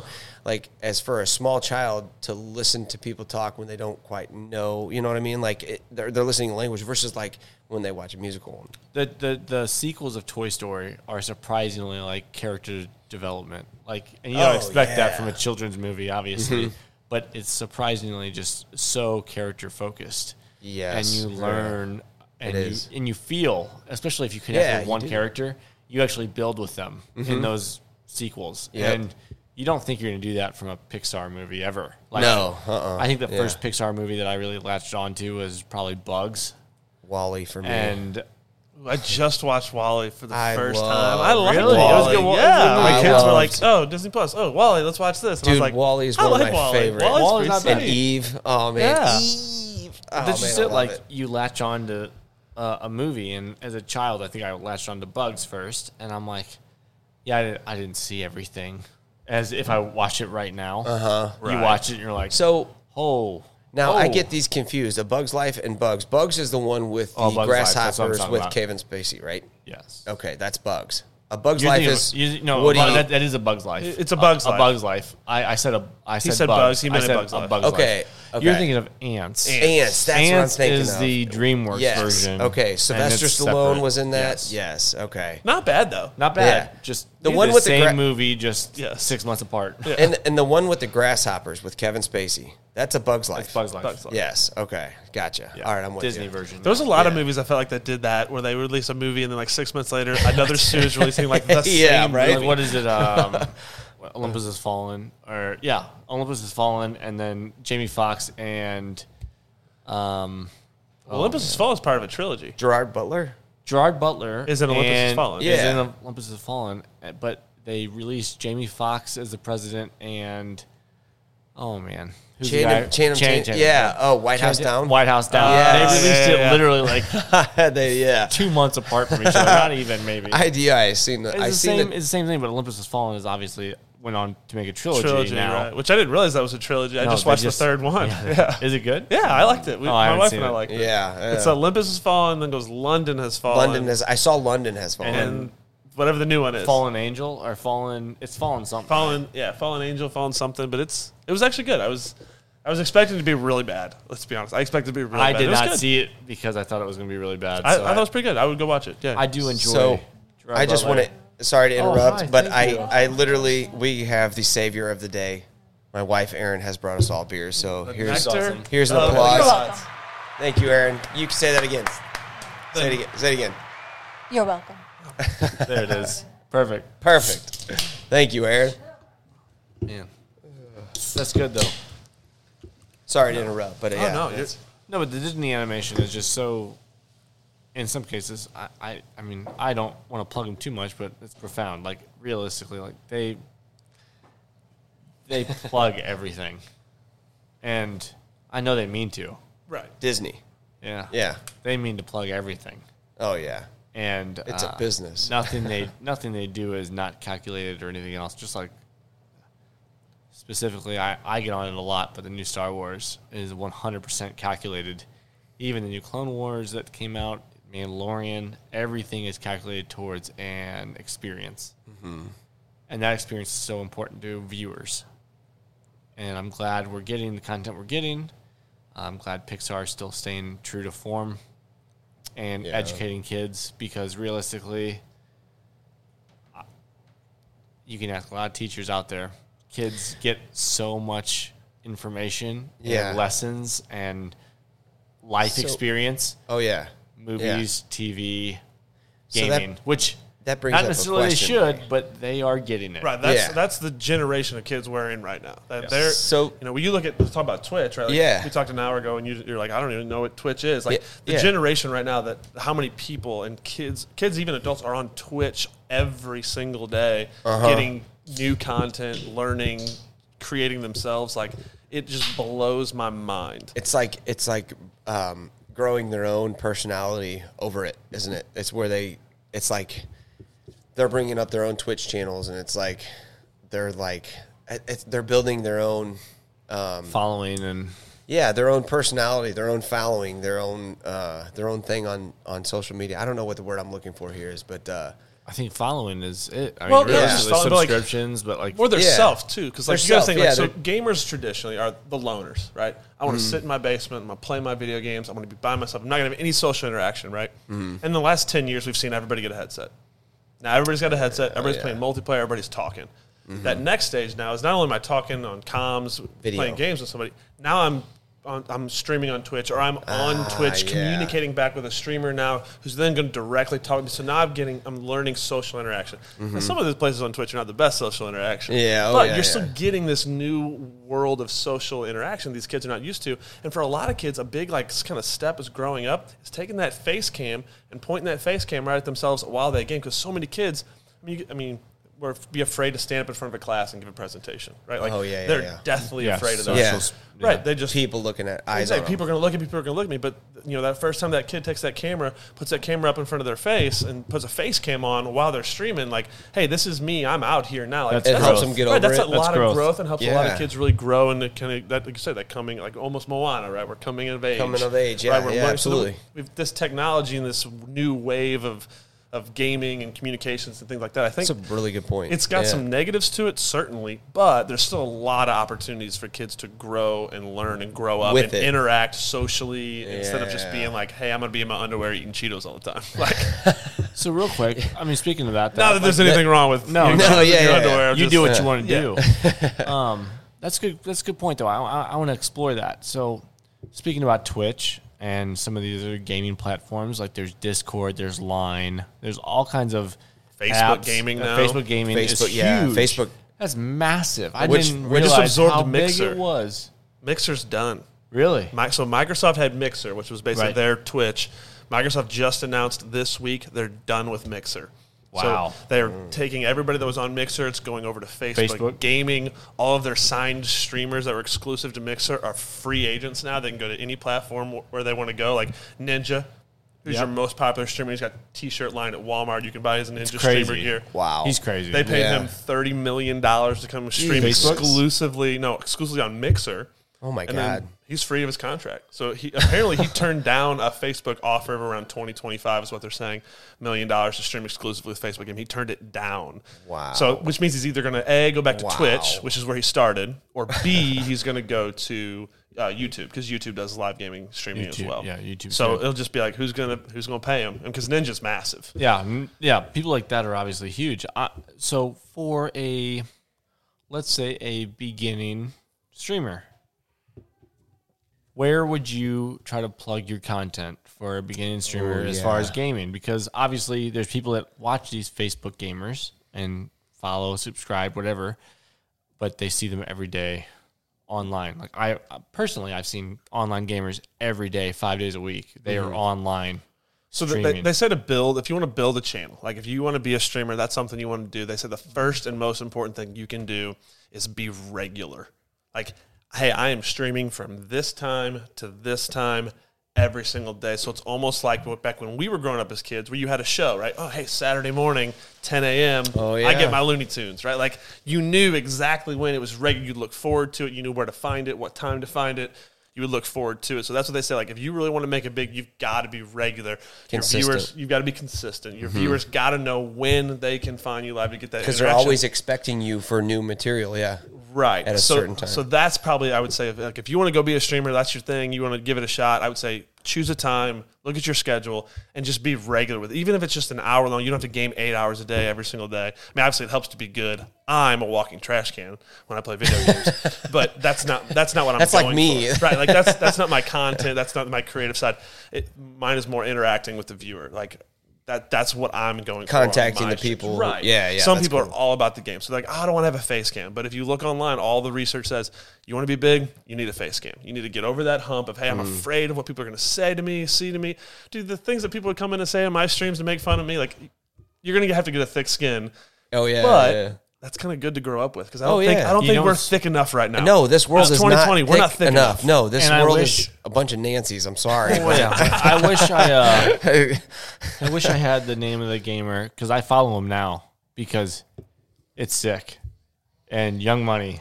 [SPEAKER 6] like, as for a small child to listen to people talk when they don't quite know, you know what I mean? Like, it, they're, they're listening to language versus like when they watch a musical.
[SPEAKER 8] the, the the sequels of Toy Story are surprisingly like character development. Like, and you don't
[SPEAKER 6] Oh,
[SPEAKER 8] expect that
[SPEAKER 6] yeah.
[SPEAKER 8] from a children's movie, obviously,
[SPEAKER 6] Mm-hmm.
[SPEAKER 8] but it's surprisingly just so character focused.
[SPEAKER 6] Yes.
[SPEAKER 8] and you learn and
[SPEAKER 6] It
[SPEAKER 8] you,
[SPEAKER 6] is.
[SPEAKER 8] and you feel, especially if you connect
[SPEAKER 6] Yeah,
[SPEAKER 8] with
[SPEAKER 6] you
[SPEAKER 8] one
[SPEAKER 6] do. Mm-hmm.
[SPEAKER 8] character, you actually build with them in those sequels.
[SPEAKER 6] Yep.
[SPEAKER 8] And you don't think you're going to do that from a Pixar movie ever. Like,
[SPEAKER 6] No, uh-uh.
[SPEAKER 8] I think the
[SPEAKER 6] Yeah.
[SPEAKER 8] first Pixar movie that I really latched onto was probably Bugs,
[SPEAKER 6] Wally for me.
[SPEAKER 8] and
[SPEAKER 7] I just watched Wally for the
[SPEAKER 6] I
[SPEAKER 7] first
[SPEAKER 6] love-
[SPEAKER 7] time. I loved
[SPEAKER 8] Really?
[SPEAKER 7] Wally.
[SPEAKER 8] It was good.
[SPEAKER 6] Wally-
[SPEAKER 7] Yeah,
[SPEAKER 6] I
[SPEAKER 7] my kids were like,
[SPEAKER 6] loved-
[SPEAKER 7] "Oh, Disney Plus. Oh, Wally, let's watch this." And I was
[SPEAKER 6] Dude,
[SPEAKER 7] like,
[SPEAKER 6] Wally is
[SPEAKER 7] I
[SPEAKER 6] one of
[SPEAKER 7] like
[SPEAKER 6] my
[SPEAKER 7] Wally.
[SPEAKER 6] favorite.
[SPEAKER 7] Wally's
[SPEAKER 8] Wally's
[SPEAKER 7] pretty
[SPEAKER 8] not
[SPEAKER 7] sweet.
[SPEAKER 8] bad.
[SPEAKER 6] and Eve. Oh man,
[SPEAKER 7] Yeah.
[SPEAKER 6] Eve. Oh,
[SPEAKER 8] that's
[SPEAKER 6] man,
[SPEAKER 8] just
[SPEAKER 6] I
[SPEAKER 8] it.
[SPEAKER 6] love
[SPEAKER 8] Like
[SPEAKER 6] it.
[SPEAKER 8] you latch on to uh, a movie, and as a child, I think I latched on to Bugs first, and I'm like, yeah, I, didn't- I didn't see everything. As if I watch it right now, uh-huh, you watch it, and you're like,
[SPEAKER 6] So
[SPEAKER 8] oh,
[SPEAKER 6] now I
[SPEAKER 8] oh,
[SPEAKER 6] get these confused. A Bug's Life and Bugs. Bugs is the one with the
[SPEAKER 8] Oh, Bug's Life, that's what I'm
[SPEAKER 6] grasshoppers
[SPEAKER 8] talking
[SPEAKER 6] with
[SPEAKER 8] about.
[SPEAKER 6] Kevin Spacey, right?
[SPEAKER 8] oh, yes.
[SPEAKER 6] Okay, that's Bugs. A Oh, Bug's
[SPEAKER 8] You're
[SPEAKER 6] Life
[SPEAKER 8] thinking
[SPEAKER 6] is
[SPEAKER 8] of- you- no,
[SPEAKER 6] Woody.
[SPEAKER 8] but that, that is a bug's life.
[SPEAKER 7] It's a Bug's
[SPEAKER 8] a,
[SPEAKER 7] Life.
[SPEAKER 8] bug's life. I, I said a. I said,
[SPEAKER 7] said
[SPEAKER 8] bugs.
[SPEAKER 7] Bugs, he
[SPEAKER 8] I
[SPEAKER 7] meant a
[SPEAKER 8] said
[SPEAKER 7] Bug's Life.
[SPEAKER 8] Bug's
[SPEAKER 6] Okay, okay.
[SPEAKER 8] You're thinking of ants.
[SPEAKER 6] Ants, that's what I'm
[SPEAKER 8] Ants
[SPEAKER 6] thinking
[SPEAKER 8] is
[SPEAKER 6] of.
[SPEAKER 8] the DreamWorks
[SPEAKER 6] yes.
[SPEAKER 8] version.
[SPEAKER 6] Okay,
[SPEAKER 8] and
[SPEAKER 6] Sylvester
[SPEAKER 8] it's
[SPEAKER 6] Stallone
[SPEAKER 8] separate.
[SPEAKER 6] was in that.
[SPEAKER 8] Yes.
[SPEAKER 6] Yes. okay.
[SPEAKER 7] Not bad though.
[SPEAKER 8] Not bad.
[SPEAKER 6] Yeah.
[SPEAKER 8] Just
[SPEAKER 6] The
[SPEAKER 8] the
[SPEAKER 6] one
[SPEAKER 8] one the
[SPEAKER 6] with the
[SPEAKER 8] same
[SPEAKER 6] gra-
[SPEAKER 8] movie, just
[SPEAKER 7] Yes.
[SPEAKER 8] six months apart.
[SPEAKER 6] And and the one with the grasshoppers with Kevin Spacey. That's a Bug's Life.
[SPEAKER 8] It's Bugs Life.
[SPEAKER 7] Bugs Life.
[SPEAKER 6] Yes. Okay. Gotcha. All right. I'm with
[SPEAKER 8] Disney
[SPEAKER 6] you.
[SPEAKER 8] version.
[SPEAKER 7] There was a lot of
[SPEAKER 6] Yeah.
[SPEAKER 7] movies I felt like that did that, where they release a movie and then like six months later another series releasing like the
[SPEAKER 6] Yeah,
[SPEAKER 7] same
[SPEAKER 6] right?
[SPEAKER 7] movie.
[SPEAKER 8] Like, what is it? Um, what, Olympus Has Fallen, or yeah, Olympus Has Fallen, and then Jamie Foxx and um,
[SPEAKER 7] Olympus Has Fallen is part of a trilogy.
[SPEAKER 6] Gerard Butler.
[SPEAKER 8] Gerard Butler
[SPEAKER 7] Is in Olympus Has
[SPEAKER 8] and-
[SPEAKER 7] Fallen.
[SPEAKER 8] Is
[SPEAKER 6] Yeah.
[SPEAKER 8] in Olympus Has Fallen, eh, but they released Jamie Foxx as the president and oh man, who's the guy?
[SPEAKER 6] Channing, Channing, Channing, yeah. Oh, White House
[SPEAKER 8] Channing-
[SPEAKER 6] Down.
[SPEAKER 8] White House Down.
[SPEAKER 6] Yes.
[SPEAKER 8] They released
[SPEAKER 7] Yeah, yeah,
[SPEAKER 8] it
[SPEAKER 7] yeah.
[SPEAKER 8] literally like
[SPEAKER 6] they, yeah.
[SPEAKER 8] two months apart from each other. Not even maybe.
[SPEAKER 6] Idea. I seen that.
[SPEAKER 8] it's
[SPEAKER 6] I
[SPEAKER 8] the
[SPEAKER 6] seen
[SPEAKER 8] same.
[SPEAKER 6] that.
[SPEAKER 8] It's the same thing, but Olympus Has Fallen is obviously went on to make a trilogy,
[SPEAKER 7] Trilogy,
[SPEAKER 8] now.
[SPEAKER 7] right? Which I didn't realize that was a trilogy. I
[SPEAKER 8] No,
[SPEAKER 7] just
[SPEAKER 8] they
[SPEAKER 7] watched
[SPEAKER 8] just-
[SPEAKER 7] the third one.
[SPEAKER 8] yeah,
[SPEAKER 7] Yeah,
[SPEAKER 8] they- Is it good?
[SPEAKER 7] Yeah, I liked it. We,
[SPEAKER 8] Oh, I
[SPEAKER 7] my
[SPEAKER 8] haven't
[SPEAKER 7] wife
[SPEAKER 8] seen
[SPEAKER 7] and I
[SPEAKER 8] it.
[SPEAKER 7] liked it.
[SPEAKER 6] Yeah, yeah.
[SPEAKER 7] It's Olympus Has Fallen, then goes London Has
[SPEAKER 8] uh,
[SPEAKER 7] Fallen.
[SPEAKER 6] London is. I saw London has fallen.
[SPEAKER 7] and whatever the new one is.
[SPEAKER 8] Fallen Angel or Fallen? It's Fallen something.
[SPEAKER 7] Fallen, yeah, Fallen Angel, Fallen something, but it's it was actually good. I was I was expecting it to be really bad. Let's be honest. I expected it to be really
[SPEAKER 8] I
[SPEAKER 7] bad.
[SPEAKER 8] did
[SPEAKER 7] It was
[SPEAKER 8] not
[SPEAKER 7] good.
[SPEAKER 8] see it because I thought it was going to be really bad.
[SPEAKER 7] I, I
[SPEAKER 8] so
[SPEAKER 7] thought it was pretty good. I would go watch it. Yeah.
[SPEAKER 8] I do enjoy.
[SPEAKER 6] So,
[SPEAKER 8] Gerard
[SPEAKER 6] I just
[SPEAKER 8] Butler.
[SPEAKER 6] want to. Sorry to interrupt,
[SPEAKER 8] Oh, hi,
[SPEAKER 6] but I,
[SPEAKER 8] thank you.
[SPEAKER 6] I literally we have the savior of the day. My wife Erin has brought us all beer, so here's
[SPEAKER 7] Nectar
[SPEAKER 8] awesome.
[SPEAKER 6] here's an
[SPEAKER 7] of
[SPEAKER 6] applause.
[SPEAKER 7] gods.
[SPEAKER 6] Thank you, Erin. You can say that again. Say it again. Say it again.
[SPEAKER 9] You're welcome.
[SPEAKER 8] There it is. Perfect.
[SPEAKER 6] Perfect. Thank you, Erin.
[SPEAKER 8] Yeah. That's good though. Oh,
[SPEAKER 6] Sorry to interrupt, but yeah,
[SPEAKER 7] no,
[SPEAKER 6] that's-
[SPEAKER 8] No, but the Disney animation is just so. In some cases, I, I, I mean, I don't want to plug them too much, but it's profound. Like realistically, like they, they plug everything, and I know they mean to.
[SPEAKER 7] right.
[SPEAKER 6] Disney.
[SPEAKER 8] Yeah,
[SPEAKER 6] Yeah.
[SPEAKER 8] they mean to plug everything,
[SPEAKER 6] Oh yeah.
[SPEAKER 8] and uh,
[SPEAKER 6] It's a business.
[SPEAKER 8] nothing they nothing they do is not calculated or anything else. Just like specifically, I, I get on it a lot, but the new Star Wars is 100% calculated. Even the new Clone Wars that came out, Mandalorian, everything is calculated towards an experience,
[SPEAKER 6] Mm-hmm.
[SPEAKER 8] and that experience is so important to viewers. And I'm glad we're getting the content we're getting. I'm glad Pixar is still staying true to form and educating kids because realistically, I- you can ask a lot of teachers out there. Kids get so much information,
[SPEAKER 6] Yeah.
[SPEAKER 8] and lessons, and life experience,
[SPEAKER 6] Oh yeah.
[SPEAKER 8] movies, TV,
[SPEAKER 6] So that-
[SPEAKER 8] gaming, which
[SPEAKER 6] that brings
[SPEAKER 8] not
[SPEAKER 6] up a
[SPEAKER 8] necessarily they
[SPEAKER 6] question.
[SPEAKER 8] should, but they are getting it.
[SPEAKER 7] Right, that's
[SPEAKER 6] Yeah.
[SPEAKER 7] that's the generation of kids we're in right now. That They're
[SPEAKER 6] So-
[SPEAKER 7] so you know when you look at let's talk about Twitch, right? Like,
[SPEAKER 6] Yeah.
[SPEAKER 7] we talked an hour ago, and you, you're like, I don't even know what Twitch is. Like
[SPEAKER 6] Yeah,
[SPEAKER 7] the
[SPEAKER 6] yeah.
[SPEAKER 7] generation right now that how many people and kids, kids even adults are on Twitch every single day,
[SPEAKER 6] Uh-huh.
[SPEAKER 7] getting new content, learning, creating themselves. Like it just blows my mind.
[SPEAKER 6] It's like it's like um, growing their own personality over it, isn't it? It's where they. It's like they're bringing up their own Twitch channels, and it's like they're like it- it's, they're building their own. Um,
[SPEAKER 8] Following and
[SPEAKER 6] yeah, their own personality, their own following, their own uh, their own thing on on social media. I don't know what the word I'm looking for here is, but uh,
[SPEAKER 8] I think following is it. I mean,
[SPEAKER 7] Well,
[SPEAKER 8] well,
[SPEAKER 7] yeah,
[SPEAKER 8] yeah,
[SPEAKER 7] just following, but, like-
[SPEAKER 8] subscriptions, but like,
[SPEAKER 7] Or their
[SPEAKER 6] Yeah.
[SPEAKER 7] self too, because like
[SPEAKER 6] Their
[SPEAKER 7] you guys
[SPEAKER 6] self,
[SPEAKER 7] think like
[SPEAKER 6] yeah,
[SPEAKER 7] so.
[SPEAKER 6] they're- Mm.
[SPEAKER 7] Gamers traditionally are the loners, right? I want to sit in my basement. I'm gonna play my video games. I'm gonna be by myself. I'm not gonna have any social interaction, right?
[SPEAKER 6] Mm-hmm.
[SPEAKER 7] In the last ten years, we've seen everybody get a headset. Now everybody's got a headset. Everybody's playing multiplayer. Everybody's talking. That next stage now is not only am I talking on comms,
[SPEAKER 6] Mm-hmm. Video.
[SPEAKER 7] playing games with somebody. Now I'm on, I'm streaming on Twitch, or I'm on Twitch
[SPEAKER 6] Ah, yeah.
[SPEAKER 7] communicating back with a streamer now, who's then going to directly talk to me. So now I'm getting I'm learning social interaction. And some of the places on Twitch are not the best social interaction.
[SPEAKER 6] Mm-hmm. Yeah, oh,
[SPEAKER 7] but
[SPEAKER 6] yeah,
[SPEAKER 7] you're still
[SPEAKER 6] yeah.
[SPEAKER 7] getting this new world of social interaction these kids are not used to. And for a lot of kids, a big like kind of step is growing up is taking that face cam and pointing that face cam right at themselves while they game. Because so many kids, I mean, you, I mean, were be afraid to stand up in front of a class and give a presentation, right? Like,
[SPEAKER 6] Oh, yeah, yeah,
[SPEAKER 7] they're
[SPEAKER 6] yeah.
[SPEAKER 7] deathly
[SPEAKER 8] Yeah,
[SPEAKER 7] afraid of
[SPEAKER 8] so-
[SPEAKER 7] that.
[SPEAKER 6] Yeah.
[SPEAKER 7] right. They just
[SPEAKER 6] people looking at eyes.
[SPEAKER 7] Exactly.
[SPEAKER 6] on 'em.
[SPEAKER 7] People are going to look at me. People are going to look at me. But you know, that first time that kid takes that camera, puts that camera up in front of their face, and puts a face cam on while they're streaming, like, "Hey, this is me. I'm out here now." Like,
[SPEAKER 8] That's It helps growth.
[SPEAKER 6] them get
[SPEAKER 7] right,
[SPEAKER 6] over
[SPEAKER 7] That's
[SPEAKER 6] it.
[SPEAKER 7] a
[SPEAKER 6] That's
[SPEAKER 7] lot
[SPEAKER 8] growth.
[SPEAKER 7] of growth and helps a lot
[SPEAKER 6] Yeah.
[SPEAKER 7] of kids really grow and kind of that, like you said, that coming like almost Moana, right? We're coming of age.
[SPEAKER 6] Coming of age, yeah, yeah,
[SPEAKER 7] learning- so then
[SPEAKER 6] absolutely.
[SPEAKER 7] We've this technology and this new wave of of gaming and communications and things like that. I think
[SPEAKER 6] That's a really good point.
[SPEAKER 7] it's got
[SPEAKER 6] Yeah.
[SPEAKER 7] some negatives to it, certainly, but there's still a lot of opportunities for kids to grow and learn and grow up
[SPEAKER 6] With
[SPEAKER 7] and
[SPEAKER 6] it.
[SPEAKER 7] interact socially instead of just
[SPEAKER 6] Yeah.
[SPEAKER 7] being like, "Hey, I'm gonna be in my underwear eating Cheetos all the time." Like,
[SPEAKER 8] so real quick. I mean, speaking of that,
[SPEAKER 7] not that
[SPEAKER 8] like,
[SPEAKER 7] there's anything wrong with
[SPEAKER 8] No,
[SPEAKER 7] eating
[SPEAKER 8] no,
[SPEAKER 7] Cheetos in
[SPEAKER 6] yeah,
[SPEAKER 7] your
[SPEAKER 6] yeah,
[SPEAKER 7] underwear,
[SPEAKER 8] you
[SPEAKER 7] just-
[SPEAKER 8] do what you want to
[SPEAKER 7] yeah.
[SPEAKER 8] do. um, that's good. That's a good point, though. I, I, I want to explore that. So, speaking about Twitch and some of these other gaming platforms, like there's Discord, there's Line, there's all kinds of
[SPEAKER 7] Facebook
[SPEAKER 8] apps.
[SPEAKER 7] gaming
[SPEAKER 8] Uh,
[SPEAKER 7] now.
[SPEAKER 8] Facebook gaming is
[SPEAKER 6] Facebook, yeah,
[SPEAKER 8] huge.
[SPEAKER 6] Facebook-
[SPEAKER 8] That's massive. I
[SPEAKER 6] Which-
[SPEAKER 8] didn't
[SPEAKER 6] we
[SPEAKER 7] just
[SPEAKER 8] realize
[SPEAKER 7] absorbed
[SPEAKER 8] how
[SPEAKER 7] Mixer.
[SPEAKER 8] big it was.
[SPEAKER 7] Mixer's done.
[SPEAKER 8] Really?
[SPEAKER 7] Mi- So Microsoft had Mixer, which was basically
[SPEAKER 8] Right.
[SPEAKER 7] their Twitch. Microsoft just announced this week they're done with Mixer. So
[SPEAKER 8] Wow.
[SPEAKER 7] they're taking everybody that was on Mixer, it's going over to Facebook.
[SPEAKER 8] Facebook.
[SPEAKER 7] Gaming, all of their signed streamers that were exclusive to Mixer are free agents now. They can go to any platform wh- where they want to go, like Ninja, who's
[SPEAKER 8] Yep.
[SPEAKER 7] your most popular streamer. He's got a t shirt line at Walmart you can buy his Ninja
[SPEAKER 8] crazy.
[SPEAKER 7] streamer gear.
[SPEAKER 6] wow.
[SPEAKER 8] He's crazy.
[SPEAKER 7] They paid
[SPEAKER 6] Yeah.
[SPEAKER 7] him thirty million dollars to come stream
[SPEAKER 8] Facebook's?
[SPEAKER 7] exclusively. No, exclusively on Mixer.
[SPEAKER 6] Oh my
[SPEAKER 7] And then
[SPEAKER 6] God.
[SPEAKER 7] he's free of his contract. So he apparently he turned down a Facebook offer of around twenty twenty five is what they're saying million dollars to stream exclusively with Facebook, and he turned it down.
[SPEAKER 6] Wow.
[SPEAKER 7] So which means he's either going to a go back to
[SPEAKER 6] Wow.
[SPEAKER 7] Twitch, which is where he started, or b he's going to go to uh, YouTube because YouTube does live gaming streaming as
[SPEAKER 8] YouTube,
[SPEAKER 7] well.
[SPEAKER 8] yeah, YouTube
[SPEAKER 7] So
[SPEAKER 8] too.
[SPEAKER 7] it'll just be like who's gonna who's gonna pay him because Ninja's massive.
[SPEAKER 8] Yeah, n- yeah. People like that are obviously huge. Uh, so for a, let's say a beginning streamer, where would you try to plug your content for a beginning streamer as far as gaming? Because obviously there's people that watch these Facebook gamers and follow, subscribe, whatever, but they see them every day online. Like I personally, I've seen online gamers every day, five days a week. They are online.
[SPEAKER 7] So th- they,
[SPEAKER 8] streaming.
[SPEAKER 7] they say to build, if you want to build a channel, like if you want to be a streamer, that's something you want to do. They said the first and most important thing you can do is be regular. Like, hey, I am streaming from this time to this time every single day. So it's almost like what- back when we were growing up as kids, where you had a show, right? Oh, hey, Saturday morning, 10 a.m.,
[SPEAKER 6] Oh,
[SPEAKER 7] I
[SPEAKER 6] yeah.
[SPEAKER 7] get my Looney Tunes, right? Like, you knew exactly when it was regular. You'd look forward to it. You knew where to find it, what time to find it. You would look forward to it. So that's what they say. Like, if you really want to make it big, you've got to be regular
[SPEAKER 6] Consistent. Mm-hmm.
[SPEAKER 7] your viewers you've got to be consistent your viewers got to know when they can find you live to get that
[SPEAKER 6] because they're
[SPEAKER 7] interaction.
[SPEAKER 6] always expecting you for new material. Yeah,
[SPEAKER 7] right
[SPEAKER 6] at a
[SPEAKER 7] so,
[SPEAKER 6] certain time.
[SPEAKER 7] so that's probably i would say if, like, if you want to go be a streamer that's your thing you want to give it a shot i would say choose a time look at your schedule and just be regular with it even if it's just an hour long you don't have to game eight hours a day every single day i mean obviously it helps to be good i'm a walking trash can when i play video games but that's not that's not what i'm
[SPEAKER 6] That's like
[SPEAKER 7] going
[SPEAKER 6] me.
[SPEAKER 7] for. right like that's that's not my content that's not my creative side it, mine is more interacting with the viewer like that, that's what I'm going for on
[SPEAKER 6] Contacting
[SPEAKER 7] my
[SPEAKER 6] the
[SPEAKER 7] shit.
[SPEAKER 6] people.
[SPEAKER 7] Right.
[SPEAKER 6] Yeah, yeah,
[SPEAKER 7] Some
[SPEAKER 6] that's
[SPEAKER 7] people
[SPEAKER 6] cool.
[SPEAKER 7] are all about the game. So like, I don't want to have a face cam. But if you look online, all the research says you want to be big, you need a face cam. You need to get over that hump of hey,
[SPEAKER 6] Hmm.
[SPEAKER 7] I'm afraid of what people are going to say to me, see to me. Dude, the things that people would come in and say on my streams to make fun of me, like you're going to have to get a thick skin.
[SPEAKER 6] Oh yeah,
[SPEAKER 7] But
[SPEAKER 6] yeah.
[SPEAKER 7] that's kind of good to grow up with because I don't
[SPEAKER 6] Oh,
[SPEAKER 7] think
[SPEAKER 6] yeah.
[SPEAKER 7] I don't
[SPEAKER 8] You
[SPEAKER 7] think
[SPEAKER 8] know,
[SPEAKER 7] we're
[SPEAKER 8] it's-
[SPEAKER 7] thick enough right now.
[SPEAKER 6] No, this world
[SPEAKER 7] That's
[SPEAKER 6] is
[SPEAKER 7] 2020.
[SPEAKER 6] not
[SPEAKER 7] we're not thick enough.
[SPEAKER 6] No, this
[SPEAKER 8] And I
[SPEAKER 6] world
[SPEAKER 8] wish-
[SPEAKER 6] is a bunch of Nancys. I'm sorry.
[SPEAKER 7] Oh,
[SPEAKER 8] I wish I uh, I wish I had the name of the gamer because I follow him now because it's sick. And Young Money,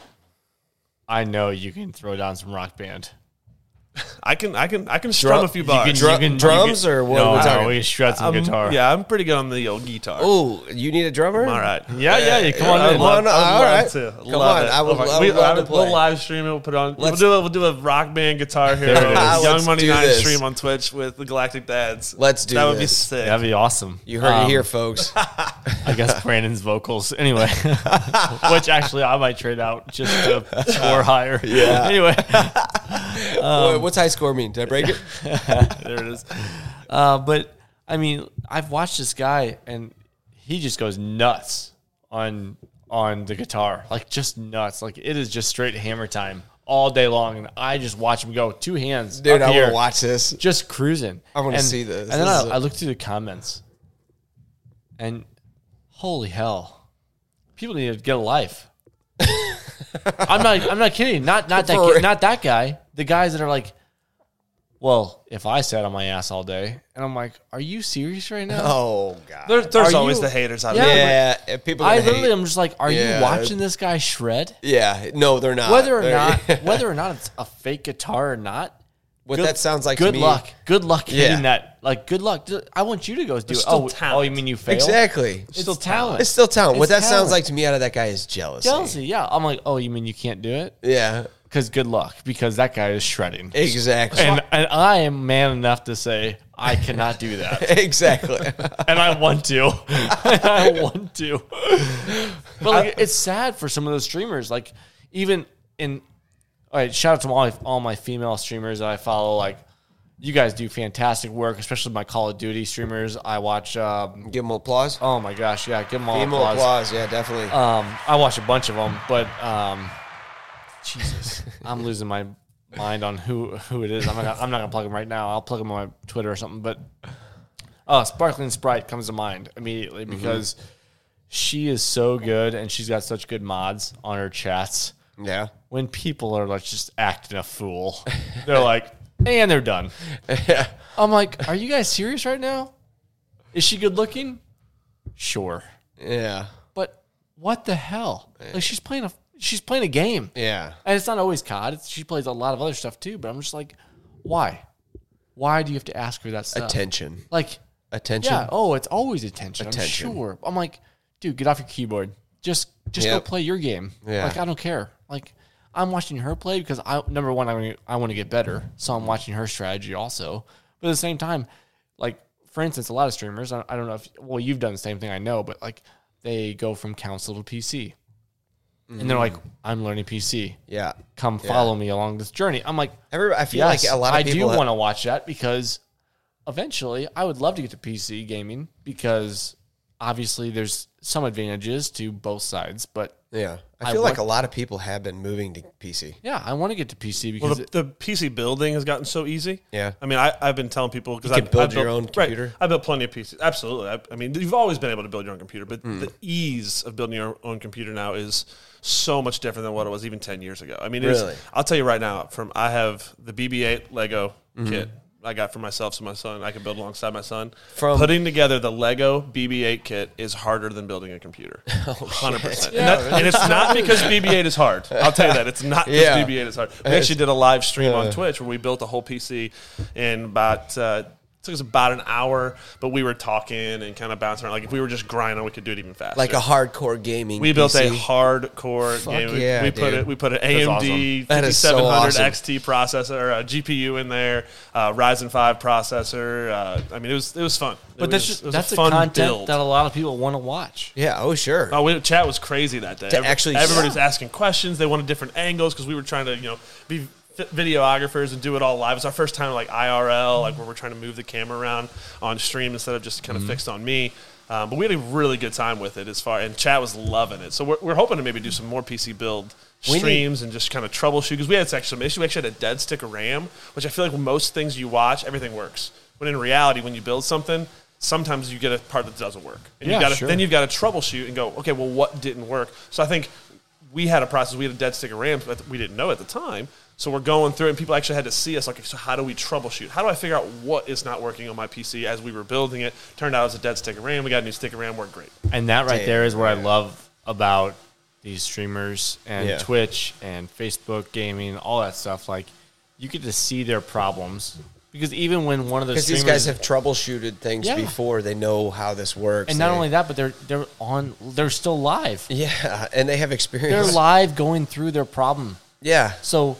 [SPEAKER 8] I know you can throw down some rock band.
[SPEAKER 7] I can I can I can strum
[SPEAKER 6] Drum-
[SPEAKER 7] a few
[SPEAKER 6] you
[SPEAKER 7] bars.
[SPEAKER 6] Dru- drums or what
[SPEAKER 8] No,
[SPEAKER 6] are we talking
[SPEAKER 8] no, we shred some
[SPEAKER 7] I'm-
[SPEAKER 8] guitar.
[SPEAKER 7] Yeah, I'm pretty good on the old guitar.
[SPEAKER 6] Oh, you need a drummer?
[SPEAKER 7] All right.
[SPEAKER 8] yeah, yeah. You come on
[SPEAKER 6] I
[SPEAKER 8] in.
[SPEAKER 6] love-
[SPEAKER 7] I'd
[SPEAKER 6] all
[SPEAKER 7] love
[SPEAKER 6] right.
[SPEAKER 7] to.
[SPEAKER 6] Come
[SPEAKER 7] Love
[SPEAKER 6] on,
[SPEAKER 7] it.
[SPEAKER 6] I would
[SPEAKER 7] Love it.
[SPEAKER 6] love-
[SPEAKER 7] we,
[SPEAKER 6] love to
[SPEAKER 7] We'll
[SPEAKER 6] play.
[SPEAKER 7] live stream it. We'll put it on.
[SPEAKER 6] Let's-
[SPEAKER 7] we'll do a we'll do a rock band guitar here.
[SPEAKER 8] There it
[SPEAKER 7] on
[SPEAKER 8] is.
[SPEAKER 6] Ah,
[SPEAKER 7] Young
[SPEAKER 6] Let's
[SPEAKER 7] Money
[SPEAKER 6] do
[SPEAKER 7] Nine
[SPEAKER 6] this.
[SPEAKER 7] stream on Twitch with the Galactic Dads.
[SPEAKER 6] Let's do
[SPEAKER 7] that. Would be
[SPEAKER 6] this.
[SPEAKER 7] sick.
[SPEAKER 8] That'd be awesome.
[SPEAKER 6] You heard
[SPEAKER 8] Um,
[SPEAKER 6] it here, folks.
[SPEAKER 8] I guess Brandon's vocals. Anyway, which actually I might trade out just to score higher. Yeah. Anyway,
[SPEAKER 6] Boy,
[SPEAKER 8] Um,
[SPEAKER 6] what's high score mean? Did I break it?
[SPEAKER 8] there it is. Uh, but I mean, I've watched this guy, and he just goes nuts on on the guitar, like just nuts. Like it is just straight hammer time all day long, and I just watch him go two hands,
[SPEAKER 6] Dude,
[SPEAKER 8] up
[SPEAKER 6] I want
[SPEAKER 8] here,
[SPEAKER 6] to watch this.
[SPEAKER 8] just cruising.
[SPEAKER 6] I wanna
[SPEAKER 8] And-
[SPEAKER 6] see this.
[SPEAKER 8] And then
[SPEAKER 6] This
[SPEAKER 8] I
[SPEAKER 6] is a-
[SPEAKER 8] I look through the comments, and holy hell, people need to get a life. I'm not. I'm not kidding. Not not that.
[SPEAKER 6] For
[SPEAKER 8] kid-
[SPEAKER 6] real.
[SPEAKER 8] Not that guy. The guys that are like, well, if I sat on my ass all day, and I'm like, are you serious right now?
[SPEAKER 6] Oh, God.
[SPEAKER 7] There, there's
[SPEAKER 8] Are
[SPEAKER 7] always
[SPEAKER 8] you-
[SPEAKER 7] the haters out
[SPEAKER 8] Yeah.
[SPEAKER 7] there.
[SPEAKER 6] yeah, if people I
[SPEAKER 8] I literally
[SPEAKER 6] hate.
[SPEAKER 8] am just like, are
[SPEAKER 6] Yeah.
[SPEAKER 8] you watching this guy shred?
[SPEAKER 6] Yeah, no, they're not.
[SPEAKER 8] Whether or
[SPEAKER 6] They're-
[SPEAKER 8] not, whether or not it's a fake guitar or not,
[SPEAKER 6] what
[SPEAKER 8] good-
[SPEAKER 6] that sounds like to
[SPEAKER 8] Good
[SPEAKER 6] me-
[SPEAKER 8] luck. Good luck
[SPEAKER 6] Yeah.
[SPEAKER 8] hitting that. Like, good luck. I want you to go do it.
[SPEAKER 7] still
[SPEAKER 8] Oh,
[SPEAKER 7] talent.
[SPEAKER 8] oh, you mean you failed?
[SPEAKER 6] Exactly.
[SPEAKER 8] It's still talent.
[SPEAKER 6] It's still talent. What
[SPEAKER 8] It's
[SPEAKER 6] that
[SPEAKER 8] talent.
[SPEAKER 6] sounds like to me out of that guy is jealousy.
[SPEAKER 8] jealousy. Yeah, I'm like, oh, you mean you can't do it?
[SPEAKER 6] Yeah,
[SPEAKER 8] Because good luck, because that guy is shredding.
[SPEAKER 6] exactly.
[SPEAKER 8] And and I am man enough to say I cannot do that,
[SPEAKER 6] exactly.
[SPEAKER 8] and I want to, and I want to. But like, it's sad for some of those streamers. Like even in, all right, shout out to all my, all my female streamers that I follow. Like you guys do fantastic work, especially my Call of Duty streamers. I watch. Um,
[SPEAKER 6] Give him applause.
[SPEAKER 8] oh my gosh, yeah, give them all
[SPEAKER 6] Give him
[SPEAKER 8] applause.
[SPEAKER 6] applause. Yeah, definitely.
[SPEAKER 8] Um, I watch a bunch of them, but um, Jesus, I'm losing my mind on who who it is. I'm not gonna, I'm not gonna plug them right now. I'll plug them on my Twitter or something. But uh, Sparkling Sprite comes to mind immediately because she is so good and she's got such good mods on her chats.
[SPEAKER 6] yeah.
[SPEAKER 8] When people are like just acting a fool, they're like, and they're done. I'm like, are you guys serious right now? Is she good looking? Sure
[SPEAKER 6] Yeah.
[SPEAKER 8] but what the hell? Like she's playing a she's playing a game,
[SPEAKER 6] Yeah.
[SPEAKER 8] and it's not always COD. It's, she plays a lot of other stuff too. But I'm just like, why? Why do you have to ask her that stuff?
[SPEAKER 6] Attention.
[SPEAKER 8] Like,
[SPEAKER 6] Attention.
[SPEAKER 8] yeah. Oh, it's always attention.
[SPEAKER 6] Attention.
[SPEAKER 8] I'm sure. I'm like, dude, get off your keyboard. Just just
[SPEAKER 6] Yep.
[SPEAKER 8] go play your game.
[SPEAKER 6] Yeah.
[SPEAKER 8] Like I don't care. Like I'm watching her play because I number one I wanna- I want to get better, so I'm watching her strategy also. But at the same time, like for instance, a lot of streamers. I, I don't know if well you've done the same thing. I know, but like they go from console to PC, and they're like, I'm learning PC.
[SPEAKER 6] Mm. Yeah.
[SPEAKER 8] Come follow me along this journey. I'm like,
[SPEAKER 6] Everybody, I feel
[SPEAKER 8] yes,
[SPEAKER 6] like a lot of
[SPEAKER 8] I
[SPEAKER 6] people.
[SPEAKER 8] do want to watch that because eventually I would love to get to PC gaming because obviously there's some advantages to both sides, but
[SPEAKER 6] Yeah.
[SPEAKER 8] I
[SPEAKER 6] I feel like
[SPEAKER 8] want-
[SPEAKER 6] a lot of people have been moving to PC.
[SPEAKER 8] yeah, I want to get to PC because
[SPEAKER 7] Well, the, the PC building has gotten so easy.
[SPEAKER 6] Yeah.
[SPEAKER 7] I mean, I, I've been telling people because
[SPEAKER 6] You
[SPEAKER 7] I
[SPEAKER 6] can build
[SPEAKER 7] I
[SPEAKER 6] your own
[SPEAKER 7] right,
[SPEAKER 6] computer.
[SPEAKER 7] I built plenty of PCs. Absolutely. I, I mean, you've always been able to build your own computer, but
[SPEAKER 6] Mm.
[SPEAKER 7] the ease of building your own computer now is so much different than what it was even ten years ago. I mean, it's-
[SPEAKER 6] Really?
[SPEAKER 7] I'll tell you right now. From I have the BB-8 Lego
[SPEAKER 6] Mm-hmm.
[SPEAKER 7] kit. I got for myself, so my son I can build alongside my son.
[SPEAKER 6] From-
[SPEAKER 7] putting together the Lego BB-8 kit is harder than building a computer,
[SPEAKER 6] Oh,
[SPEAKER 7] hundred percent. And, that- and it's not because BB-8 is hard. I'll tell you that it's not because
[SPEAKER 6] Yeah.
[SPEAKER 7] BB-8 it is hard. We actually did a live stream on Twitch where we built a whole PC in about uh, it took us about an hour, but we were talking and kind of bouncing around. Like if we were just grinding, we could do it even faster.
[SPEAKER 6] Like a hardcore gaming.
[SPEAKER 7] we built a
[SPEAKER 6] PC.
[SPEAKER 7] hardcore
[SPEAKER 6] Fuck
[SPEAKER 7] game. We,
[SPEAKER 6] yeah,
[SPEAKER 7] we put
[SPEAKER 6] dude.
[SPEAKER 7] it. We put an
[SPEAKER 8] awesome.
[SPEAKER 7] AMD
[SPEAKER 6] That is so
[SPEAKER 7] 5700
[SPEAKER 6] awesome.
[SPEAKER 7] XT processor, a GPU in there, uh, Ryzen five processor. Uh, I mean, it was it was fun.
[SPEAKER 8] but that's just that's the content that a lot of people want to watch.
[SPEAKER 6] Yeah. Oh, sure.
[SPEAKER 7] Oh, we, chat was crazy that day.
[SPEAKER 6] To
[SPEAKER 7] Every-
[SPEAKER 6] actually-
[SPEAKER 7] everybody was asking questions. They wanted different angles because we were trying to, you know, be fi- videographers and do it all live. It's our first time like IRL, like where we're trying to move the camera around on stream instead of just kind of fixed on me. Um, but we had a really good time with it as far, and chat was loving it. So we're, we're hoping to maybe do some more PC build
[SPEAKER 6] need-
[SPEAKER 7] streams and just kind of troubleshoot because we had actually some issue. We actually had a dead stick of RAM, which I feel like most things you watch, everything works. But in reality, when you build something, sometimes you get a part that doesn't work, and
[SPEAKER 8] Yeah,
[SPEAKER 7] you gotta,
[SPEAKER 8] sure.
[SPEAKER 7] then you've got to troubleshoot and go, okay, well, what didn't work? So I think we had a process. We had a dead stick of RAM, but we didn't know at the time. So we're going through, it, and people actually had to see us. Like, so how do we troubleshoot? How do I figure out what is not working on my PC as we were building it? Turned out it was a dead stick of RAM. We got a new stick of RAM. Worked great.
[SPEAKER 8] And that right there is what I love about these streamers and
[SPEAKER 6] Yeah.
[SPEAKER 8] Twitch and Facebook gaming, all that stuff. Like, you get to see their problems because even when one of those
[SPEAKER 6] Because these guys
[SPEAKER 8] streamers-
[SPEAKER 6] have troubleshooted things
[SPEAKER 8] Yeah.
[SPEAKER 6] before, they know how this works.
[SPEAKER 8] and not
[SPEAKER 6] They-
[SPEAKER 8] only that, but they're they're on they're still live.
[SPEAKER 6] yeah, and they have
[SPEAKER 8] They're
[SPEAKER 6] experience.
[SPEAKER 8] live going through their problem.
[SPEAKER 6] yeah,
[SPEAKER 8] So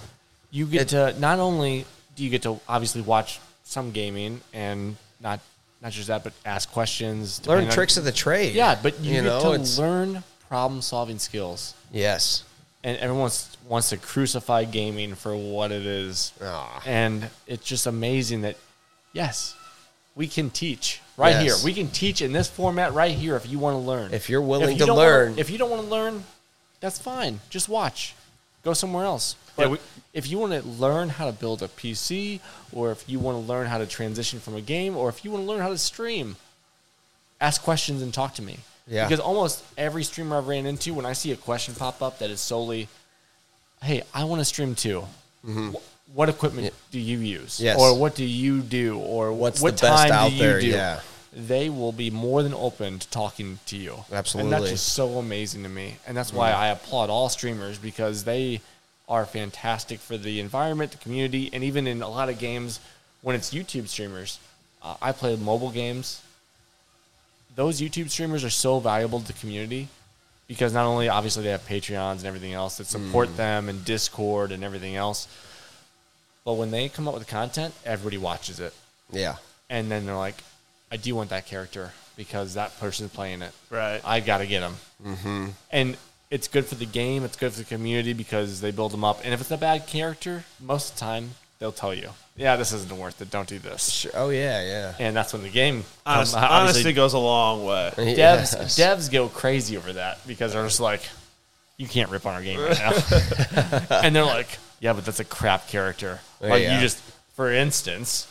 [SPEAKER 8] you get to not only do you get to obviously watch some gaming and not not just that, but ask questions,
[SPEAKER 6] learn
[SPEAKER 8] depending on-
[SPEAKER 6] tricks of the trade.
[SPEAKER 8] yeah, but you, get to
[SPEAKER 6] it's-
[SPEAKER 8] learn problem solving skills.
[SPEAKER 6] yes,
[SPEAKER 8] and everyone wants- wants to crucify gaming for what it is.
[SPEAKER 6] Ah.
[SPEAKER 8] And it's just amazing that, yes, we can teach right
[SPEAKER 6] Yes.
[SPEAKER 8] here. We can teach in this format right here if you want to learn.
[SPEAKER 6] If you're willing to
[SPEAKER 8] don't wanna-
[SPEAKER 6] learn.
[SPEAKER 8] if you don't want to learn, that's fine. Just watch. Go somewhere else. But if you want to learn how to build a PC, or if you want to learn how to transition from a game, or if you want to learn how to stream, ask questions and talk to me.
[SPEAKER 6] Yeah.
[SPEAKER 8] Because almost every streamer I've ran into, when I see a question pop up that is solely, hey, I want to stream too. Wh- What equipment do you use?
[SPEAKER 6] Mm-hmm. Yes.
[SPEAKER 8] Or what do you do? Or
[SPEAKER 6] What's
[SPEAKER 8] what
[SPEAKER 6] the best
[SPEAKER 8] time
[SPEAKER 6] out
[SPEAKER 8] do
[SPEAKER 6] there?
[SPEAKER 8] you do?
[SPEAKER 6] Yeah.
[SPEAKER 8] They will be more than open to talking to you. And
[SPEAKER 6] Absolutely.
[SPEAKER 8] that's just so amazing to me. And that's why I applaud all streamers because they are fantastic for the environment, the community, and even in a lot of games when it's YouTube streamers. Uh, I play mobile games those YouTube streamers are so valuable to the community because not only obviously they have Patreons and everything else that support them and Discord and everything else, but when they come up with content, everybody watches it.
[SPEAKER 6] yeah,
[SPEAKER 8] And then they're like, I do want that character because that person's playing it.
[SPEAKER 7] Right.
[SPEAKER 8] I got to get him. Mm-hmm. And it's good for the game, it's good for the community because they build them up. And if it's a bad character, most of the time, they'll tell you, yeah, this isn't worth it. Don't do this.
[SPEAKER 6] sure. Oh yeah, yeah.
[SPEAKER 8] And that's when the game
[SPEAKER 6] Um,
[SPEAKER 7] Honest,
[SPEAKER 8] come- obviously
[SPEAKER 7] honesty goes a long way.
[SPEAKER 8] devs
[SPEAKER 6] Yes.
[SPEAKER 8] devs go crazy over that because they're just like, you can't rip on our game right now, and they're like, yeah, but that's a crap character. Like
[SPEAKER 6] Yeah.
[SPEAKER 8] you just, for instance,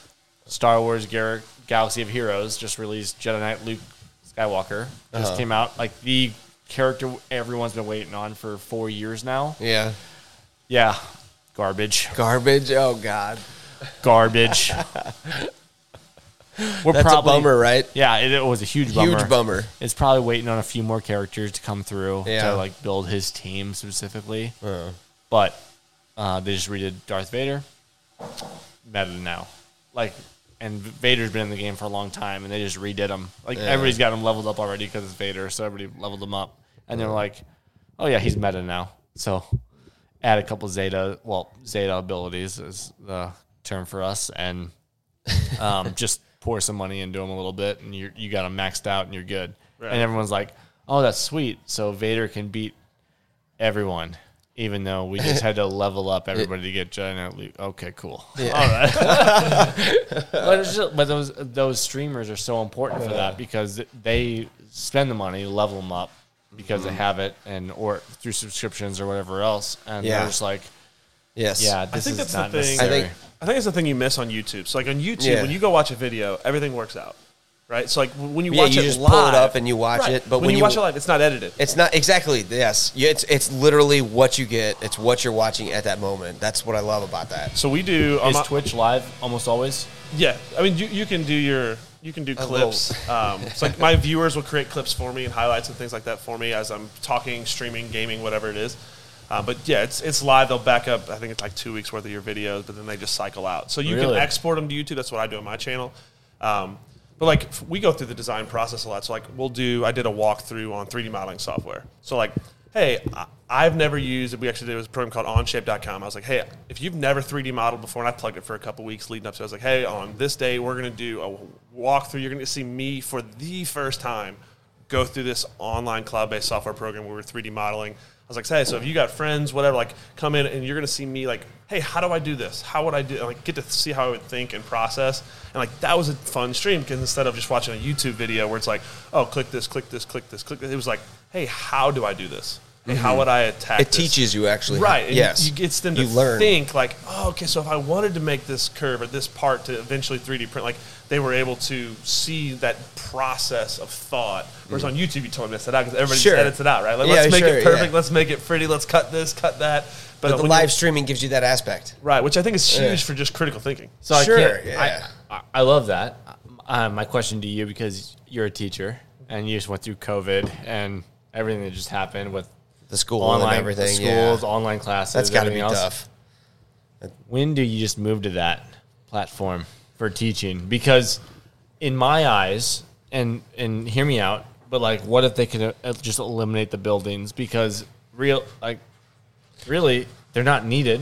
[SPEAKER 8] Star Wars Gar- Galaxy of Heroes just released Jedi Knight Luke Skywalker
[SPEAKER 6] Uh-huh.
[SPEAKER 8] just came out like the character everyone's been waiting on for four years now.
[SPEAKER 6] yeah.
[SPEAKER 8] Yeah, garbage,
[SPEAKER 6] Garbage. Oh God,
[SPEAKER 8] garbage. We're
[SPEAKER 6] that's a bummer, right?
[SPEAKER 8] Yeah, it, it was a huge bummer.
[SPEAKER 6] Huge bummer.
[SPEAKER 8] It's probably waiting on a few more characters to come through
[SPEAKER 6] Yeah.
[SPEAKER 8] to like build his team specifically. But uh, they just redid Darth Vader. Meta now, like, and Vader's been in the game for a long time, and they just redid him. Like everybody's got him leveled up already because it's Vader, so everybody leveled him up, and they're like, "Oh yeah, he's meta now." So add a couple Zeta, well, Zeta abilities is the term for us, and um, just pour some money into them a little bit, and you you got them maxed out, and you're good. And everyone's like, "Oh, that's sweet." So Vader can beat everyone, even though we just had to level up everybody to get Jedi Knight Luke. Okay, cool. All right. but, it's just, but those those streamers are so important for that because they spend the money, level them up because
[SPEAKER 7] Mm-hmm.
[SPEAKER 8] they have it, and or through subscriptions or whatever else, and
[SPEAKER 6] Yeah.
[SPEAKER 8] they're just like,
[SPEAKER 6] Yes.
[SPEAKER 8] "Yeah, this
[SPEAKER 7] think
[SPEAKER 8] is
[SPEAKER 7] that's the
[SPEAKER 8] not
[SPEAKER 7] thing. I
[SPEAKER 8] necessary."
[SPEAKER 6] I think
[SPEAKER 7] I think it's the thing you miss on YouTube. So like on YouTube,
[SPEAKER 6] Yeah.
[SPEAKER 7] when you go watch a video, everything works out, right? So like when you
[SPEAKER 6] Yeah,
[SPEAKER 7] watch
[SPEAKER 6] you
[SPEAKER 7] it
[SPEAKER 6] just
[SPEAKER 7] live,
[SPEAKER 6] pull it up and you watch it, but
[SPEAKER 7] when,
[SPEAKER 6] when
[SPEAKER 7] you,
[SPEAKER 6] you-
[SPEAKER 7] watch it live, it's not edited.
[SPEAKER 6] It's not exactly yes. Yeah, It's it's literally what you get. It's what you're watching at that moment. That's what I love about that.
[SPEAKER 7] so we do um, on
[SPEAKER 8] is
[SPEAKER 7] my-
[SPEAKER 8] Twitch live almost always?
[SPEAKER 7] Yeah, I mean you, you can do your you can do clips. Um, so like my viewers will create clips for me and highlights and things like that for me as I'm talking, streaming, gaming, whatever it is. Uh, but yeah, it's it's live. They'll back up. I think it's like two weeks worth of your videos, but then they just cycle out. So you
[SPEAKER 8] Really?
[SPEAKER 7] can export them to YouTube. That's what I do on my channel. Um, but like f- we go through the design process a lot. So like we'll do. I did a walkthrough on 3D modeling software. So like, hey, I, I've never used. We actually did it was a program called Onshape.com. I was like, hey, if you've never 3D modeled before, and I plugged it for a couple weeks leading up to. it, I was like, hey, on this day we're gonna do a walkthrough. You're gonna see me for the first time go through this online cloud-based software program where we're 3D modeling. I was like, hey, so if you got friends, whatever, like come in and you're gonna see me like, hey, how do I do this? How would I do? And, like get to see how I would think and process. And like that was a fun stream because instead of just watching a YouTube video where it's like, oh, click this, click this, click this, click this, it was like, hey, how do I do this? Hey, how would I attack?
[SPEAKER 6] Mm-hmm. It
[SPEAKER 7] this?
[SPEAKER 6] teaches you actually.
[SPEAKER 7] Right. and
[SPEAKER 6] Yes.
[SPEAKER 7] You, you gets them to
[SPEAKER 6] You learn.
[SPEAKER 7] think like, oh, okay, so if I wanted to make this curve or this part to eventually 3D print, like they were able to see that process of thought. Whereas on YouTube, you totally miss that out because everybody
[SPEAKER 6] Mm. Sure.
[SPEAKER 7] just edits it out, right? Like,
[SPEAKER 6] Yeah,
[SPEAKER 7] let's make
[SPEAKER 6] sure,
[SPEAKER 7] it perfect.
[SPEAKER 6] yeah.
[SPEAKER 7] Let's make it pretty. Let's cut this, cut that.
[SPEAKER 6] But
[SPEAKER 7] uh,
[SPEAKER 6] the
[SPEAKER 7] when you-
[SPEAKER 6] live streaming gives you that aspect.
[SPEAKER 7] right, which I think is huge
[SPEAKER 6] Yeah.
[SPEAKER 7] for just critical thinking.
[SPEAKER 8] So I
[SPEAKER 6] Sure,
[SPEAKER 8] can't-
[SPEAKER 6] yeah.
[SPEAKER 8] I, I, I love that. Uh, my question to you, because you're a teacher and you just went through COVID and everything that just happened with
[SPEAKER 6] The school
[SPEAKER 8] online
[SPEAKER 6] and everything.
[SPEAKER 8] schools,
[SPEAKER 6] yeah.
[SPEAKER 8] online classes.
[SPEAKER 6] That's got to be
[SPEAKER 8] everything else.
[SPEAKER 6] tough.
[SPEAKER 8] When do you just move to that platform for teaching? Because in my eyes, and and hear me out, but like, what if they could uh, just eliminate the buildings? Because real, like, really, they're not needed.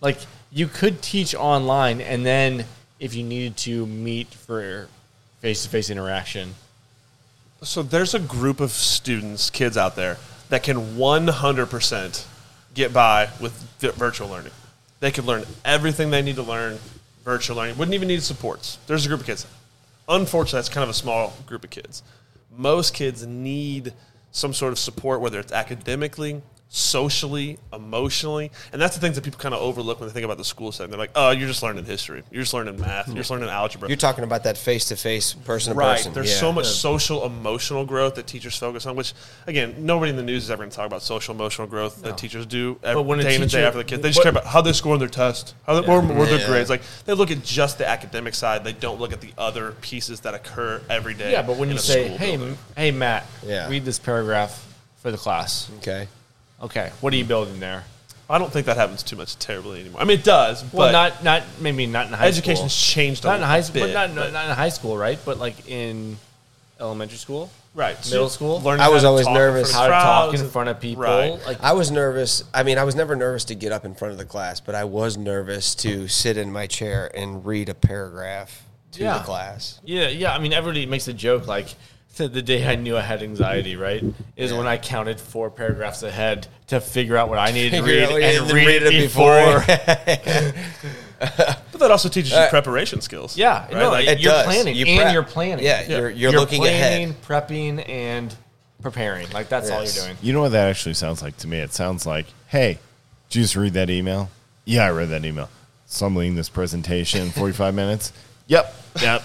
[SPEAKER 8] Like, you could teach online, and then if you needed to meet for face to face interaction,
[SPEAKER 7] So there's a group of students, kids out there that can 100% get by with vi- virtual learning. They could learn everything they need to learn virtual learning. Wouldn't even need supports. There's a group of kids. Unfortunately, that's kind of a small group of kids. Most kids need some sort of support, whether it's academically, socially, emotionally, and that's the things that people kind of overlook when they think about the school setting. They're like, "Oh, you're just learning history. You're just learning math. You're just learning algebra."
[SPEAKER 6] You're talking about that face to face, person to
[SPEAKER 7] right.
[SPEAKER 6] person.
[SPEAKER 7] There's
[SPEAKER 6] Yeah.
[SPEAKER 7] so much social emotional growth that teachers focus on, which again, nobody in the news is ever going to talk about social emotional growth that teachers do every,
[SPEAKER 8] But when a
[SPEAKER 7] day in and day
[SPEAKER 8] teacher-
[SPEAKER 7] after the kids. They just
[SPEAKER 8] what-
[SPEAKER 7] care about how they score on their test, how they, or, or their
[SPEAKER 6] Yeah.
[SPEAKER 7] grades. Like they look at just the academic side. They don't look at the other pieces that occur every day.
[SPEAKER 8] Yeah, but when
[SPEAKER 7] in
[SPEAKER 8] you
[SPEAKER 7] a
[SPEAKER 8] say,
[SPEAKER 7] school
[SPEAKER 8] "Hey,
[SPEAKER 7] building."
[SPEAKER 8] m- hey, Matt,
[SPEAKER 6] Yeah.
[SPEAKER 8] read this paragraph for the class,"
[SPEAKER 6] Okay.
[SPEAKER 8] okay, what are you building there?
[SPEAKER 7] I don't think that happens too much terribly anymore. I mean, it does, but
[SPEAKER 8] Well, not not maybe not in high
[SPEAKER 7] education's
[SPEAKER 8] school.
[SPEAKER 7] changed. A
[SPEAKER 8] not in high school,
[SPEAKER 7] bit,
[SPEAKER 8] but not, not in high school, right? But like in elementary school,
[SPEAKER 7] right. So
[SPEAKER 8] middle
[SPEAKER 7] you
[SPEAKER 8] school,
[SPEAKER 7] learn
[SPEAKER 6] I
[SPEAKER 7] how
[SPEAKER 6] was
[SPEAKER 7] to
[SPEAKER 6] always
[SPEAKER 7] talk in front
[SPEAKER 6] nervous.
[SPEAKER 7] of
[SPEAKER 8] how to talk
[SPEAKER 7] crowds
[SPEAKER 8] in
[SPEAKER 7] and-
[SPEAKER 8] front of people,
[SPEAKER 7] Right.
[SPEAKER 8] like
[SPEAKER 6] I was nervous. I mean, I was never nervous to get up in front of the class, but I was nervous to sit in my chair and read a paragraph to
[SPEAKER 8] Yeah.
[SPEAKER 6] the class.
[SPEAKER 8] Yeah, yeah. I mean, everybody makes a joke like the the day I knew I had anxiety, right? Is when I counted four paragraphs ahead to figure out what I needed to read
[SPEAKER 6] Figure out what you
[SPEAKER 8] and
[SPEAKER 6] needed to
[SPEAKER 8] read,
[SPEAKER 6] read
[SPEAKER 8] it
[SPEAKER 6] it
[SPEAKER 8] before.
[SPEAKER 6] before.
[SPEAKER 7] But that also teaches you
[SPEAKER 6] Uh,
[SPEAKER 7] preparation skills.
[SPEAKER 8] Yeah,
[SPEAKER 7] right?
[SPEAKER 8] no,
[SPEAKER 7] Like,
[SPEAKER 6] It
[SPEAKER 8] you're
[SPEAKER 6] does.
[SPEAKER 8] planning
[SPEAKER 6] You
[SPEAKER 8] and
[SPEAKER 6] prep.
[SPEAKER 8] you're planning.
[SPEAKER 6] Yeah, you're- you're looking ahead.
[SPEAKER 8] planning, prepping, and preparing. Like that's all
[SPEAKER 6] Yes.
[SPEAKER 8] you're doing.
[SPEAKER 5] You know what that actually sounds like to me? It sounds like, hey, did you just read that email? Yeah, I read that email. Summing this presentation in 45 minutes. Yep. Yep.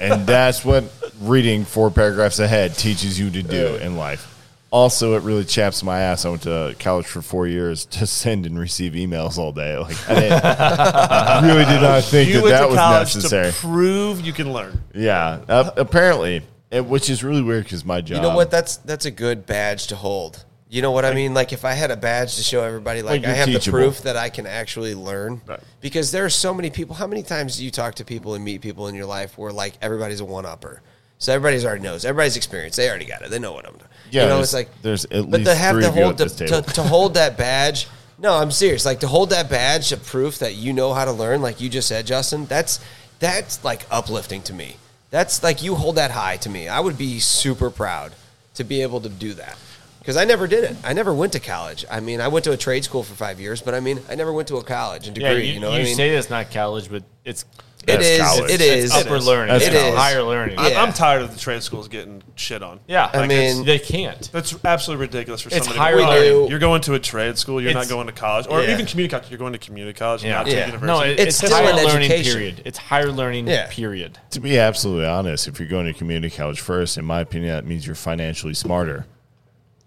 [SPEAKER 5] and that's what reading four paragraphs ahead teaches you to do in life. Also, it really chaps my ass. I went to college for four years to send and receive emails all day. Like, I, didn't, I really did not think
[SPEAKER 7] you
[SPEAKER 5] that
[SPEAKER 7] went
[SPEAKER 5] that
[SPEAKER 7] to
[SPEAKER 5] was
[SPEAKER 7] college
[SPEAKER 5] necessary.
[SPEAKER 7] to prove you can learn.
[SPEAKER 5] yeah. Uh, apparently, it, which is really weird because my job.
[SPEAKER 6] You know what? That's that's a good badge to hold. You know what I mean? Like if I had a badge to show everybody, like,
[SPEAKER 5] you're
[SPEAKER 6] I have
[SPEAKER 5] teachable.
[SPEAKER 6] the proof that I can actually learn. Because there are so many people. How many times do you talk to people and meet people in your life where like everybody's a one upper? So everybody's already knows. Everybody's experienced. They already got it. They know what I'm doing.
[SPEAKER 5] Yeah,
[SPEAKER 6] you know,
[SPEAKER 5] there's-
[SPEAKER 6] it's like
[SPEAKER 5] there's at
[SPEAKER 6] but
[SPEAKER 5] least
[SPEAKER 6] to have
[SPEAKER 5] three
[SPEAKER 6] to
[SPEAKER 5] of you at
[SPEAKER 6] hold the,
[SPEAKER 5] this
[SPEAKER 6] to,
[SPEAKER 5] table.
[SPEAKER 6] to hold that badge. No, I'm serious. Like to hold that badge of proof that you know how to learn, like you just said, Justin. That's that's like uplifting to me. That's like you hold that high to me. I would be super proud to be able to do that because I never did it. I never went to college. I mean, I went to a trade school for five years, but I mean, I never went to a college and degree.
[SPEAKER 8] Yeah,
[SPEAKER 6] you,
[SPEAKER 8] you,
[SPEAKER 6] know,
[SPEAKER 8] you
[SPEAKER 6] what I mean,
[SPEAKER 8] say it's not college, but it's
[SPEAKER 6] it
[SPEAKER 5] that's
[SPEAKER 6] is.
[SPEAKER 5] college.
[SPEAKER 6] It
[SPEAKER 8] it's
[SPEAKER 6] is.
[SPEAKER 8] upper
[SPEAKER 6] it is.
[SPEAKER 8] learning,
[SPEAKER 5] That's
[SPEAKER 8] it's
[SPEAKER 5] college.
[SPEAKER 8] higher learning.
[SPEAKER 7] I-
[SPEAKER 6] Yeah.
[SPEAKER 7] I'm tired of the trade schools getting shit on.
[SPEAKER 8] yeah,
[SPEAKER 6] I
[SPEAKER 7] Like,
[SPEAKER 6] mean,
[SPEAKER 7] it's-
[SPEAKER 8] it's- they can't.
[SPEAKER 7] that's absolutely ridiculous for
[SPEAKER 8] It's
[SPEAKER 7] somebody.
[SPEAKER 8] higher
[SPEAKER 7] to be
[SPEAKER 6] learning.
[SPEAKER 7] like, You're going to a trade school. You're not
[SPEAKER 8] It's-
[SPEAKER 7] going to college, or
[SPEAKER 6] yeah.
[SPEAKER 7] even community college. You're going to community college,
[SPEAKER 8] Yeah.
[SPEAKER 7] not to
[SPEAKER 6] Yeah.
[SPEAKER 7] university.
[SPEAKER 8] No, it,
[SPEAKER 6] It's
[SPEAKER 8] it's,
[SPEAKER 6] still
[SPEAKER 8] higher
[SPEAKER 6] an
[SPEAKER 8] learning
[SPEAKER 6] education.
[SPEAKER 8] period. It's higher learning
[SPEAKER 6] Yeah.
[SPEAKER 8] period.
[SPEAKER 5] To be absolutely honest, if you're going to community college first, in my opinion, that means you're financially smarter.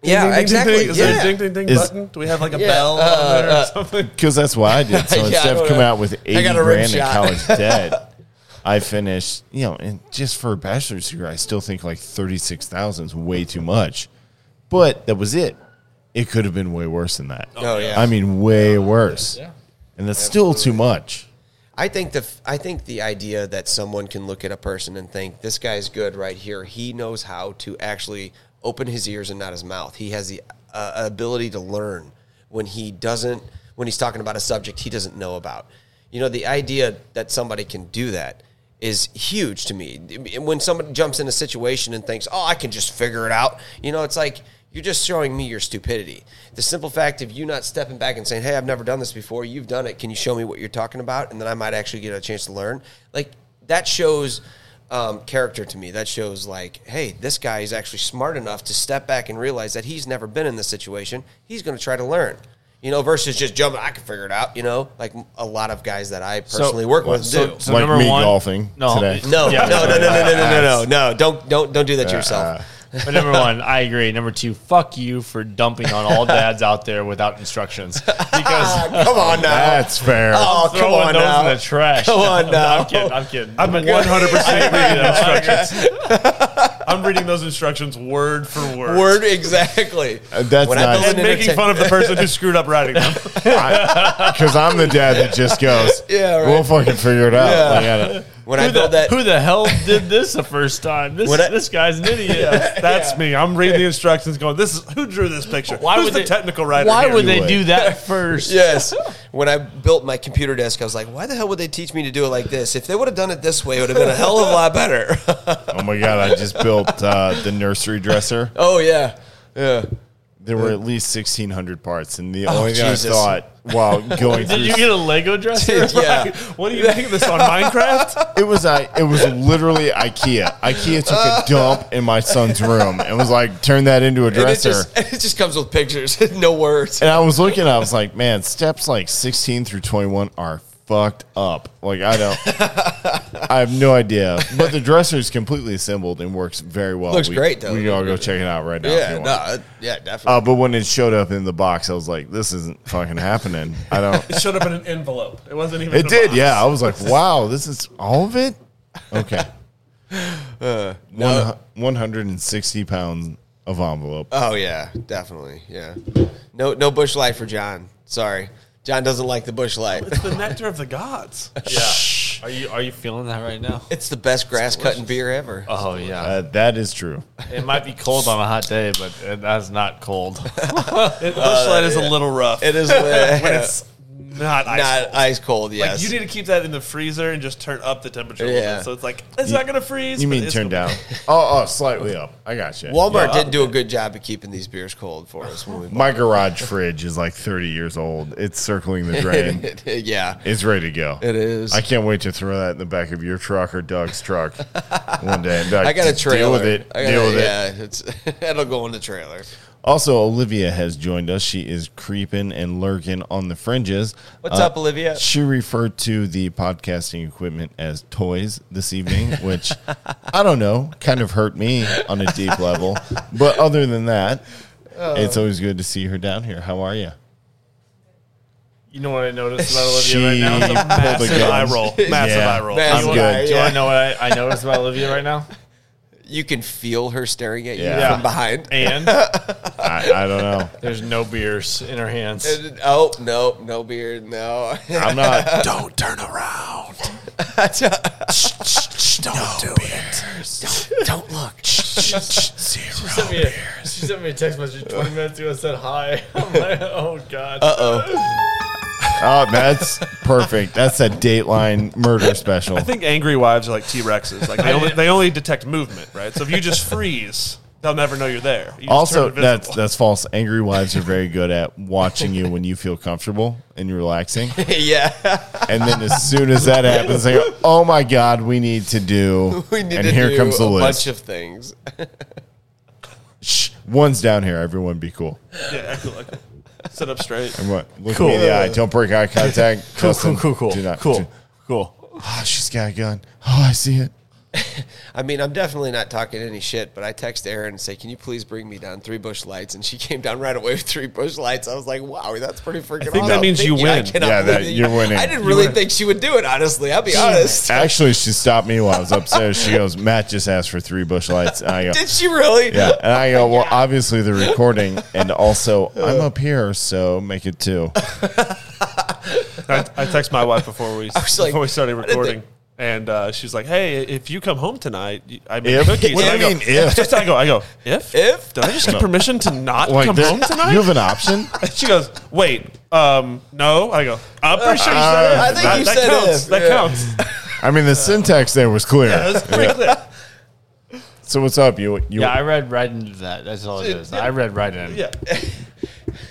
[SPEAKER 7] Ding,
[SPEAKER 6] yeah,
[SPEAKER 7] ding, ding,
[SPEAKER 6] exactly.
[SPEAKER 7] ding. Is there a
[SPEAKER 6] Yeah.
[SPEAKER 7] ding ding ding
[SPEAKER 5] Is-
[SPEAKER 7] button? Do we have like a
[SPEAKER 6] Yeah.
[SPEAKER 7] bell
[SPEAKER 6] Uh,
[SPEAKER 7] on there or
[SPEAKER 6] uh,
[SPEAKER 7] something?
[SPEAKER 5] Because that's what I did. So
[SPEAKER 6] Yeah, I
[SPEAKER 5] instead of
[SPEAKER 6] don't
[SPEAKER 5] coming
[SPEAKER 6] know.
[SPEAKER 5] out with
[SPEAKER 6] I
[SPEAKER 5] eighty
[SPEAKER 6] got a rim
[SPEAKER 5] grand in
[SPEAKER 6] shot.
[SPEAKER 5] college debt, I finished. You know, and just for a bachelor's degree, I still think like thirty six thousand is way too much. But that was it. It could have been way worse than that.
[SPEAKER 6] Oh, yeah.
[SPEAKER 5] I mean, way worse. Yeah. And that's still too much.
[SPEAKER 6] I think the I think the idea that someone can look at a person and think this guy's good right here. He knows how to actually open his ears and not his mouth. He has the uh, ability to learn when he doesn't when he's talking about a subject he doesn't know about. You know, the idea that somebody can do that is huge to me. When somebody jumps in a situation and thinks, "Oh, I can just figure it out," you know, it's like you're just showing me your stupidity. The simple fact of you not stepping back and saying, "Hey, I've never done this before. You've done it. Can you show me what you're talking about?" and then I might actually get a chance to learn. Like that shows um, character to me. That shows like, hey, this guy is actually smart enough to step back and realize that he's never been in this situation. He's going to try to learn. You know, versus just jumping. I can figure it out. You know, like a lot of guys that I personally work with do.
[SPEAKER 5] so- Like me golfing
[SPEAKER 8] no,
[SPEAKER 5] today.
[SPEAKER 6] No,
[SPEAKER 8] yeah,
[SPEAKER 6] no, no, no, no, no, no, no, no, no. Don't, don't, don't do that to yourself.
[SPEAKER 8] But number one, I agree. Number two, fuck you for dumping on all dads out there without instructions. Because
[SPEAKER 6] Come on now.
[SPEAKER 5] That's fair.
[SPEAKER 6] Oh, come
[SPEAKER 8] throwing
[SPEAKER 6] on
[SPEAKER 8] those
[SPEAKER 6] now.
[SPEAKER 8] in the trash.
[SPEAKER 6] Come on
[SPEAKER 8] No,
[SPEAKER 6] now.
[SPEAKER 8] I'm kidding. I'm kidding.
[SPEAKER 7] I'm 100 percent reading the instructions. I'm reading those instructions word for word.
[SPEAKER 6] Word exactly.
[SPEAKER 5] Uh, that's
[SPEAKER 6] When
[SPEAKER 5] nice.
[SPEAKER 6] I
[SPEAKER 7] And
[SPEAKER 6] build an
[SPEAKER 7] making
[SPEAKER 6] entertain-
[SPEAKER 7] fun of the person who screwed up writing them.
[SPEAKER 5] Because I'm the dad that just goes,
[SPEAKER 6] Yeah, right.
[SPEAKER 5] we'll fucking figure it out. Like, I don't-
[SPEAKER 6] when I
[SPEAKER 8] Who the,
[SPEAKER 6] build that
[SPEAKER 8] who the hell did this the first time? This,
[SPEAKER 6] When I-
[SPEAKER 8] this guy's an idiot.
[SPEAKER 7] That's me. I'm reading the instructions, going, "This is who drew this picture?
[SPEAKER 8] Why
[SPEAKER 7] Who's
[SPEAKER 8] would
[SPEAKER 7] the
[SPEAKER 8] they-
[SPEAKER 7] technical writer?
[SPEAKER 8] Why
[SPEAKER 7] here?"
[SPEAKER 8] would they
[SPEAKER 5] would.
[SPEAKER 8] do that first?
[SPEAKER 6] Yes. When I built my computer desk, I was like, why the hell would they teach me to do it like this? If they would have done it this way, it would have been a hell of a lot better.
[SPEAKER 5] oh my God, I just built uh, the nursery dresser.
[SPEAKER 6] oh, yeah. Yeah.
[SPEAKER 5] There were at least 1,600 parts. And the
[SPEAKER 6] Oh,
[SPEAKER 5] only thing I
[SPEAKER 6] Jesus.
[SPEAKER 5] thought while going
[SPEAKER 8] Did
[SPEAKER 5] through
[SPEAKER 8] you get a Lego dresser?
[SPEAKER 6] yeah.
[SPEAKER 7] What do you think of this on Minecraft?
[SPEAKER 5] It was I. It was literally IKEA. IKEA took a dump in my son's room and was like, "Turn that into a
[SPEAKER 6] And it,
[SPEAKER 5] dresser." And,
[SPEAKER 6] just, it just comes with pictures, no words.
[SPEAKER 5] I was looking. I was like, "Man, steps like 16 through 21 are fucked up. Like I don't. I have no idea." But the dresser is completely assembled and works very well.
[SPEAKER 6] Looks
[SPEAKER 5] We-
[SPEAKER 6] great, though.
[SPEAKER 5] We can all go check it out right now. if you
[SPEAKER 6] Yeah,
[SPEAKER 5] want.
[SPEAKER 6] no, it- yeah, definitely.
[SPEAKER 5] Uh, but when it showed up in the box, I was like, "This isn't fucking happening." I don't.
[SPEAKER 7] It showed up in an envelope. It wasn't even. in
[SPEAKER 5] It
[SPEAKER 7] a
[SPEAKER 5] did,
[SPEAKER 7] box.
[SPEAKER 5] yeah. I was like, wow, this is all of it? Okay.
[SPEAKER 6] Uh,
[SPEAKER 5] One, 160 pounds of envelope.
[SPEAKER 6] oh yeah, definitely. Yeah. No, no bush life for John. Sorry, John doesn't like the bush life.
[SPEAKER 7] It's the nectar of the gods.
[SPEAKER 8] Are you are you feeling that right now?
[SPEAKER 6] It's the best grass cutting beer ever.
[SPEAKER 8] Oh yeah.
[SPEAKER 5] Uh, that is true.
[SPEAKER 8] It might be cold on a hot day, but it- that's not cold.
[SPEAKER 7] It,
[SPEAKER 6] Uh,
[SPEAKER 7] bushlight is a little rough.
[SPEAKER 6] It is
[SPEAKER 7] when it's not ice.
[SPEAKER 6] not ice cold.
[SPEAKER 7] like
[SPEAKER 6] Yes.
[SPEAKER 7] you need to keep that in the freezer and just turn up the temperature. A little
[SPEAKER 6] Yeah.
[SPEAKER 7] bit. So it's like it's not gonna freeze.
[SPEAKER 5] You
[SPEAKER 7] but
[SPEAKER 5] mean
[SPEAKER 7] it's
[SPEAKER 5] turn
[SPEAKER 7] gonna-
[SPEAKER 5] down? Oh, oh, slightly up. I got you.
[SPEAKER 6] Walmart did do a good job of keeping these beers cold for us when we bought.
[SPEAKER 5] My garage fridge is like 30 years old. It's circling the drain.
[SPEAKER 6] yeah.
[SPEAKER 5] It's ready to go.
[SPEAKER 6] It is.
[SPEAKER 5] I can't wait to throw that in the back of your truck or Doug's truck one day. and be like,
[SPEAKER 6] I got a
[SPEAKER 5] "Just
[SPEAKER 6] trailer.
[SPEAKER 5] Deal with it.
[SPEAKER 6] I got
[SPEAKER 5] deal with it.
[SPEAKER 6] yeah, it's it'll go in the trailer.
[SPEAKER 5] Also, Olivia has joined us. She is creeping and lurking on the fringes. Uh,
[SPEAKER 6] What's up, Olivia?
[SPEAKER 5] She referred to the podcasting equipment as toys this evening, which I don't know, kind of hurt me on a deep level. But other than that,
[SPEAKER 7] Oh.
[SPEAKER 5] it's always good to see her down here. How are you?
[SPEAKER 7] You know what I noticed about Olivia
[SPEAKER 5] She
[SPEAKER 7] right now? It's
[SPEAKER 5] pulled
[SPEAKER 7] a
[SPEAKER 5] the
[SPEAKER 7] massive
[SPEAKER 5] gun.
[SPEAKER 7] eye roll. Massive
[SPEAKER 5] Yeah.
[SPEAKER 7] eye roll.
[SPEAKER 5] I'm
[SPEAKER 6] Massive
[SPEAKER 5] good.
[SPEAKER 6] eye,
[SPEAKER 8] Do you
[SPEAKER 6] yeah.
[SPEAKER 8] want to know what I, I noticed about Olivia right now?
[SPEAKER 6] You can feel her staring at you
[SPEAKER 5] Yeah.
[SPEAKER 6] from behind.
[SPEAKER 8] And
[SPEAKER 5] I, I don't know.
[SPEAKER 8] there's no beers in her hands.
[SPEAKER 6] And- Oh no, no beard, no.
[SPEAKER 5] I'm not.
[SPEAKER 4] Don't turn around. Don't do it. Don't, don't look. Zero.
[SPEAKER 8] me a, she sent me a text message 20 minutes ago. Said hi. I'm like, oh god.
[SPEAKER 5] Uh, Oh, that's perfect. That's a Dateline murder special.
[SPEAKER 7] I think angry wives are like T Rexes. Like they only, they only detect movement, right? So if you just freeze, they'll never know you're there. You just
[SPEAKER 5] also,
[SPEAKER 7] turn
[SPEAKER 5] that's
[SPEAKER 7] invisible.
[SPEAKER 5] that's false. Angry wives are very good at watching you when you feel comfortable and relaxing.
[SPEAKER 6] yeah.
[SPEAKER 5] And then as soon as that happens, they go, "Oh my God, we need to do."
[SPEAKER 6] We need
[SPEAKER 5] and
[SPEAKER 6] to
[SPEAKER 5] here
[SPEAKER 6] do
[SPEAKER 5] comes the
[SPEAKER 6] a
[SPEAKER 5] list.
[SPEAKER 6] bunch of things.
[SPEAKER 5] Shh, one's down here. Everyone, be cool.
[SPEAKER 7] yeah, cool, cool. sit up straight.
[SPEAKER 5] Everyone, look me in the eye. Don't break eye contact.
[SPEAKER 8] cool,
[SPEAKER 5] Justin,
[SPEAKER 8] cool, cool, cool,
[SPEAKER 5] do not-
[SPEAKER 8] cool,
[SPEAKER 5] do-
[SPEAKER 8] cool.
[SPEAKER 5] Ah, she's got a gun. Oh, I see it.
[SPEAKER 6] I mean, I'm definitely not talking any shit, but I text Erin and say, "Can you please bring me down three bush lights?" And she came down right away with three bush lights. I was like, "Wow, that's pretty freaking."
[SPEAKER 7] think
[SPEAKER 6] awesome.
[SPEAKER 7] that means
[SPEAKER 6] Thank
[SPEAKER 7] you
[SPEAKER 6] I
[SPEAKER 7] win.
[SPEAKER 6] cannot
[SPEAKER 5] Yeah,
[SPEAKER 6] believe
[SPEAKER 5] that- you're winning.
[SPEAKER 6] I didn't
[SPEAKER 5] You
[SPEAKER 6] really
[SPEAKER 5] win.
[SPEAKER 6] think she would do it. Honestly, I'll be honest.
[SPEAKER 5] Actually, she stopped me while I was upstairs. She goes, "Matt just asked for three bush lights." And I go,
[SPEAKER 6] Did she really?
[SPEAKER 5] "Yeah." Uh, And I go, "Well, obviously the recording, and also I'm up here, so make it two.
[SPEAKER 7] I, I text my wife before we
[SPEAKER 6] was like,
[SPEAKER 7] before we started
[SPEAKER 6] I didn't
[SPEAKER 7] recording, and uh, she's like, "Hey, if you come home tonight, you- I make
[SPEAKER 5] If-
[SPEAKER 7] cookies."
[SPEAKER 5] what do
[SPEAKER 7] And
[SPEAKER 5] you
[SPEAKER 7] I
[SPEAKER 5] mean,
[SPEAKER 7] go,
[SPEAKER 5] if?
[SPEAKER 7] Just I go, I go, if
[SPEAKER 6] If?
[SPEAKER 7] did I just get permission to not come
[SPEAKER 5] there-
[SPEAKER 7] home tonight?
[SPEAKER 5] you have an option.
[SPEAKER 7] she goes, "Wait, um, no." I go, "I'm pretty sure you said
[SPEAKER 5] Uh,
[SPEAKER 7] it.
[SPEAKER 5] I
[SPEAKER 6] think
[SPEAKER 7] that,
[SPEAKER 6] you
[SPEAKER 7] that
[SPEAKER 6] said
[SPEAKER 7] counts.
[SPEAKER 6] if,
[SPEAKER 7] That
[SPEAKER 6] yeah.
[SPEAKER 7] counts."
[SPEAKER 5] I mean, the syntax there was clear.
[SPEAKER 7] That's pretty clear.
[SPEAKER 5] So what's up? You you
[SPEAKER 8] Yeah, I read right into that. That's all it is. I read right in.
[SPEAKER 7] Yeah.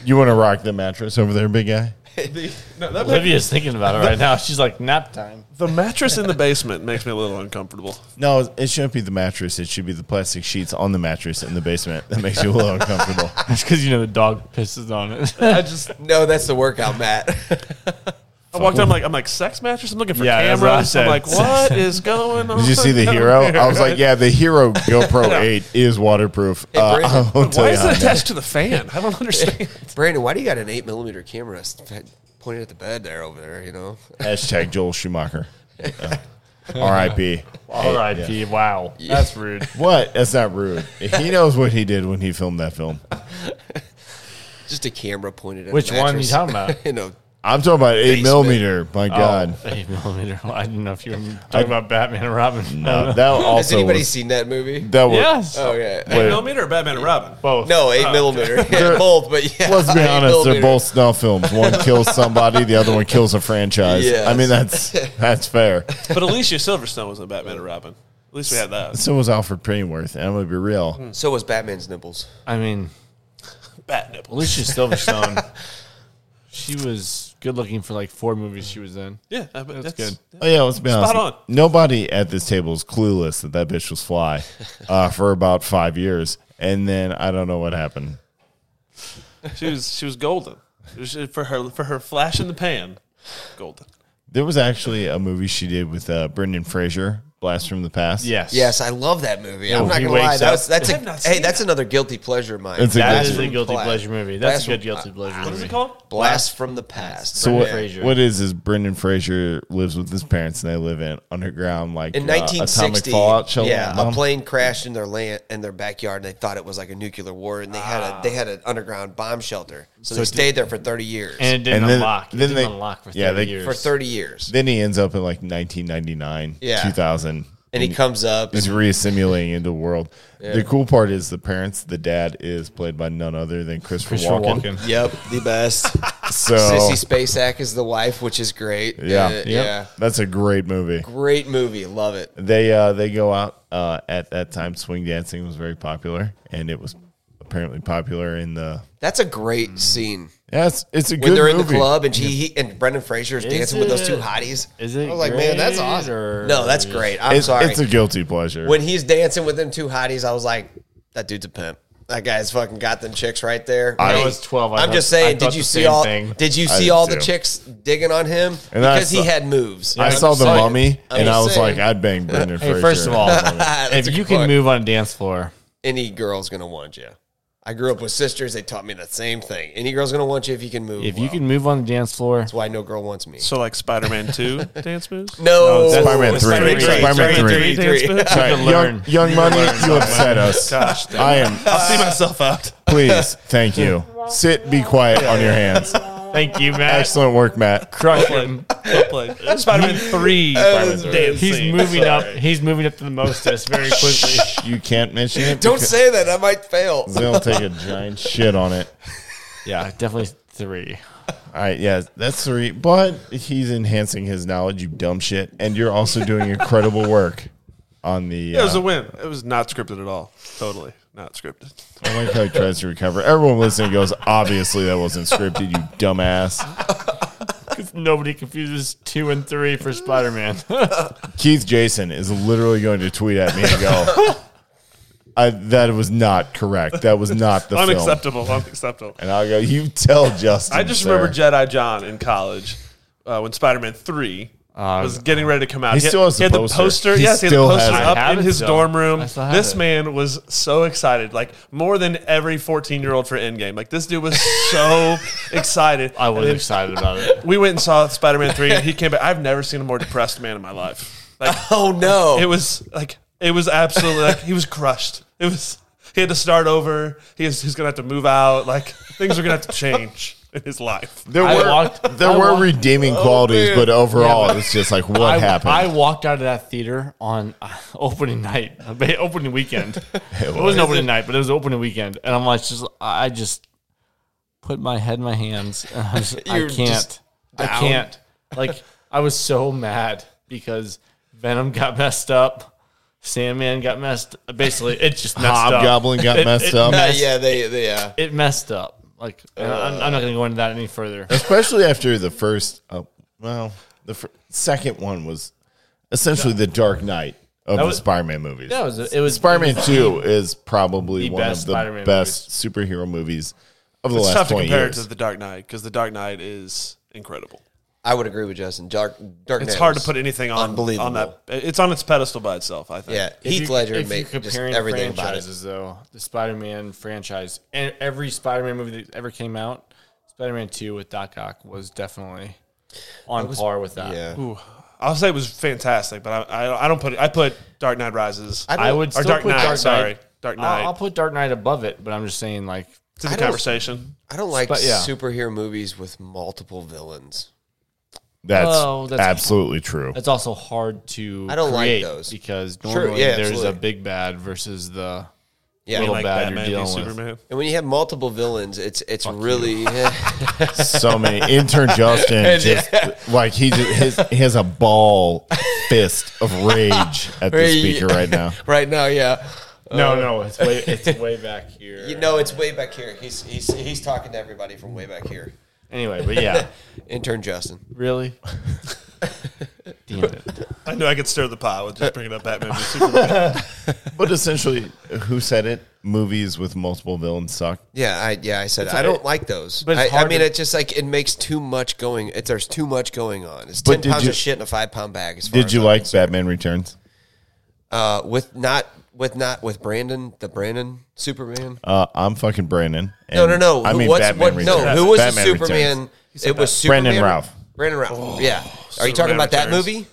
[SPEAKER 5] you want to rock the mattress over there, big guy?
[SPEAKER 7] The, no, that
[SPEAKER 8] Olivia's thinking about it right now. She's like, nap time.
[SPEAKER 7] The mattress in the basement makes me a little uncomfortable.
[SPEAKER 5] No, it shouldn't be the mattress. It should be the plastic sheets on the mattress in the basement. That makes you a little uncomfortable.
[SPEAKER 8] It's because you know the dog pisses on it.
[SPEAKER 7] I just
[SPEAKER 6] No, that's the workout, Matt.
[SPEAKER 7] I walked in, I'm like I'm like sex mattress. I'm looking for
[SPEAKER 8] Yeah, that's what I
[SPEAKER 7] cameras. I'm
[SPEAKER 8] said.
[SPEAKER 7] like, what is going on?
[SPEAKER 5] Did you see the
[SPEAKER 7] down
[SPEAKER 5] hero?
[SPEAKER 7] here?
[SPEAKER 5] I was like, yeah, the hero GoPro Eight is waterproof. Uh,
[SPEAKER 6] Brandon,
[SPEAKER 5] I won't tell
[SPEAKER 7] Why
[SPEAKER 5] you
[SPEAKER 7] is
[SPEAKER 5] how
[SPEAKER 7] it
[SPEAKER 5] now.
[SPEAKER 7] attached to the fan? I don't understand.
[SPEAKER 6] Brandon, why do you got an eight millimeter camera s- pointed at the bed there over there? You know,
[SPEAKER 5] Hashtag Joel Schumacher. R.I.P.
[SPEAKER 8] R.I.P. Wow, that's rude.
[SPEAKER 5] What? That's not rude. He knows what he did when he filmed that film.
[SPEAKER 6] Just a camera pointed at
[SPEAKER 8] Which
[SPEAKER 6] an
[SPEAKER 8] one are you
[SPEAKER 6] actress.
[SPEAKER 8] talking about?
[SPEAKER 6] you know,
[SPEAKER 5] I'm talking about eight
[SPEAKER 6] Basement.
[SPEAKER 5] millimeter. My God,
[SPEAKER 8] Oh, eight millimeter. Well, I didn't know if you were talking about Batman and Robin. I don't know.
[SPEAKER 5] that also
[SPEAKER 6] has anybody
[SPEAKER 5] was,
[SPEAKER 6] seen that movie?
[SPEAKER 5] that was.
[SPEAKER 8] yes.
[SPEAKER 6] oh yeah,
[SPEAKER 5] Wait.
[SPEAKER 7] Millimeter or Batman and Robin?
[SPEAKER 8] Both.
[SPEAKER 6] no, eight millimeter. Yeah,
[SPEAKER 5] They're-
[SPEAKER 6] both, but yeah.
[SPEAKER 5] Let's be
[SPEAKER 6] eight
[SPEAKER 5] honest, they're
[SPEAKER 6] millimeter.
[SPEAKER 5] both snuff films. One kills somebody, the other one kills a franchise.
[SPEAKER 6] Yes.
[SPEAKER 5] I mean, that's that's fair.
[SPEAKER 7] But Alicia Silverstone was in Batman and Robin. At least we had that.
[SPEAKER 5] So was Alfred Pennyworth. and I'm gonna be real.
[SPEAKER 6] So was Batman's nipples.
[SPEAKER 8] I mean,
[SPEAKER 7] Bat nipple.
[SPEAKER 8] Alicia Silverstone. she was good looking for like four movies she was in.
[SPEAKER 7] Yeah, I bet
[SPEAKER 8] That's
[SPEAKER 7] that's,
[SPEAKER 8] good.
[SPEAKER 5] Oh yeah, let's be honest.
[SPEAKER 7] on.
[SPEAKER 5] Nobody at this table is clueless that that bitch was fly uh, for about five years, and then I don't know what happened.
[SPEAKER 7] She was she was golden. It was- for her for her flash in the pan, golden.
[SPEAKER 5] There was actually a movie she did with uh, Brendan Fraser, Blast from the Past.
[SPEAKER 8] Yes.
[SPEAKER 6] Yes, I love that movie.
[SPEAKER 8] Yeah,
[SPEAKER 6] I'm not
[SPEAKER 8] he
[SPEAKER 6] gonna lie.
[SPEAKER 8] wakes
[SPEAKER 6] That
[SPEAKER 8] up-
[SPEAKER 6] was, that's a,
[SPEAKER 7] I've not
[SPEAKER 6] hey,
[SPEAKER 7] seen
[SPEAKER 6] that's
[SPEAKER 7] that.
[SPEAKER 6] another guilty pleasure of mine.
[SPEAKER 5] It's a
[SPEAKER 8] That
[SPEAKER 5] good-
[SPEAKER 8] is a guilty
[SPEAKER 6] Blast.
[SPEAKER 8] pleasure movie.
[SPEAKER 6] Blast
[SPEAKER 8] That's a good
[SPEAKER 6] from-
[SPEAKER 8] guilty pleasure
[SPEAKER 7] What is
[SPEAKER 8] movie.
[SPEAKER 7] it called?
[SPEAKER 6] Blast from the past.
[SPEAKER 5] So what,
[SPEAKER 8] Fraser.
[SPEAKER 5] what is is Brendan Fraser lives with his parents and they live in underground like
[SPEAKER 6] in
[SPEAKER 5] uh,
[SPEAKER 6] 1960,
[SPEAKER 5] atomic fallout shelter. Um,
[SPEAKER 6] yeah, a
[SPEAKER 5] Mom?
[SPEAKER 6] plane crashed in their land in their backyard, and they thought it was like a nuclear war, and they had a they had an underground bomb shelter, so, they stayed there for 30 years.
[SPEAKER 8] And it didn't
[SPEAKER 5] And then-
[SPEAKER 8] unlock. It
[SPEAKER 5] then
[SPEAKER 8] didn't
[SPEAKER 5] they-
[SPEAKER 8] unlock for 30
[SPEAKER 5] yeah, they-
[SPEAKER 8] years.
[SPEAKER 6] for 30 years,
[SPEAKER 5] Then he ends up in like 1999,
[SPEAKER 6] Yeah.
[SPEAKER 5] 2000,
[SPEAKER 6] and he comes up.
[SPEAKER 5] is reassimulating into the world. The cool part is the parents. The dad is played by none other than Christopher,
[SPEAKER 8] Christopher
[SPEAKER 5] Walken.
[SPEAKER 8] Walken.
[SPEAKER 6] Yep, the best.
[SPEAKER 5] So
[SPEAKER 6] Sissy Spacek is the wife, which is great.
[SPEAKER 5] yeah,
[SPEAKER 6] Uh, yeah,
[SPEAKER 5] that's a great movie.
[SPEAKER 6] great movie, love it.
[SPEAKER 5] They uh, they go out uh, at that time. Swing dancing was very popular, and it was apparently popular in the.
[SPEAKER 6] That's a great scene
[SPEAKER 5] Yeah, it's, it's a
[SPEAKER 6] when
[SPEAKER 5] Mm. good
[SPEAKER 6] they're in
[SPEAKER 5] movie.
[SPEAKER 6] the club and she he, and Brendan Fraser is,
[SPEAKER 8] Is
[SPEAKER 6] dancing with those two
[SPEAKER 8] it-
[SPEAKER 6] hotties.
[SPEAKER 8] Is it
[SPEAKER 6] I was like, man, that's
[SPEAKER 8] great,
[SPEAKER 6] awesome.
[SPEAKER 8] or-
[SPEAKER 6] No, that's great. I'm
[SPEAKER 5] It's,
[SPEAKER 6] sorry.
[SPEAKER 5] it's a guilty pleasure.
[SPEAKER 6] when he's dancing with them two hotties, I was like, that dude's a pimp. That guy's fucking got them chicks right there.
[SPEAKER 5] I
[SPEAKER 6] Hey,
[SPEAKER 5] was
[SPEAKER 8] 12, I
[SPEAKER 6] I'm
[SPEAKER 8] thought-
[SPEAKER 6] just
[SPEAKER 8] I
[SPEAKER 6] saying.
[SPEAKER 8] thought
[SPEAKER 6] Did you
[SPEAKER 8] the
[SPEAKER 6] see
[SPEAKER 8] same
[SPEAKER 6] all?
[SPEAKER 8] thing.
[SPEAKER 6] Did you
[SPEAKER 5] I
[SPEAKER 6] see
[SPEAKER 5] did
[SPEAKER 6] all
[SPEAKER 5] too.
[SPEAKER 6] the chicks digging on him
[SPEAKER 5] And I
[SPEAKER 6] because he
[SPEAKER 5] saw-
[SPEAKER 6] had moves?
[SPEAKER 5] I
[SPEAKER 6] I'm
[SPEAKER 5] saw the
[SPEAKER 6] saying.
[SPEAKER 5] mummy,
[SPEAKER 6] I'm
[SPEAKER 5] and
[SPEAKER 6] just
[SPEAKER 5] I was
[SPEAKER 6] saying.
[SPEAKER 5] like, I'd bang Brendan Fraser.
[SPEAKER 8] Hey, first of all,
[SPEAKER 6] That's
[SPEAKER 8] if
[SPEAKER 6] a
[SPEAKER 8] you
[SPEAKER 6] good
[SPEAKER 8] can
[SPEAKER 6] point.
[SPEAKER 8] move on a dance floor,
[SPEAKER 6] any girl's gonna want you. I grew up with sisters; they taught me that same thing. Any girl's gonna want you if you can move.
[SPEAKER 8] if you
[SPEAKER 6] well.
[SPEAKER 8] can move on the dance floor,
[SPEAKER 6] that's why no girl wants me.
[SPEAKER 7] So like Spider Man Two dance moves.
[SPEAKER 6] No,
[SPEAKER 5] No, Spider-Man three. Spider-Man three.
[SPEAKER 7] Dance moves?
[SPEAKER 5] All right,
[SPEAKER 8] You
[SPEAKER 5] young,
[SPEAKER 8] can learn.
[SPEAKER 5] young money, you upset us. I am.
[SPEAKER 7] I'll see myself out.
[SPEAKER 5] Please, thank you. Sit, be quiet on your hands.
[SPEAKER 8] thank you, Max.
[SPEAKER 5] Excellent work, Matt.
[SPEAKER 8] Crush him.
[SPEAKER 7] Spider Man Three dance
[SPEAKER 8] He's
[SPEAKER 7] scene.
[SPEAKER 8] moving up. He's moving up to the mostest very quickly.
[SPEAKER 5] You can't mention it.
[SPEAKER 6] Don't
[SPEAKER 5] because
[SPEAKER 6] say that; I might fail.
[SPEAKER 5] They'll take a giant shit on it.
[SPEAKER 8] yeah, definitely three.
[SPEAKER 5] All right, yeah, that's three. But he's enhancing his knowledge, you dumb shit, and you're also doing incredible work on the.
[SPEAKER 7] It was a
[SPEAKER 5] Uh,
[SPEAKER 7] win. It was not scripted at all. Totally not scripted.
[SPEAKER 5] I like how he tries to recover. Everyone listening goes, obviously that wasn't scripted, you dumbass.
[SPEAKER 8] Because nobody confuses two and three for Spider Man.
[SPEAKER 5] Keith Jason is literally going to tweet at me and go, I, "That was not correct. That was not the film."
[SPEAKER 7] Unacceptable. Unacceptable.
[SPEAKER 5] And I'll go, "You tell Justin."
[SPEAKER 7] I just
[SPEAKER 5] sir."
[SPEAKER 7] remember Jedi John in college uh, when Spider Man Three was getting ready to come out.
[SPEAKER 5] Uh, he still has
[SPEAKER 7] had,
[SPEAKER 5] the
[SPEAKER 7] he had
[SPEAKER 5] poster.
[SPEAKER 7] the poster.
[SPEAKER 5] He
[SPEAKER 7] yes, he had the
[SPEAKER 5] still has
[SPEAKER 7] poster
[SPEAKER 5] it.
[SPEAKER 8] I
[SPEAKER 7] up
[SPEAKER 8] have
[SPEAKER 7] in
[SPEAKER 8] it
[SPEAKER 7] his
[SPEAKER 8] still.
[SPEAKER 7] dorm room.
[SPEAKER 8] I still have
[SPEAKER 7] This
[SPEAKER 8] it.
[SPEAKER 7] man was so excited, like more than every fourteen year old for Endgame. Like this dude was so excited.
[SPEAKER 8] I was
[SPEAKER 7] And then
[SPEAKER 8] excited about it.
[SPEAKER 7] We went and saw Spider Man Three, and he came back. I've never seen a more depressed man in my life. Like
[SPEAKER 6] Oh no!
[SPEAKER 7] it was like it was absolutely like he was crushed. It was he had to start over. He is, he's gonna have to move out. Like things are gonna have to change in his life.
[SPEAKER 5] there
[SPEAKER 8] I
[SPEAKER 5] were
[SPEAKER 8] walked-
[SPEAKER 5] there
[SPEAKER 8] I
[SPEAKER 5] were
[SPEAKER 8] walked- Oh,
[SPEAKER 5] redeeming qualities, but overall,
[SPEAKER 8] Yeah, but-
[SPEAKER 5] it's just like what
[SPEAKER 8] I,
[SPEAKER 5] happened.
[SPEAKER 8] I walked out of that theater on uh, opening night, uh, ba- opening weekend. it,
[SPEAKER 5] was.
[SPEAKER 8] wasn't opening night, but it was opening weekend, and I'm like, just I just put my head in my hands, and I, was, I
[SPEAKER 6] You're
[SPEAKER 8] can't,
[SPEAKER 6] just
[SPEAKER 8] I
[SPEAKER 6] down.
[SPEAKER 8] can't. Like I was so mad because Venom got messed up, Sandman got messed. Basically, it just messed up.
[SPEAKER 5] Hobgoblin got
[SPEAKER 8] It-
[SPEAKER 5] messed
[SPEAKER 8] it
[SPEAKER 5] up.
[SPEAKER 6] Uh,
[SPEAKER 8] messed-
[SPEAKER 6] yeah, they they uh,
[SPEAKER 8] it messed up. Like and I'm, I'm not going to go into that any further.
[SPEAKER 5] especially after the first. Uh, well, the fir- second one was essentially the Dark Knight of
[SPEAKER 8] was-
[SPEAKER 5] the Spider-Man movies.
[SPEAKER 8] That was it. Was
[SPEAKER 5] Spider-Man Two is probably
[SPEAKER 8] The
[SPEAKER 5] one
[SPEAKER 8] best
[SPEAKER 5] of the
[SPEAKER 8] Spider-Man
[SPEAKER 5] best superhero movies of the
[SPEAKER 7] It's
[SPEAKER 5] last
[SPEAKER 7] tough to
[SPEAKER 5] twenty
[SPEAKER 7] compare
[SPEAKER 5] years.
[SPEAKER 7] it to The Dark Knight because The Dark Knight is incredible.
[SPEAKER 6] I would agree with Justin. Dark Dark.
[SPEAKER 7] It's
[SPEAKER 6] Knight
[SPEAKER 7] hard to
[SPEAKER 6] was-
[SPEAKER 7] put anything on
[SPEAKER 6] Unbelievable.
[SPEAKER 7] on that. It's on its pedestal by itself. I think.
[SPEAKER 6] Yeah,
[SPEAKER 8] If
[SPEAKER 6] Heath
[SPEAKER 8] you-
[SPEAKER 6] Ledger
[SPEAKER 8] if
[SPEAKER 6] made
[SPEAKER 8] you're
[SPEAKER 6] just
[SPEAKER 8] comparing
[SPEAKER 6] everything about it.
[SPEAKER 8] franchises, though, the Spider-Man franchise and every Spider-Man movie that ever came out, Spider-Man Two with Doc Ock was definitely on par with that.
[SPEAKER 6] Yeah,
[SPEAKER 7] I'll say it was fantastic, but I, I, I don't put it. I put Dark Knight Rises.
[SPEAKER 6] I don't-
[SPEAKER 8] I would
[SPEAKER 7] or
[SPEAKER 8] still
[SPEAKER 7] Dark
[SPEAKER 8] put
[SPEAKER 7] Knight,
[SPEAKER 8] Dark Knight.
[SPEAKER 7] sorry. Dark Knight.
[SPEAKER 8] I'll, I'll put Dark Knight above it, but I'm just saying like
[SPEAKER 7] to the
[SPEAKER 6] I don't-
[SPEAKER 7] conversation.
[SPEAKER 6] I don't like
[SPEAKER 8] But, yeah.
[SPEAKER 6] superhero movies with multiple villains.
[SPEAKER 5] That's,
[SPEAKER 8] Oh, that's-
[SPEAKER 5] absolutely true.
[SPEAKER 8] it's also hard to
[SPEAKER 6] I don't like
[SPEAKER 8] create
[SPEAKER 6] those.
[SPEAKER 8] because
[SPEAKER 6] True,
[SPEAKER 8] normally
[SPEAKER 6] yeah,
[SPEAKER 8] there's a
[SPEAKER 6] absolutely.
[SPEAKER 8] big bad versus the
[SPEAKER 6] Yeah,
[SPEAKER 8] Little
[SPEAKER 7] Like
[SPEAKER 8] bad you're
[SPEAKER 7] Batman v
[SPEAKER 8] dealing with.
[SPEAKER 7] Superman.
[SPEAKER 6] and when you have multiple villains, it's it's really
[SPEAKER 5] so many intern Justin just like he just his, he has a ball fist of rage at the speaker right now.
[SPEAKER 6] right now. Yeah,
[SPEAKER 5] No, no, it's way it's way back here.
[SPEAKER 6] Uh, you know it's way back here. He's he's he's talking to everybody from way back here.
[SPEAKER 8] anyway. But yeah,
[SPEAKER 6] Intern Justin.
[SPEAKER 8] really. Damn it.
[SPEAKER 7] I knew I could stir the pot with just bringing up Batman v Superman.
[SPEAKER 5] But essentially, who said it? Movies with multiple villains suck.
[SPEAKER 6] Yeah, I yeah I said I don't like those.
[SPEAKER 8] but it's
[SPEAKER 6] I, I
[SPEAKER 8] hard
[SPEAKER 6] mean,
[SPEAKER 8] to-
[SPEAKER 6] it's just like it makes too much going. It, there's too much going on. It's
[SPEAKER 5] But
[SPEAKER 6] ten
[SPEAKER 5] did
[SPEAKER 6] pounds
[SPEAKER 5] you-
[SPEAKER 6] of shit in a five pound bag. As far
[SPEAKER 5] Did
[SPEAKER 6] as
[SPEAKER 5] you
[SPEAKER 6] I'm
[SPEAKER 5] like
[SPEAKER 6] concerned.
[SPEAKER 5] Batman Returns?
[SPEAKER 6] uh, with not with not with Brandon the Brandon Superman?
[SPEAKER 5] Uh, I'm fucking Brandon.
[SPEAKER 6] no, no,
[SPEAKER 5] and
[SPEAKER 6] no.
[SPEAKER 5] I
[SPEAKER 6] Who-
[SPEAKER 5] mean,
[SPEAKER 6] what's-
[SPEAKER 5] Batman
[SPEAKER 6] what-
[SPEAKER 5] Returns.
[SPEAKER 6] No, who was
[SPEAKER 5] Batman
[SPEAKER 6] the
[SPEAKER 5] Returns.
[SPEAKER 6] Superman? It was Superman.
[SPEAKER 5] Brandon Oh, Routh.
[SPEAKER 6] Brandon Ralph. yeah. Are you talking about that
[SPEAKER 7] Returns.
[SPEAKER 6] movie?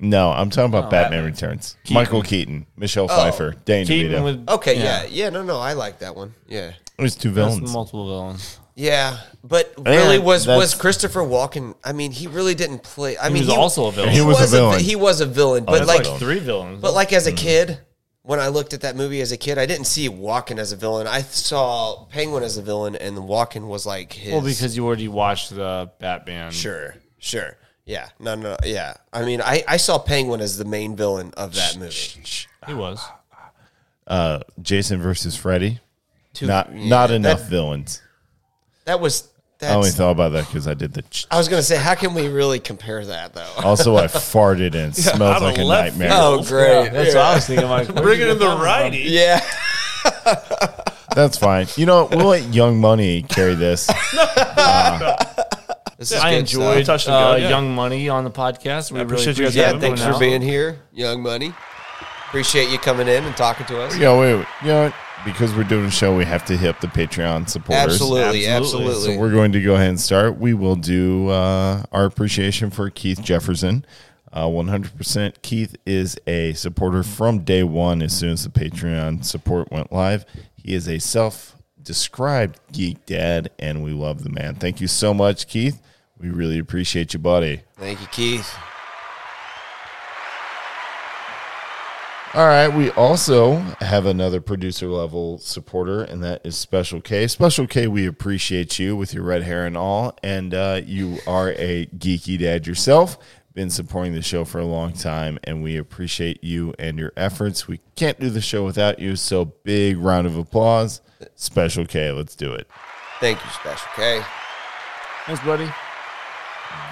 [SPEAKER 5] No, I'm talking about Batman, Returns. Michael Keaton, Michelle Pfeiffer, Dane
[SPEAKER 8] Keaton
[SPEAKER 5] DeVito.
[SPEAKER 8] with
[SPEAKER 6] Okay, yeah. yeah, no, no, I like that one. Yeah,
[SPEAKER 5] There's two
[SPEAKER 8] that's
[SPEAKER 5] villains.
[SPEAKER 8] multiple villains.
[SPEAKER 6] yeah, but really was
[SPEAKER 5] that's-
[SPEAKER 6] was Christopher Walken? I mean, he really didn't play. I mean,
[SPEAKER 8] was also a villain.
[SPEAKER 5] He was a
[SPEAKER 6] vi-
[SPEAKER 5] villain. Oh,
[SPEAKER 6] he was a villain, but
[SPEAKER 5] that's
[SPEAKER 6] like,
[SPEAKER 5] like Hmm.
[SPEAKER 8] Three villains.
[SPEAKER 6] but like as a kid, when I looked at that movie as a kid, I didn't see Walken as a villain. I saw Penguin as a villain, and Walken was like his.
[SPEAKER 8] well, because you already watched the Batman.
[SPEAKER 6] Sure, sure. Yeah, no, no, yeah. I mean, I, I saw Penguin as the main villain of that movie.
[SPEAKER 8] he was.
[SPEAKER 5] Uh, Jason versus Freddy. Not not enough villains.
[SPEAKER 6] That was
[SPEAKER 5] I only
[SPEAKER 6] that's.
[SPEAKER 5] thought about that because I did the. Ch-
[SPEAKER 6] I was gonna say, how can we really compare that though?
[SPEAKER 5] also, I farted and it
[SPEAKER 7] out
[SPEAKER 5] smelled
[SPEAKER 7] of
[SPEAKER 5] like a
[SPEAKER 7] left
[SPEAKER 5] nightmare.
[SPEAKER 6] Oh, great!
[SPEAKER 8] That's what I was thinking. Like, where'd
[SPEAKER 7] Bringing
[SPEAKER 8] you
[SPEAKER 7] in
[SPEAKER 8] get
[SPEAKER 7] the
[SPEAKER 8] that from?
[SPEAKER 7] righty.
[SPEAKER 6] Yeah,
[SPEAKER 5] That's fine. You know, what? we'll let Young Money carry this.
[SPEAKER 6] This is
[SPEAKER 8] I
[SPEAKER 6] good
[SPEAKER 8] enjoyed
[SPEAKER 6] stuff.
[SPEAKER 7] Touch and
[SPEAKER 8] uh,
[SPEAKER 7] go, yeah.
[SPEAKER 8] Young Money on the podcast. We really
[SPEAKER 7] appreciate you guys
[SPEAKER 6] Yeah,
[SPEAKER 7] having
[SPEAKER 8] appreciate
[SPEAKER 7] me.
[SPEAKER 8] it
[SPEAKER 6] thanks
[SPEAKER 8] coming
[SPEAKER 6] for
[SPEAKER 8] out.
[SPEAKER 6] being here, Young Money. Appreciate you coming in and talking to us.
[SPEAKER 5] Yeah, wait, wait. You know, what? because we're doing a show, we have to hit up the Patreon supporters.
[SPEAKER 6] Absolutely,
[SPEAKER 8] Absolutely.
[SPEAKER 6] absolutely.
[SPEAKER 5] So we're going to go ahead and start. We will do uh, our appreciation for Keith Jefferson. Uh, 100% Keith is a supporter from day one as soon as the Patreon support went live. He is a self described geek dad, and we love the man. Thank you so much, Keith. We really appreciate you, buddy.
[SPEAKER 6] Thank you, Keith.
[SPEAKER 5] All right. We also have another producer level supporter, and that is Special K. Special K, we appreciate you with your red hair and all. And uh, you are a geeky dad yourself. Been supporting the show for a long time, and we appreciate you and your efforts. We can't do the show without you. So, big round of applause. Special K, let's do it.
[SPEAKER 6] Thank you, Special K.
[SPEAKER 8] Thanks, buddy.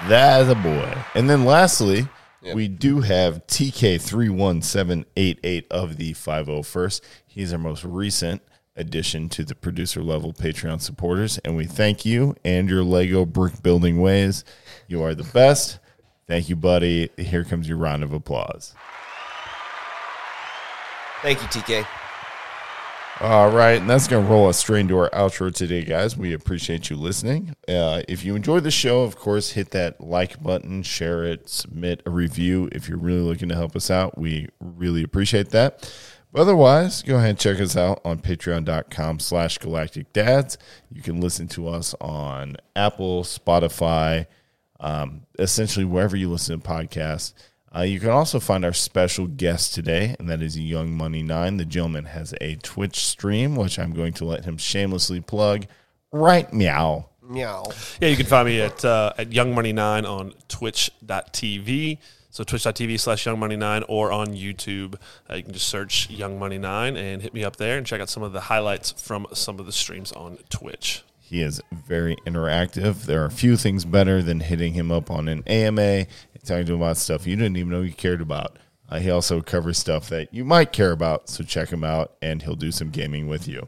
[SPEAKER 5] That's a boy. And then lastly, we do have TK31788 of the 501st. He's our most recent addition to the producer level Patreon supporters. And we thank you and your Lego brick building ways. You are the best. Thank you, buddy. Here comes your round of applause.
[SPEAKER 6] Thank you, TK.
[SPEAKER 5] All right, and that's going to roll us straight into our outro today, guys. We appreciate you listening. Uh, if you enjoyed the show, of course, hit that like button, share it, submit a review. If you're really looking to help us out, we really appreciate that. But otherwise, go ahead and check us out on patreon.com slash galactic dads. You can listen to us on Apple, Spotify, um, essentially wherever you listen to podcasts. Uh, you can also find our special guest today, and that is Young Money Nine. The gentleman has a Twitch stream, which I'm going to let him shamelessly plug right meow.
[SPEAKER 6] Meow.
[SPEAKER 7] Yeah, you can find me at uh, at Young Money Nine on Twitch.tv. So twitch.tv slash Young Money Nine or on YouTube. Uh, you can just search Young Money Nine and hit me up there and check out some of the highlights from some of the streams on Twitch.
[SPEAKER 5] He is very interactive. There are few things better than hitting him up on an AMA and talking to him about stuff you didn't even know you cared about. Uh, he also covers stuff that you might care about, so check him out, and he'll do some gaming with you.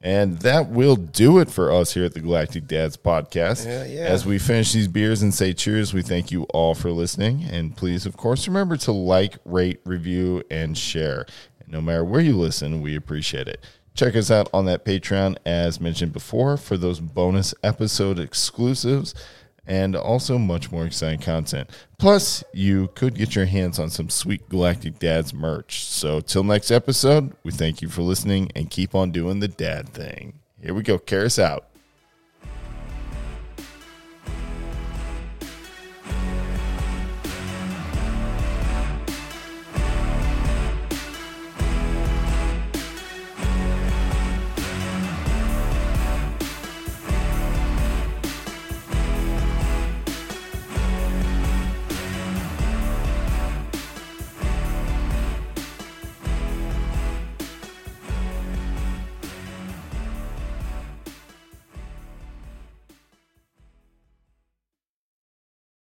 [SPEAKER 5] And that will do it for us here at the Galactic Dads podcast.
[SPEAKER 6] yeah.
[SPEAKER 5] As we finish these beers and say cheers, we thank you all for listening. And please, of course, remember to like, rate, review, and share. And no matter where you listen, we appreciate it. Check us out on that Patreon, as mentioned before, for those bonus episode exclusives. and also much more exciting content. Plus, you could get your hands on some sweet Galactic Dads merch. So, till next episode, we thank you for listening and keep on doing the dad thing. Here we go. Karis out.